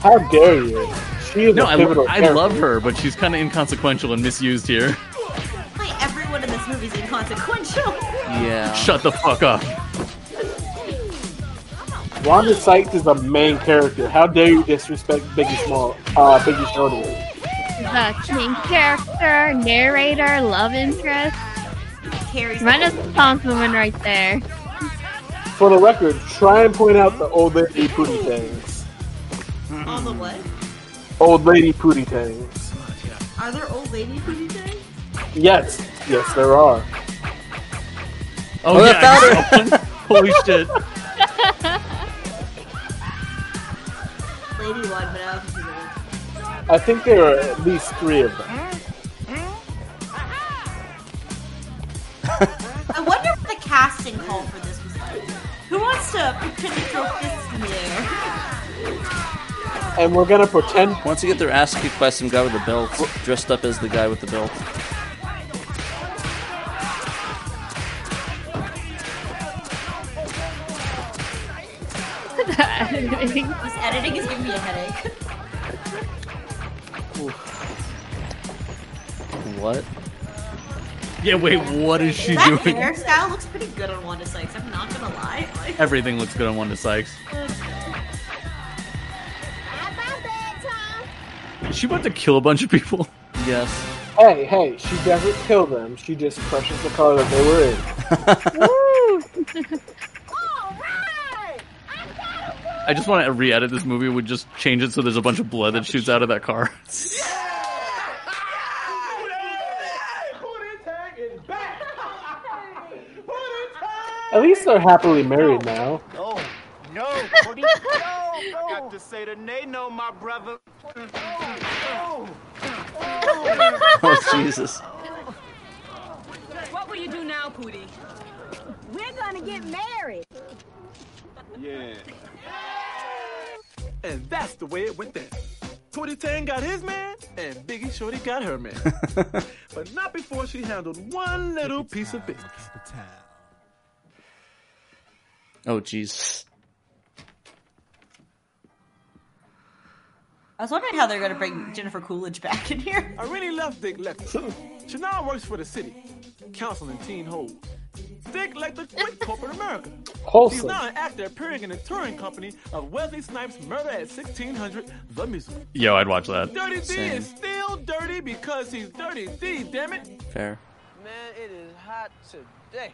[SPEAKER 1] How dare you? She is
[SPEAKER 2] No,
[SPEAKER 1] a
[SPEAKER 2] I,
[SPEAKER 1] pivotal
[SPEAKER 2] I
[SPEAKER 1] character.
[SPEAKER 2] love her, but she's kind of inconsequential and misused here.
[SPEAKER 6] Wait, everyone in this movie is inconsequential.
[SPEAKER 3] Yeah.
[SPEAKER 2] Shut the fuck up.
[SPEAKER 1] Wanda Sykes is the main character. How dare you disrespect Biggie Small? Uh, Biggie Small.
[SPEAKER 5] The main character, narrator, love interest.
[SPEAKER 6] Carrie's
[SPEAKER 5] Renaissance woman right there.
[SPEAKER 1] For the record, try and point out the old lady pooty tangs.
[SPEAKER 6] All the what?
[SPEAKER 1] Old lady pooty tangs.
[SPEAKER 6] Are there old lady pooty things?
[SPEAKER 1] Yes, yes, there are.
[SPEAKER 2] Oh, yeah, I found her. Holy shit.
[SPEAKER 6] Lady one, but I don't think she's old.
[SPEAKER 1] I think there are at least three of them.
[SPEAKER 6] I wonder what the casting call for this was like. Who wants to pretend to throw fists in the air?
[SPEAKER 1] And we're gonna pretend.
[SPEAKER 3] Once you get their ass kicked by some guy with a belt, dressed up as the guy with the belt.
[SPEAKER 5] editing.
[SPEAKER 6] This editing is giving me a headache.
[SPEAKER 3] What?
[SPEAKER 2] Yeah, wait, what is she
[SPEAKER 6] that
[SPEAKER 2] doing?
[SPEAKER 6] hairstyle looks pretty good on Wanda Sykes. I'm not gonna lie. Like,
[SPEAKER 2] Everything looks good on Wanda Sykes. Is she about to kill a bunch of people?
[SPEAKER 3] Yes.
[SPEAKER 1] Hey, hey, she doesn't kill them. She just crushes the car that they were in.
[SPEAKER 2] I just want to re-edit this movie. Would just change it so there's a bunch of blood that shoots out of that car.
[SPEAKER 1] At least they're happily married now.
[SPEAKER 19] No, no, Cody, no, no. Got to say the nay no, my brother. No,
[SPEAKER 3] Oh Jesus.
[SPEAKER 20] What will you do now, Pootie?
[SPEAKER 21] We're gonna get married.
[SPEAKER 9] Yeah. And that's the way it went down. Tootie Tang got his man, and Biggie Shorty got her man. but not before she handled one little piece of business.
[SPEAKER 3] Oh Jesus.
[SPEAKER 6] I was wondering how they're gonna bring Jennifer Coolidge back in here.
[SPEAKER 9] I really love Dick Lecter. She now works for the city, counseling teen hoes. Dick Lecter quit corporate America. He's
[SPEAKER 1] Wholesome.
[SPEAKER 9] now an actor appearing in the touring company of Wesley Snipes' Murder at 1600, the musical.
[SPEAKER 2] Yo, I'd watch that.
[SPEAKER 9] Dirty D is still dirty because he's Dirty D, damn it.
[SPEAKER 3] Fair.
[SPEAKER 4] Man, it is hot today.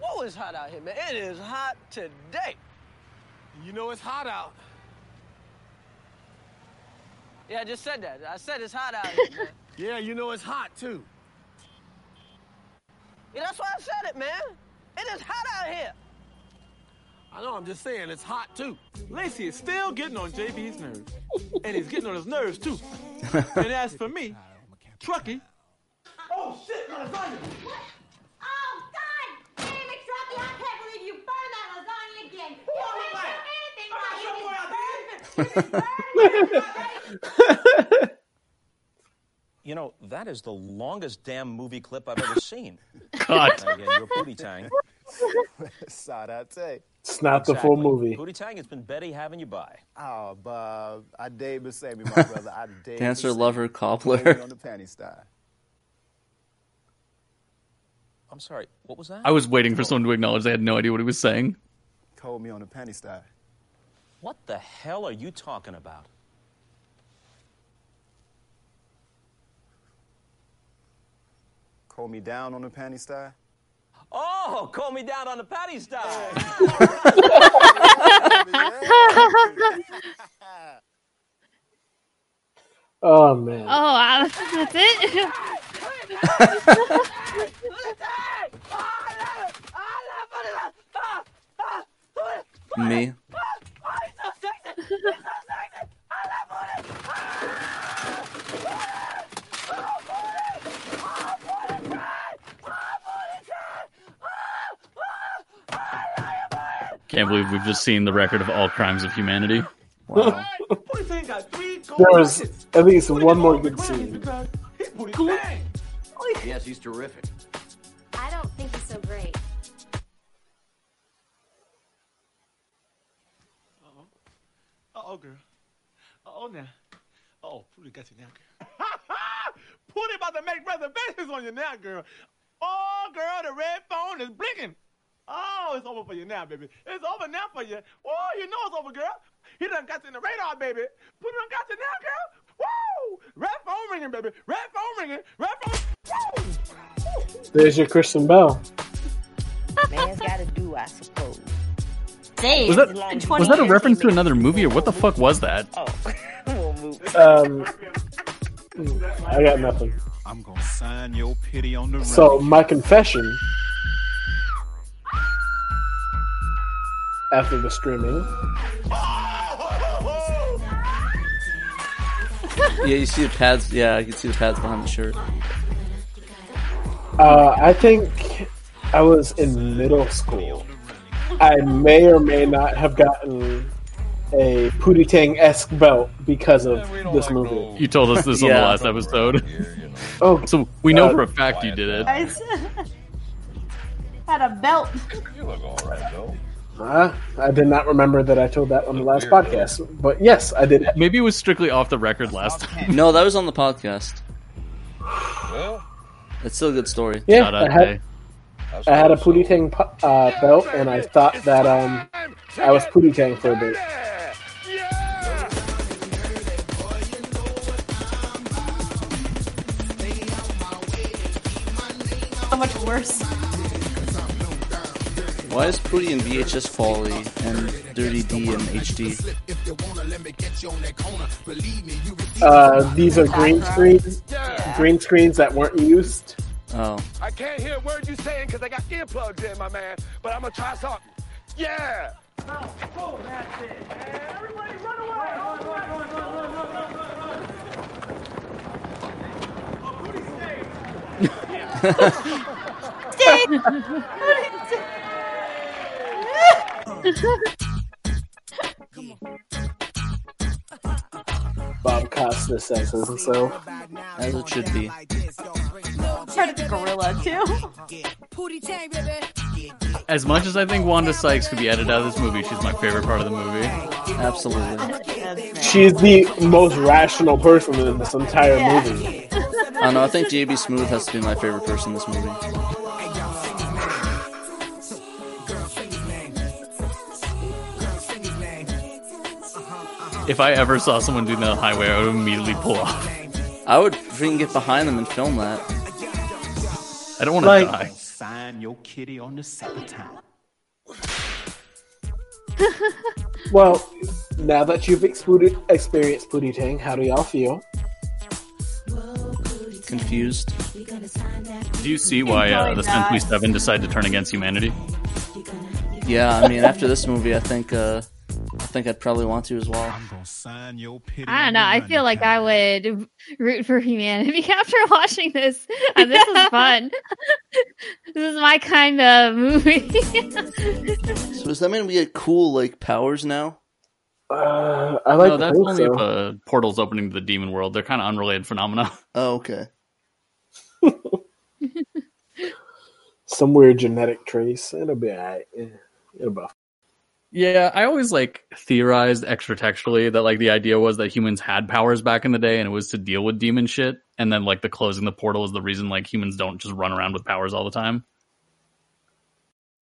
[SPEAKER 4] Whoa, it's hot out here, man. It is hot today.
[SPEAKER 23] You know it's hot out.
[SPEAKER 4] Yeah, I just said that. I said it's hot out here, man.
[SPEAKER 23] Yeah, you know it's hot too.
[SPEAKER 4] Yeah, that's why I said it, man. It is hot out here.
[SPEAKER 23] I know, I'm just saying it's hot too.
[SPEAKER 9] Lacey is still getting on JB's nerves. and he's getting on his nerves too. and as for me, Truckee,
[SPEAKER 23] Oh shit, my lasagna!
[SPEAKER 21] Oh God! Damn it, Trucky! I can't believe you burned that lasagna again. You don't have to do anything right. You just burned it.
[SPEAKER 7] You know, that is the longest damn movie clip I've ever seen.
[SPEAKER 2] God.
[SPEAKER 7] And again, you're Pootie Tang.
[SPEAKER 8] Sadate.
[SPEAKER 1] It's not the full movie.
[SPEAKER 7] Pootie Tang, it's been Betty having you by.
[SPEAKER 8] Oh, Bob. I dare to save me, my brother. I dare
[SPEAKER 3] Dancer,
[SPEAKER 8] to save
[SPEAKER 3] lover,
[SPEAKER 8] you.
[SPEAKER 3] cobbler.
[SPEAKER 8] Blame it on the panty style.
[SPEAKER 7] I'm sorry, what was that?
[SPEAKER 2] I was waiting for someone to acknowledge they had no idea what he was saying.
[SPEAKER 8] hold me on the panty side.
[SPEAKER 7] What the hell are you talking about?
[SPEAKER 8] Hold me down on the panty side?
[SPEAKER 7] Oh, call me down on the patty style.
[SPEAKER 1] Oh man.
[SPEAKER 5] Oh, wow, that's, that's it.
[SPEAKER 3] Me.
[SPEAKER 2] Can't believe we've just seen the record of all crimes of humanity.
[SPEAKER 1] Wow. there was at least one more good scene.
[SPEAKER 13] Yes, he's terrific.
[SPEAKER 24] I don't think he's so great.
[SPEAKER 9] Uh-oh, girl. Uh-oh, now. Oh, Pooty got you now, girl. Pooty about to make reservations on you now, girl. Oh, girl, the red phone is blinking. Oh, it's over for you now, baby. It's over now for you. Oh, you know it's over, girl. He done got you in the radar, baby. Pooty done got you now, girl. Woo! Red phone ringing, baby. Red phone ringing. Red phone. Woo!
[SPEAKER 1] There's your Christian Bell.
[SPEAKER 13] Man's gotta do, I suppose.
[SPEAKER 2] Was
[SPEAKER 6] Saved.
[SPEAKER 2] that, was that a reference to another movie, or what the fuck was that?
[SPEAKER 1] Um, I got nothing.
[SPEAKER 8] I'm gonna sign your pity on the
[SPEAKER 1] So my confession after the streaming.
[SPEAKER 3] Yeah, you see the pads. Yeah, I can see the pads behind the shirt.
[SPEAKER 1] Uh, I think I was in middle school. I may or may not have gotten a Pootie Tang esque belt because of this movie.
[SPEAKER 2] You told us this on the
[SPEAKER 1] Yeah.
[SPEAKER 2] last episode.
[SPEAKER 1] Oh,
[SPEAKER 2] so we know
[SPEAKER 1] uh,
[SPEAKER 2] for a fact you did it.
[SPEAKER 6] I s- had a belt.
[SPEAKER 1] Uh, I did not remember that I told that on the last podcast, but yes, I did.
[SPEAKER 2] Maybe it was strictly off the record last time.
[SPEAKER 3] No, that was on the podcast.
[SPEAKER 13] Well,
[SPEAKER 3] It's still a good story.
[SPEAKER 1] Yeah, Shout out, I had- Jay. I had a Pootie Tang pu- uh, belt, and I thought that um, I was Pootie Tang for a bit.
[SPEAKER 6] So much worse.
[SPEAKER 3] Why is Pootie in VHS Folly and Dirty D in HD?
[SPEAKER 1] Uh, these are green screens, green screens that weren't used.
[SPEAKER 3] Oh,
[SPEAKER 23] I can't hear a word you saying because I got earplugs in, my man. But I'm gonna try something. Yeah.
[SPEAKER 1] Bob Costa says himself.
[SPEAKER 3] as it should be.
[SPEAKER 6] Try to gorilla too.
[SPEAKER 2] As much as I think Wanda Sykes could be edited out of this movie, she's my favorite part of the movie.
[SPEAKER 3] Absolutely.
[SPEAKER 1] She's the most rational person in this entire movie.
[SPEAKER 3] I don't know. I think JB Smooth has to be my favorite person in this movie.
[SPEAKER 2] If I ever saw someone doing that on the highway, I would immediately pull off.
[SPEAKER 3] I would freaking get behind them and film that.
[SPEAKER 2] I don't want to
[SPEAKER 3] Like-
[SPEAKER 2] die.
[SPEAKER 19] Sign your kitty on the second time.
[SPEAKER 1] Well, now that you've exploded, experienced Pootie Tang, how do y'all feel?
[SPEAKER 3] Confused.
[SPEAKER 2] Do you see why uh, the
[SPEAKER 3] Enjoy that.
[SPEAKER 2] Century Seven decided to turn against humanity?
[SPEAKER 3] Yeah, I mean, after this movie, I think uh, I think I'd probably want to as well.
[SPEAKER 5] I don't know. I feel like I would root for humanity after watching this. Uh, this is fun. this is my kind of movie.
[SPEAKER 3] So does that mean we get cool like powers now?
[SPEAKER 1] Uh, I like
[SPEAKER 2] no, that's
[SPEAKER 1] think
[SPEAKER 2] only
[SPEAKER 1] so.
[SPEAKER 2] if a portal's opening to the demon world. They're kind of unrelated phenomena.
[SPEAKER 3] Oh, okay.
[SPEAKER 1] Some weird genetic trace. It'll be alright. Yeah, It'll be.
[SPEAKER 2] Yeah, I always like theorized extra textually that like the idea was that humans had powers back in the day and it was to deal with demon shit. And then like the closing the portal is the reason like humans don't just run around with powers all the time.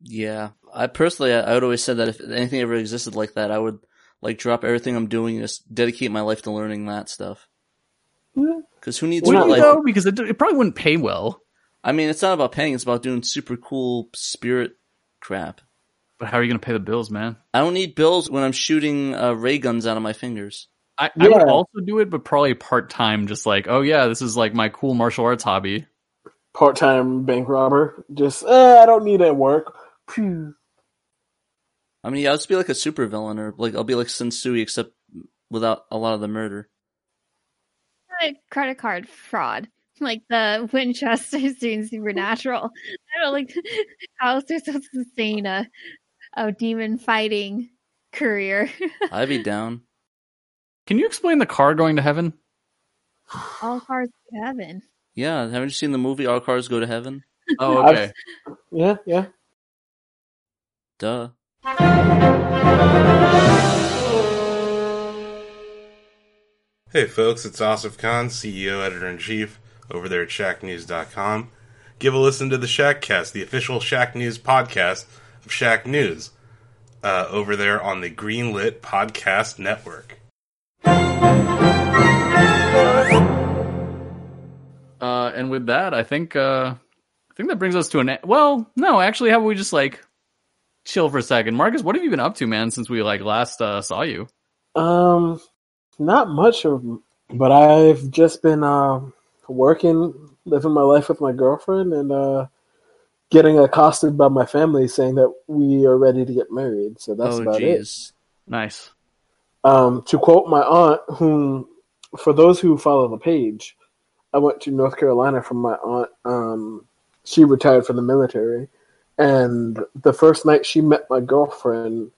[SPEAKER 3] Yeah, I personally, I, I would always said that if anything ever existed like that, I would like drop everything I'm doing and just dedicate my life to learning that stuff. Because who needs
[SPEAKER 2] Would
[SPEAKER 3] more
[SPEAKER 2] you
[SPEAKER 3] life?
[SPEAKER 2] though? Because it, it probably wouldn't pay well.
[SPEAKER 3] I mean, it's not about paying; it's about doing super cool spirit crap.
[SPEAKER 2] But how are you going to pay the bills, man?
[SPEAKER 3] I don't need bills when I'm shooting uh, ray guns out of my fingers.
[SPEAKER 2] I, I would also do it, but probably part time. Just like, oh yeah, this is like my cool martial arts hobby.
[SPEAKER 1] Part time bank robber. Just uh, I don't need at work. Phew.
[SPEAKER 3] I mean, yeah, I'll just be like a supervillain, or like I'll be like Sensui, except without a lot of the murder.
[SPEAKER 5] Like credit card fraud, like the Winchesters doing supernatural. I don't like how else they're supposed to sustain a a demon fighting career.
[SPEAKER 3] I'd be down.
[SPEAKER 2] Can you explain the car going to heaven?
[SPEAKER 5] All cars to heaven.
[SPEAKER 3] Yeah, haven't you seen the movie Our Cars Go to Heaven?
[SPEAKER 2] Oh, okay.
[SPEAKER 1] Yeah, yeah.
[SPEAKER 3] Duh.
[SPEAKER 15] Hey folks, it's Asif Khan, CEO, Editor in Chief, E over there at ShackNews.com. Give a listen to the Shackcast, the official Shack News podcast of Shack News, uh, over there on the Greenlit Podcast Network.
[SPEAKER 2] Uh, and with that, I think uh, I think that brings us to an e- well. No, actually, how about we just like chill for a second, Marcus? What have you been up to, man? Since we like last uh, saw you,
[SPEAKER 1] Um, not much of, but I've just been uh, working, living my life with my girlfriend, and uh, getting accosted by my family saying that we are ready to get married. So that's
[SPEAKER 3] Oh,
[SPEAKER 1] about
[SPEAKER 3] it.
[SPEAKER 2] Nice.
[SPEAKER 1] Um, to quote my aunt, whom, for those who follow the page, I went to North Carolina from my aunt. Um, she retired from the military, and the first night she met my girlfriend,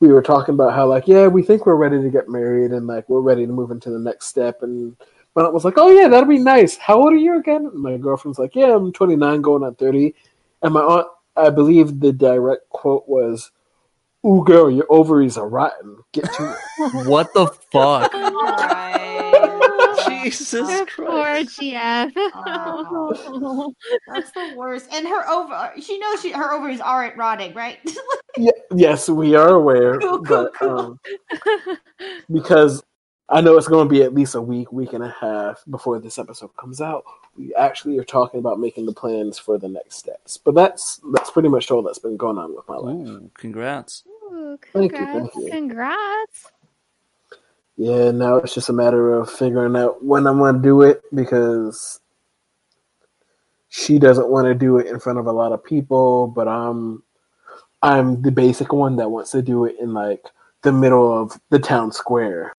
[SPEAKER 1] we were talking about how like, yeah, we think we're ready to get married, and like we're ready to move into the next step. And my aunt was like, oh yeah, that'll be nice. How old are you again? And my girlfriend's like, yeah, I'm 29, going on 30. And my aunt, I believe the direct quote was, "Ooh, girl, your ovaries are rotten. Get to it."
[SPEAKER 2] what the fuck?
[SPEAKER 3] Jesus
[SPEAKER 5] Oh, Poor GF.
[SPEAKER 18] That's the worst. And her over, she knows she her ovaries aren't rotting, right?
[SPEAKER 1] Ye- yes, we are aware, but um, because I know it's going to be at least a week, week and a half before this episode comes out. We actually are talking about making the plans for the next steps, but that's that's pretty much all that's been going on with my life.
[SPEAKER 3] Mm. Congrats.
[SPEAKER 5] Ooh,
[SPEAKER 1] Thank you,
[SPEAKER 5] congrats,
[SPEAKER 1] thank you.
[SPEAKER 5] congrats.
[SPEAKER 1] Yeah, now it's just a matter of figuring out when I'm going to do it because she doesn't want to do it in front of a lot of people, but I'm I'm the basic one that wants to do it in like the middle of the town square.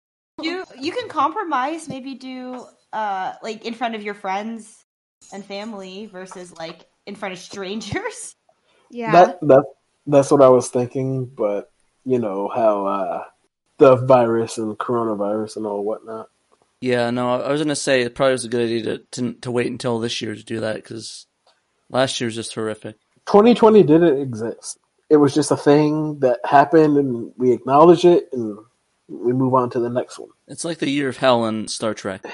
[SPEAKER 18] you you can compromise. Maybe do uh like in front of your friends and family versus like in front of strangers.
[SPEAKER 5] Yeah.
[SPEAKER 1] That that that's what I was thinking, but you know how uh, the virus and coronavirus and all whatnot.
[SPEAKER 3] Yeah, no, I I was gonna say it probably was a good idea to to, to wait until this year to do that because last year's just horrific.
[SPEAKER 1] 2020 didn't exist. It was just a thing that happened, and we acknowledge it, and we move on to the next one.
[SPEAKER 3] It's like the year of hell in Star Trek.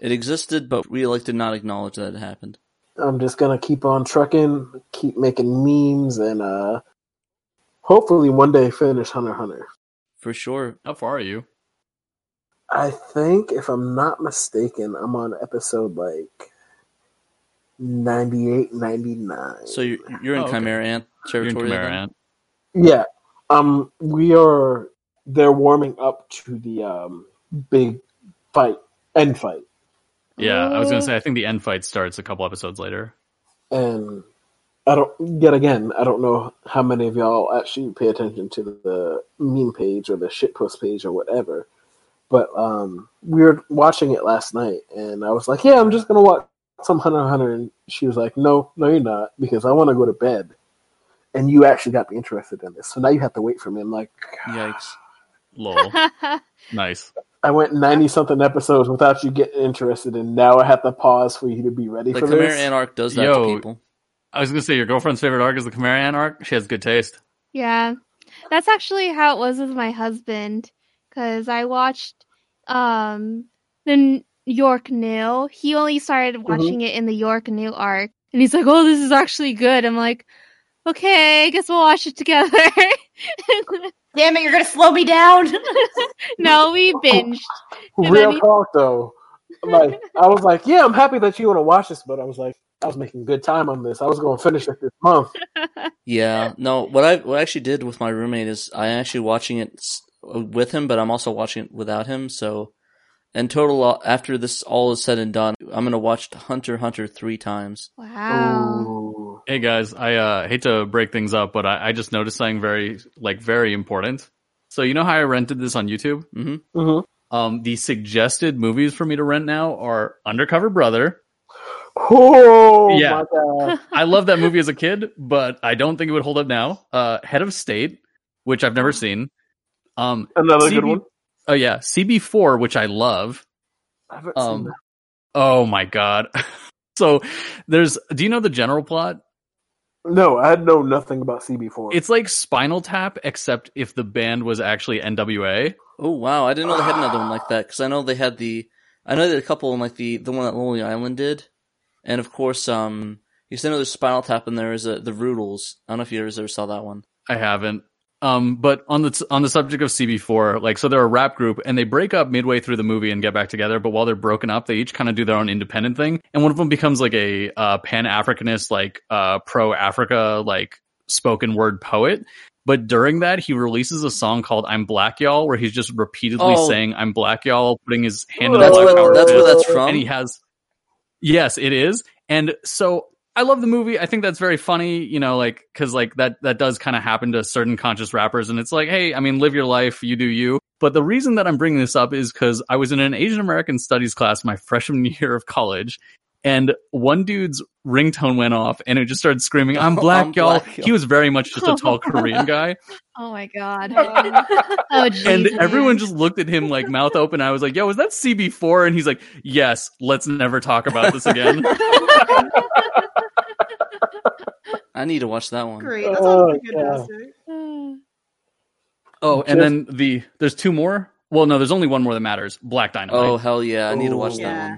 [SPEAKER 3] It existed, but we like did not acknowledge that it happened.
[SPEAKER 1] I'm just gonna keep on trucking, keep making memes, and uh, hopefully one day finish Hunter x Hunter.
[SPEAKER 3] For sure.
[SPEAKER 2] How far are you?
[SPEAKER 1] I think, if I'm not mistaken, I'm on episode like 98, 99.
[SPEAKER 3] So you're you're in
[SPEAKER 1] Oh, okay.
[SPEAKER 3] Chimera Ant territory.
[SPEAKER 2] Chimera
[SPEAKER 3] then?
[SPEAKER 1] Yeah. Um we are they're warming up to the um big fight end fight.
[SPEAKER 2] Yeah, I was gonna say I think the end fight starts a couple episodes later.
[SPEAKER 1] And I don't yet again, I don't know how many of y'all actually pay attention to the meme page or the shitpost page or whatever. But um we were watching it last night and I was like, Yeah, I'm just gonna watch some Hunter x Hunter and she was like, No, no you're not, because I wanna go to bed. And you actually got me interested in this. So now you have to wait for me. I'm like,
[SPEAKER 3] Yikes.
[SPEAKER 2] Lol. nice.
[SPEAKER 1] I went ninety something episodes without you getting interested, and now I have to pause for you to be ready
[SPEAKER 3] The
[SPEAKER 1] for
[SPEAKER 3] Chimera
[SPEAKER 1] this.
[SPEAKER 3] Ant arc does that
[SPEAKER 2] Yo.
[SPEAKER 3] to people.
[SPEAKER 2] I was gonna say your girlfriend's favorite arc is the Chimera Ant arc. She has good taste.
[SPEAKER 5] Yeah. That's actually how it was with my husband cuz I watched um the N- York New.
[SPEAKER 2] Mm-hmm.
[SPEAKER 5] He only started watching it in the York New arc and he's like, "Oh, this is actually good." I'm like, okay, I guess we'll watch it together.
[SPEAKER 18] Damn it, you're gonna slow me down.
[SPEAKER 5] no, we binged. And then
[SPEAKER 1] Real talk though. Like I was like, yeah, I'm happy that you want to watch this, but I was like, I was making good time on this. I was going to finish it this month.
[SPEAKER 3] Yeah. No, what I what I actually did with my roommate is I actually watching it s- with him, but I'm also watching it without him. So, in total, uh, after this all is said and done, I'm gonna watch Hunter x Hunter three times.
[SPEAKER 1] Oh.
[SPEAKER 2] Hey guys, I uh, hate to break things up, but I, I just noticed something very, like, very important. So you know how I rented this on YouTube?
[SPEAKER 3] Mm-hmm.
[SPEAKER 1] Mm-hmm.
[SPEAKER 2] Um, the suggested movies for me to rent now are Undercover Brother.
[SPEAKER 1] Oh
[SPEAKER 2] Yeah.
[SPEAKER 1] my god!
[SPEAKER 2] I love that movie as a kid, but I don't think it would hold up now. Uh, Head of State, which I've never seen. Um,
[SPEAKER 1] Another good one.
[SPEAKER 2] Oh yeah, CB4, which I love.
[SPEAKER 1] I haven't seen
[SPEAKER 2] Um, oh my god. so there's. Do you know the general plot?
[SPEAKER 1] that. No, I know nothing about CB4.
[SPEAKER 2] It's like Spinal Tap, except if the band was actually NWA.
[SPEAKER 3] Oh wow, I didn't know they had another one like that because I know they had the, I know they had a couple in like the the one that Lonely Island did, and of course, um, you said there's Spinal Tap and there is a, the Rudels. I don't know if you guys ever saw that one.
[SPEAKER 2] I haven't. Um, but on the on the subject of CB4, like so, they're a rap group and they break up midway through the movie and get back together. But while they're broken up, they each kind of do their own independent thing. And one of them becomes like a uh, Pan Africanist, like uh, pro Africa, like spoken word poet. But during that, he releases a song called "I'm Black Y'all," where he's just repeatedly
[SPEAKER 3] Oh.
[SPEAKER 2] saying "I'm Black Y'all," putting his hand in
[SPEAKER 3] That's
[SPEAKER 2] his
[SPEAKER 3] where-
[SPEAKER 2] power
[SPEAKER 3] that's where
[SPEAKER 2] fist,
[SPEAKER 3] that's from?
[SPEAKER 2] And he has Yes, it is. And so I love the movie. I think that's very funny, you know, like cuz like that that does kind of happen to certain conscious rappers and it's like, hey, I mean, live your life, you do you. But the reason that I'm bringing this up is cuz I was in an Asian American studies class my freshman year of college and one dude's ringtone went off and it just started screaming, "I'm black,
[SPEAKER 3] I'm
[SPEAKER 2] y'all."
[SPEAKER 3] black, y'all.
[SPEAKER 2] He was very much just a tall Korean guy
[SPEAKER 5] Oh my god. oh Jesus.
[SPEAKER 2] and everyone just looked at him like mouth open. I was like, "Yo, was that CB4?" And he's like, "Yes, let's never talk about this again."
[SPEAKER 3] I need to watch that one.
[SPEAKER 12] Great. That sounds
[SPEAKER 1] Oh, yeah.
[SPEAKER 12] fantastic.
[SPEAKER 2] Oh, and then the there's two more. Well, no, there's only one more that matters. Black Dynamite.
[SPEAKER 3] Oh hell yeah, I need to watch that
[SPEAKER 12] Yeah.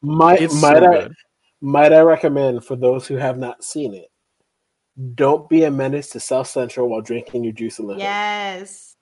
[SPEAKER 3] one.
[SPEAKER 1] Might
[SPEAKER 2] It's so
[SPEAKER 1] might I
[SPEAKER 2] good.
[SPEAKER 1] might I recommend for those who have not seen it? Don't be a menace to South Central while drinking your juice and liquor.
[SPEAKER 18] yes.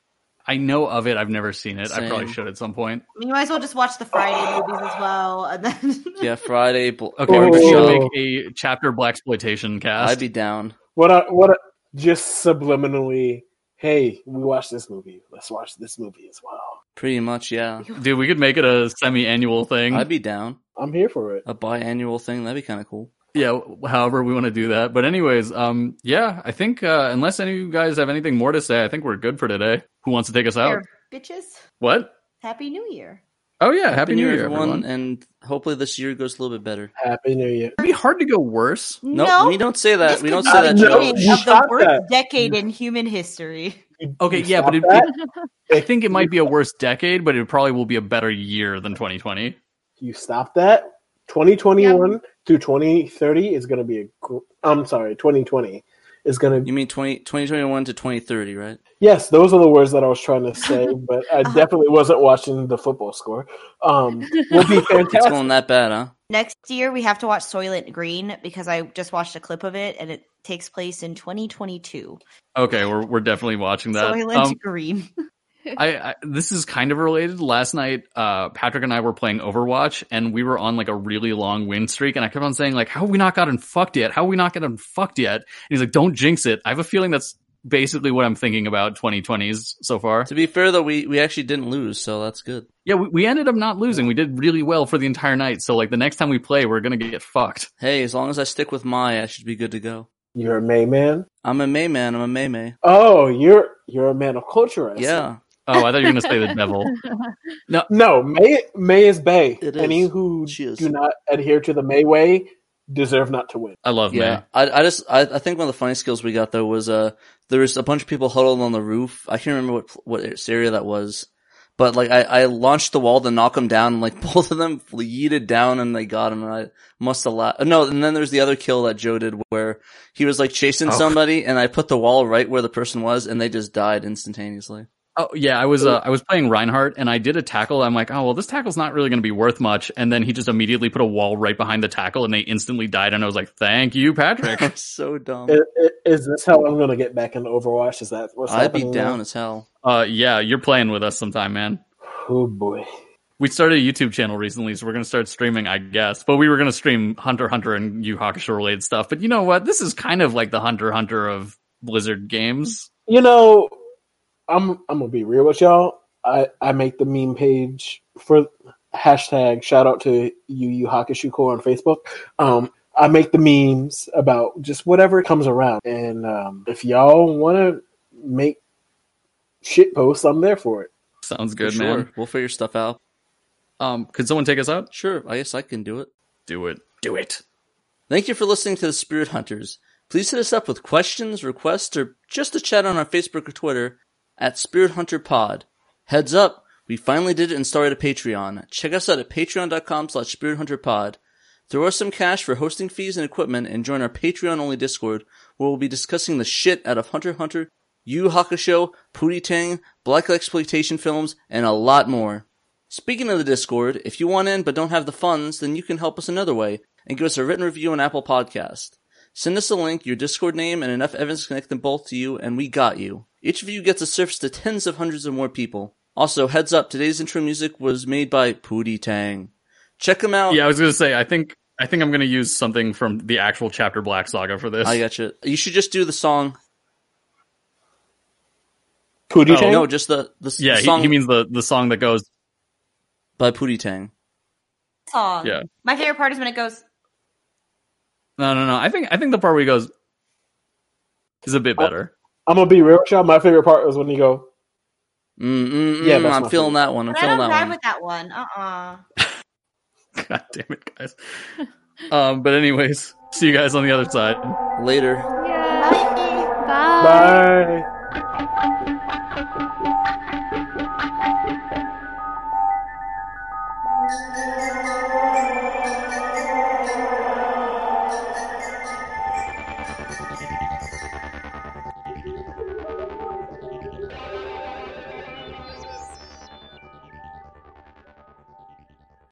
[SPEAKER 2] I know of it. I've never seen it. I probably
[SPEAKER 3] Same.
[SPEAKER 2] should at some point.
[SPEAKER 18] You might as well just watch the Friday movies as well, and then
[SPEAKER 3] Yeah, Friday. Bl-
[SPEAKER 2] Okay,
[SPEAKER 1] Oh.
[SPEAKER 2] we should
[SPEAKER 3] Barbershop.
[SPEAKER 2] make a chapter black exploitation
[SPEAKER 3] I'd
[SPEAKER 2] cast.
[SPEAKER 3] be down.
[SPEAKER 1] What I, what I, just subliminally? Hey, we watched this movie. Let's watch this movie as well.
[SPEAKER 3] Pretty much, yeah.
[SPEAKER 2] Dude, we could make it a semi-annual thing.
[SPEAKER 3] I'd be down.
[SPEAKER 1] I'm here for it.
[SPEAKER 3] A biannual thing that'd be kind of cool.
[SPEAKER 2] yeah, w- however we want to do that. But anyways, um, yeah, I think uh, unless any of you guys have anything more to say, I think we're good for today. Who wants to take us out?
[SPEAKER 18] Here, bitches.
[SPEAKER 2] What?
[SPEAKER 18] Happy New Year.
[SPEAKER 2] Oh yeah, happy, New Year,
[SPEAKER 3] everyone,
[SPEAKER 2] everyone.
[SPEAKER 3] and hopefully this year goes a little bit better.
[SPEAKER 1] Happy New Year.
[SPEAKER 2] It'd be hard to go worse.
[SPEAKER 3] No, we don't say that.
[SPEAKER 18] This
[SPEAKER 3] We don't
[SPEAKER 18] could
[SPEAKER 3] say that.
[SPEAKER 18] be the
[SPEAKER 1] no,
[SPEAKER 3] Joe.
[SPEAKER 18] beginning
[SPEAKER 1] you
[SPEAKER 18] of the
[SPEAKER 1] shot
[SPEAKER 18] worst
[SPEAKER 1] that.
[SPEAKER 18] decade in human history.
[SPEAKER 2] Okay, yeah,
[SPEAKER 1] stop
[SPEAKER 2] but it,
[SPEAKER 1] that?
[SPEAKER 2] it- I think it might be a worse decade, but it probably will be a better year than 2020.
[SPEAKER 1] You stop that. 2021 through 2030 is going to be a. gr- I'm sorry, 2020 is going to.
[SPEAKER 3] You mean 20, 2021 to 2030, right?
[SPEAKER 1] Yes, those are the words that I was trying to say, but I definitely wasn't watching the football score. Um, will be
[SPEAKER 3] It's
[SPEAKER 1] fantastic.
[SPEAKER 3] going that bad, huh?
[SPEAKER 18] Next year, we have to watch Soylent Green because I just watched a clip of it, and it takes place in 2022.
[SPEAKER 2] Okay, we're we're definitely watching that.
[SPEAKER 18] Soylent
[SPEAKER 2] Um,
[SPEAKER 18] Green.
[SPEAKER 2] I, I this is kind of related. Last night, uh, Patrick and I were playing Overwatch, and we were on like a really long win streak. And I kept on saying like, "How have we not gotten fucked yet? How have we not gotten fucked yet?" And he's like, "Don't jinx it." I have a feeling that's basically what I'm thinking about 2020s so far.
[SPEAKER 3] To be fair, though, we, we actually didn't lose, so that's good.
[SPEAKER 2] Yeah, we, we ended up not losing. We did really well for the entire night. So like the next time we play, we're gonna get fucked.
[SPEAKER 3] Hey, as long as I stick with Mai, I should be good to go.
[SPEAKER 1] You're a Mayman.
[SPEAKER 3] I'm a May man. I'm a May May.
[SPEAKER 1] Oh, you're you're a man of culture. I see.
[SPEAKER 3] Yeah.
[SPEAKER 2] Oh, I thought you were gonna say the devil.
[SPEAKER 1] No, May May is Bay.
[SPEAKER 3] It
[SPEAKER 1] Any
[SPEAKER 3] is.
[SPEAKER 1] who
[SPEAKER 3] She is.
[SPEAKER 1] do not adhere to the May way deserve not to win.
[SPEAKER 2] I love
[SPEAKER 3] Yeah,
[SPEAKER 2] May.
[SPEAKER 3] I, I just I, I think one of the funny skills we got though was uh there was a bunch of people huddled on the roof. I can't remember what what area that was, but like I, I launched the wall to knock them down, and like both of them yeeted down and they got him. And I must have laughed. No, and then there's the other kill that Joe did where he was like chasing
[SPEAKER 2] Oh.
[SPEAKER 3] somebody, and I put the wall right where the person was, and they just died instantaneously.
[SPEAKER 2] Oh yeah, I was uh, I was playing Reinhardt and I did a tackle. I'm like, oh well, this tackle's not really going to be worth much. And then he just immediately put a wall right behind the tackle, and they instantly died. And I was like, thank you, Patrick.
[SPEAKER 3] so dumb.
[SPEAKER 1] Is, is this how I'm gonna get back into Overwatch? Is that what's
[SPEAKER 3] I'd be
[SPEAKER 1] happening
[SPEAKER 3] down
[SPEAKER 1] now?
[SPEAKER 3] as hell.
[SPEAKER 2] uh, yeah, you're playing with us sometime, man.
[SPEAKER 1] Oh boy.
[SPEAKER 2] We started a YouTube channel recently, so we're gonna start streaming, I guess. But we were gonna stream Hunter x Hunter and Yu Hakusho related stuff. But you know what? This is kind of like the Hunter x Hunter of Blizzard games.
[SPEAKER 1] You know, I'm I'm gonna be real with y'all. I I make the meme page for hashtag shout out to Yu Yu Hakusho Core on Facebook. Um, I make the memes about just whatever comes around, and um, if y'all want to make shit posts, I'm there for it.
[SPEAKER 2] Sounds good,
[SPEAKER 3] For
[SPEAKER 2] man.
[SPEAKER 3] sure. We'll figure stuff out.
[SPEAKER 2] Um, could someone take us out?
[SPEAKER 3] Sure, I guess I can do it.
[SPEAKER 2] Do it. Do it.
[SPEAKER 3] Thank you for listening to the Spirit Hunters. Please hit us up with questions, requests, or just a chat on our Facebook or Twitter at Spirit Hunter Pod. Heads up, we finally did it and started a Patreon. Check us out at patreon.com slash Spirit Hunter Pod. Throw us some cash for hosting fees and equipment and join our Patreon only Discord where we'll be discussing the shit out of Hunter x Hunter, Yu Yu Hakusho, Pootie Tang, Black Exploitation films, and a lot more. Speaking of the Discord, if you want in but don't have the funds, then you can help us another way and give us a written review on Apple Podcast. Send us a link, your Discord name, and enough evidence to connect them both to you, and we got you. Each of you gets a service to tens of hundreds of more people. Also, heads up, today's intro music was made by Pootie Tang. Check him out.
[SPEAKER 2] Yeah, I was gonna say. I think I think I'm gonna use something from the actual chapter Black Saga for this.
[SPEAKER 3] I gotcha. You should just do the song.
[SPEAKER 1] Pootie
[SPEAKER 2] Tang?
[SPEAKER 3] No, just the, the, the
[SPEAKER 2] Yeah,
[SPEAKER 3] song
[SPEAKER 2] he, he means the the song that goes
[SPEAKER 3] by Pootie Tang.
[SPEAKER 18] Song.
[SPEAKER 2] Yeah.
[SPEAKER 18] My favorite part is when it goes.
[SPEAKER 2] No, no, no. I think I think the part where he goes is a
[SPEAKER 3] Oh.
[SPEAKER 2] bit better.
[SPEAKER 1] I'm gonna be real with y'all. My favorite part was when you go.
[SPEAKER 3] Mm, mm,
[SPEAKER 1] Yeah,
[SPEAKER 3] mm,
[SPEAKER 1] that's
[SPEAKER 3] I'm
[SPEAKER 1] my
[SPEAKER 3] feeling
[SPEAKER 1] favorite.
[SPEAKER 3] that one. I'm
[SPEAKER 18] But I
[SPEAKER 3] feeling
[SPEAKER 18] don't
[SPEAKER 3] that
[SPEAKER 18] ride
[SPEAKER 3] one.
[SPEAKER 18] with that one. Uh uh
[SPEAKER 2] God damn it, guys. um, but anyways, see you guys on the other side
[SPEAKER 3] later.
[SPEAKER 5] Bye.
[SPEAKER 1] Bye.
[SPEAKER 5] Bye.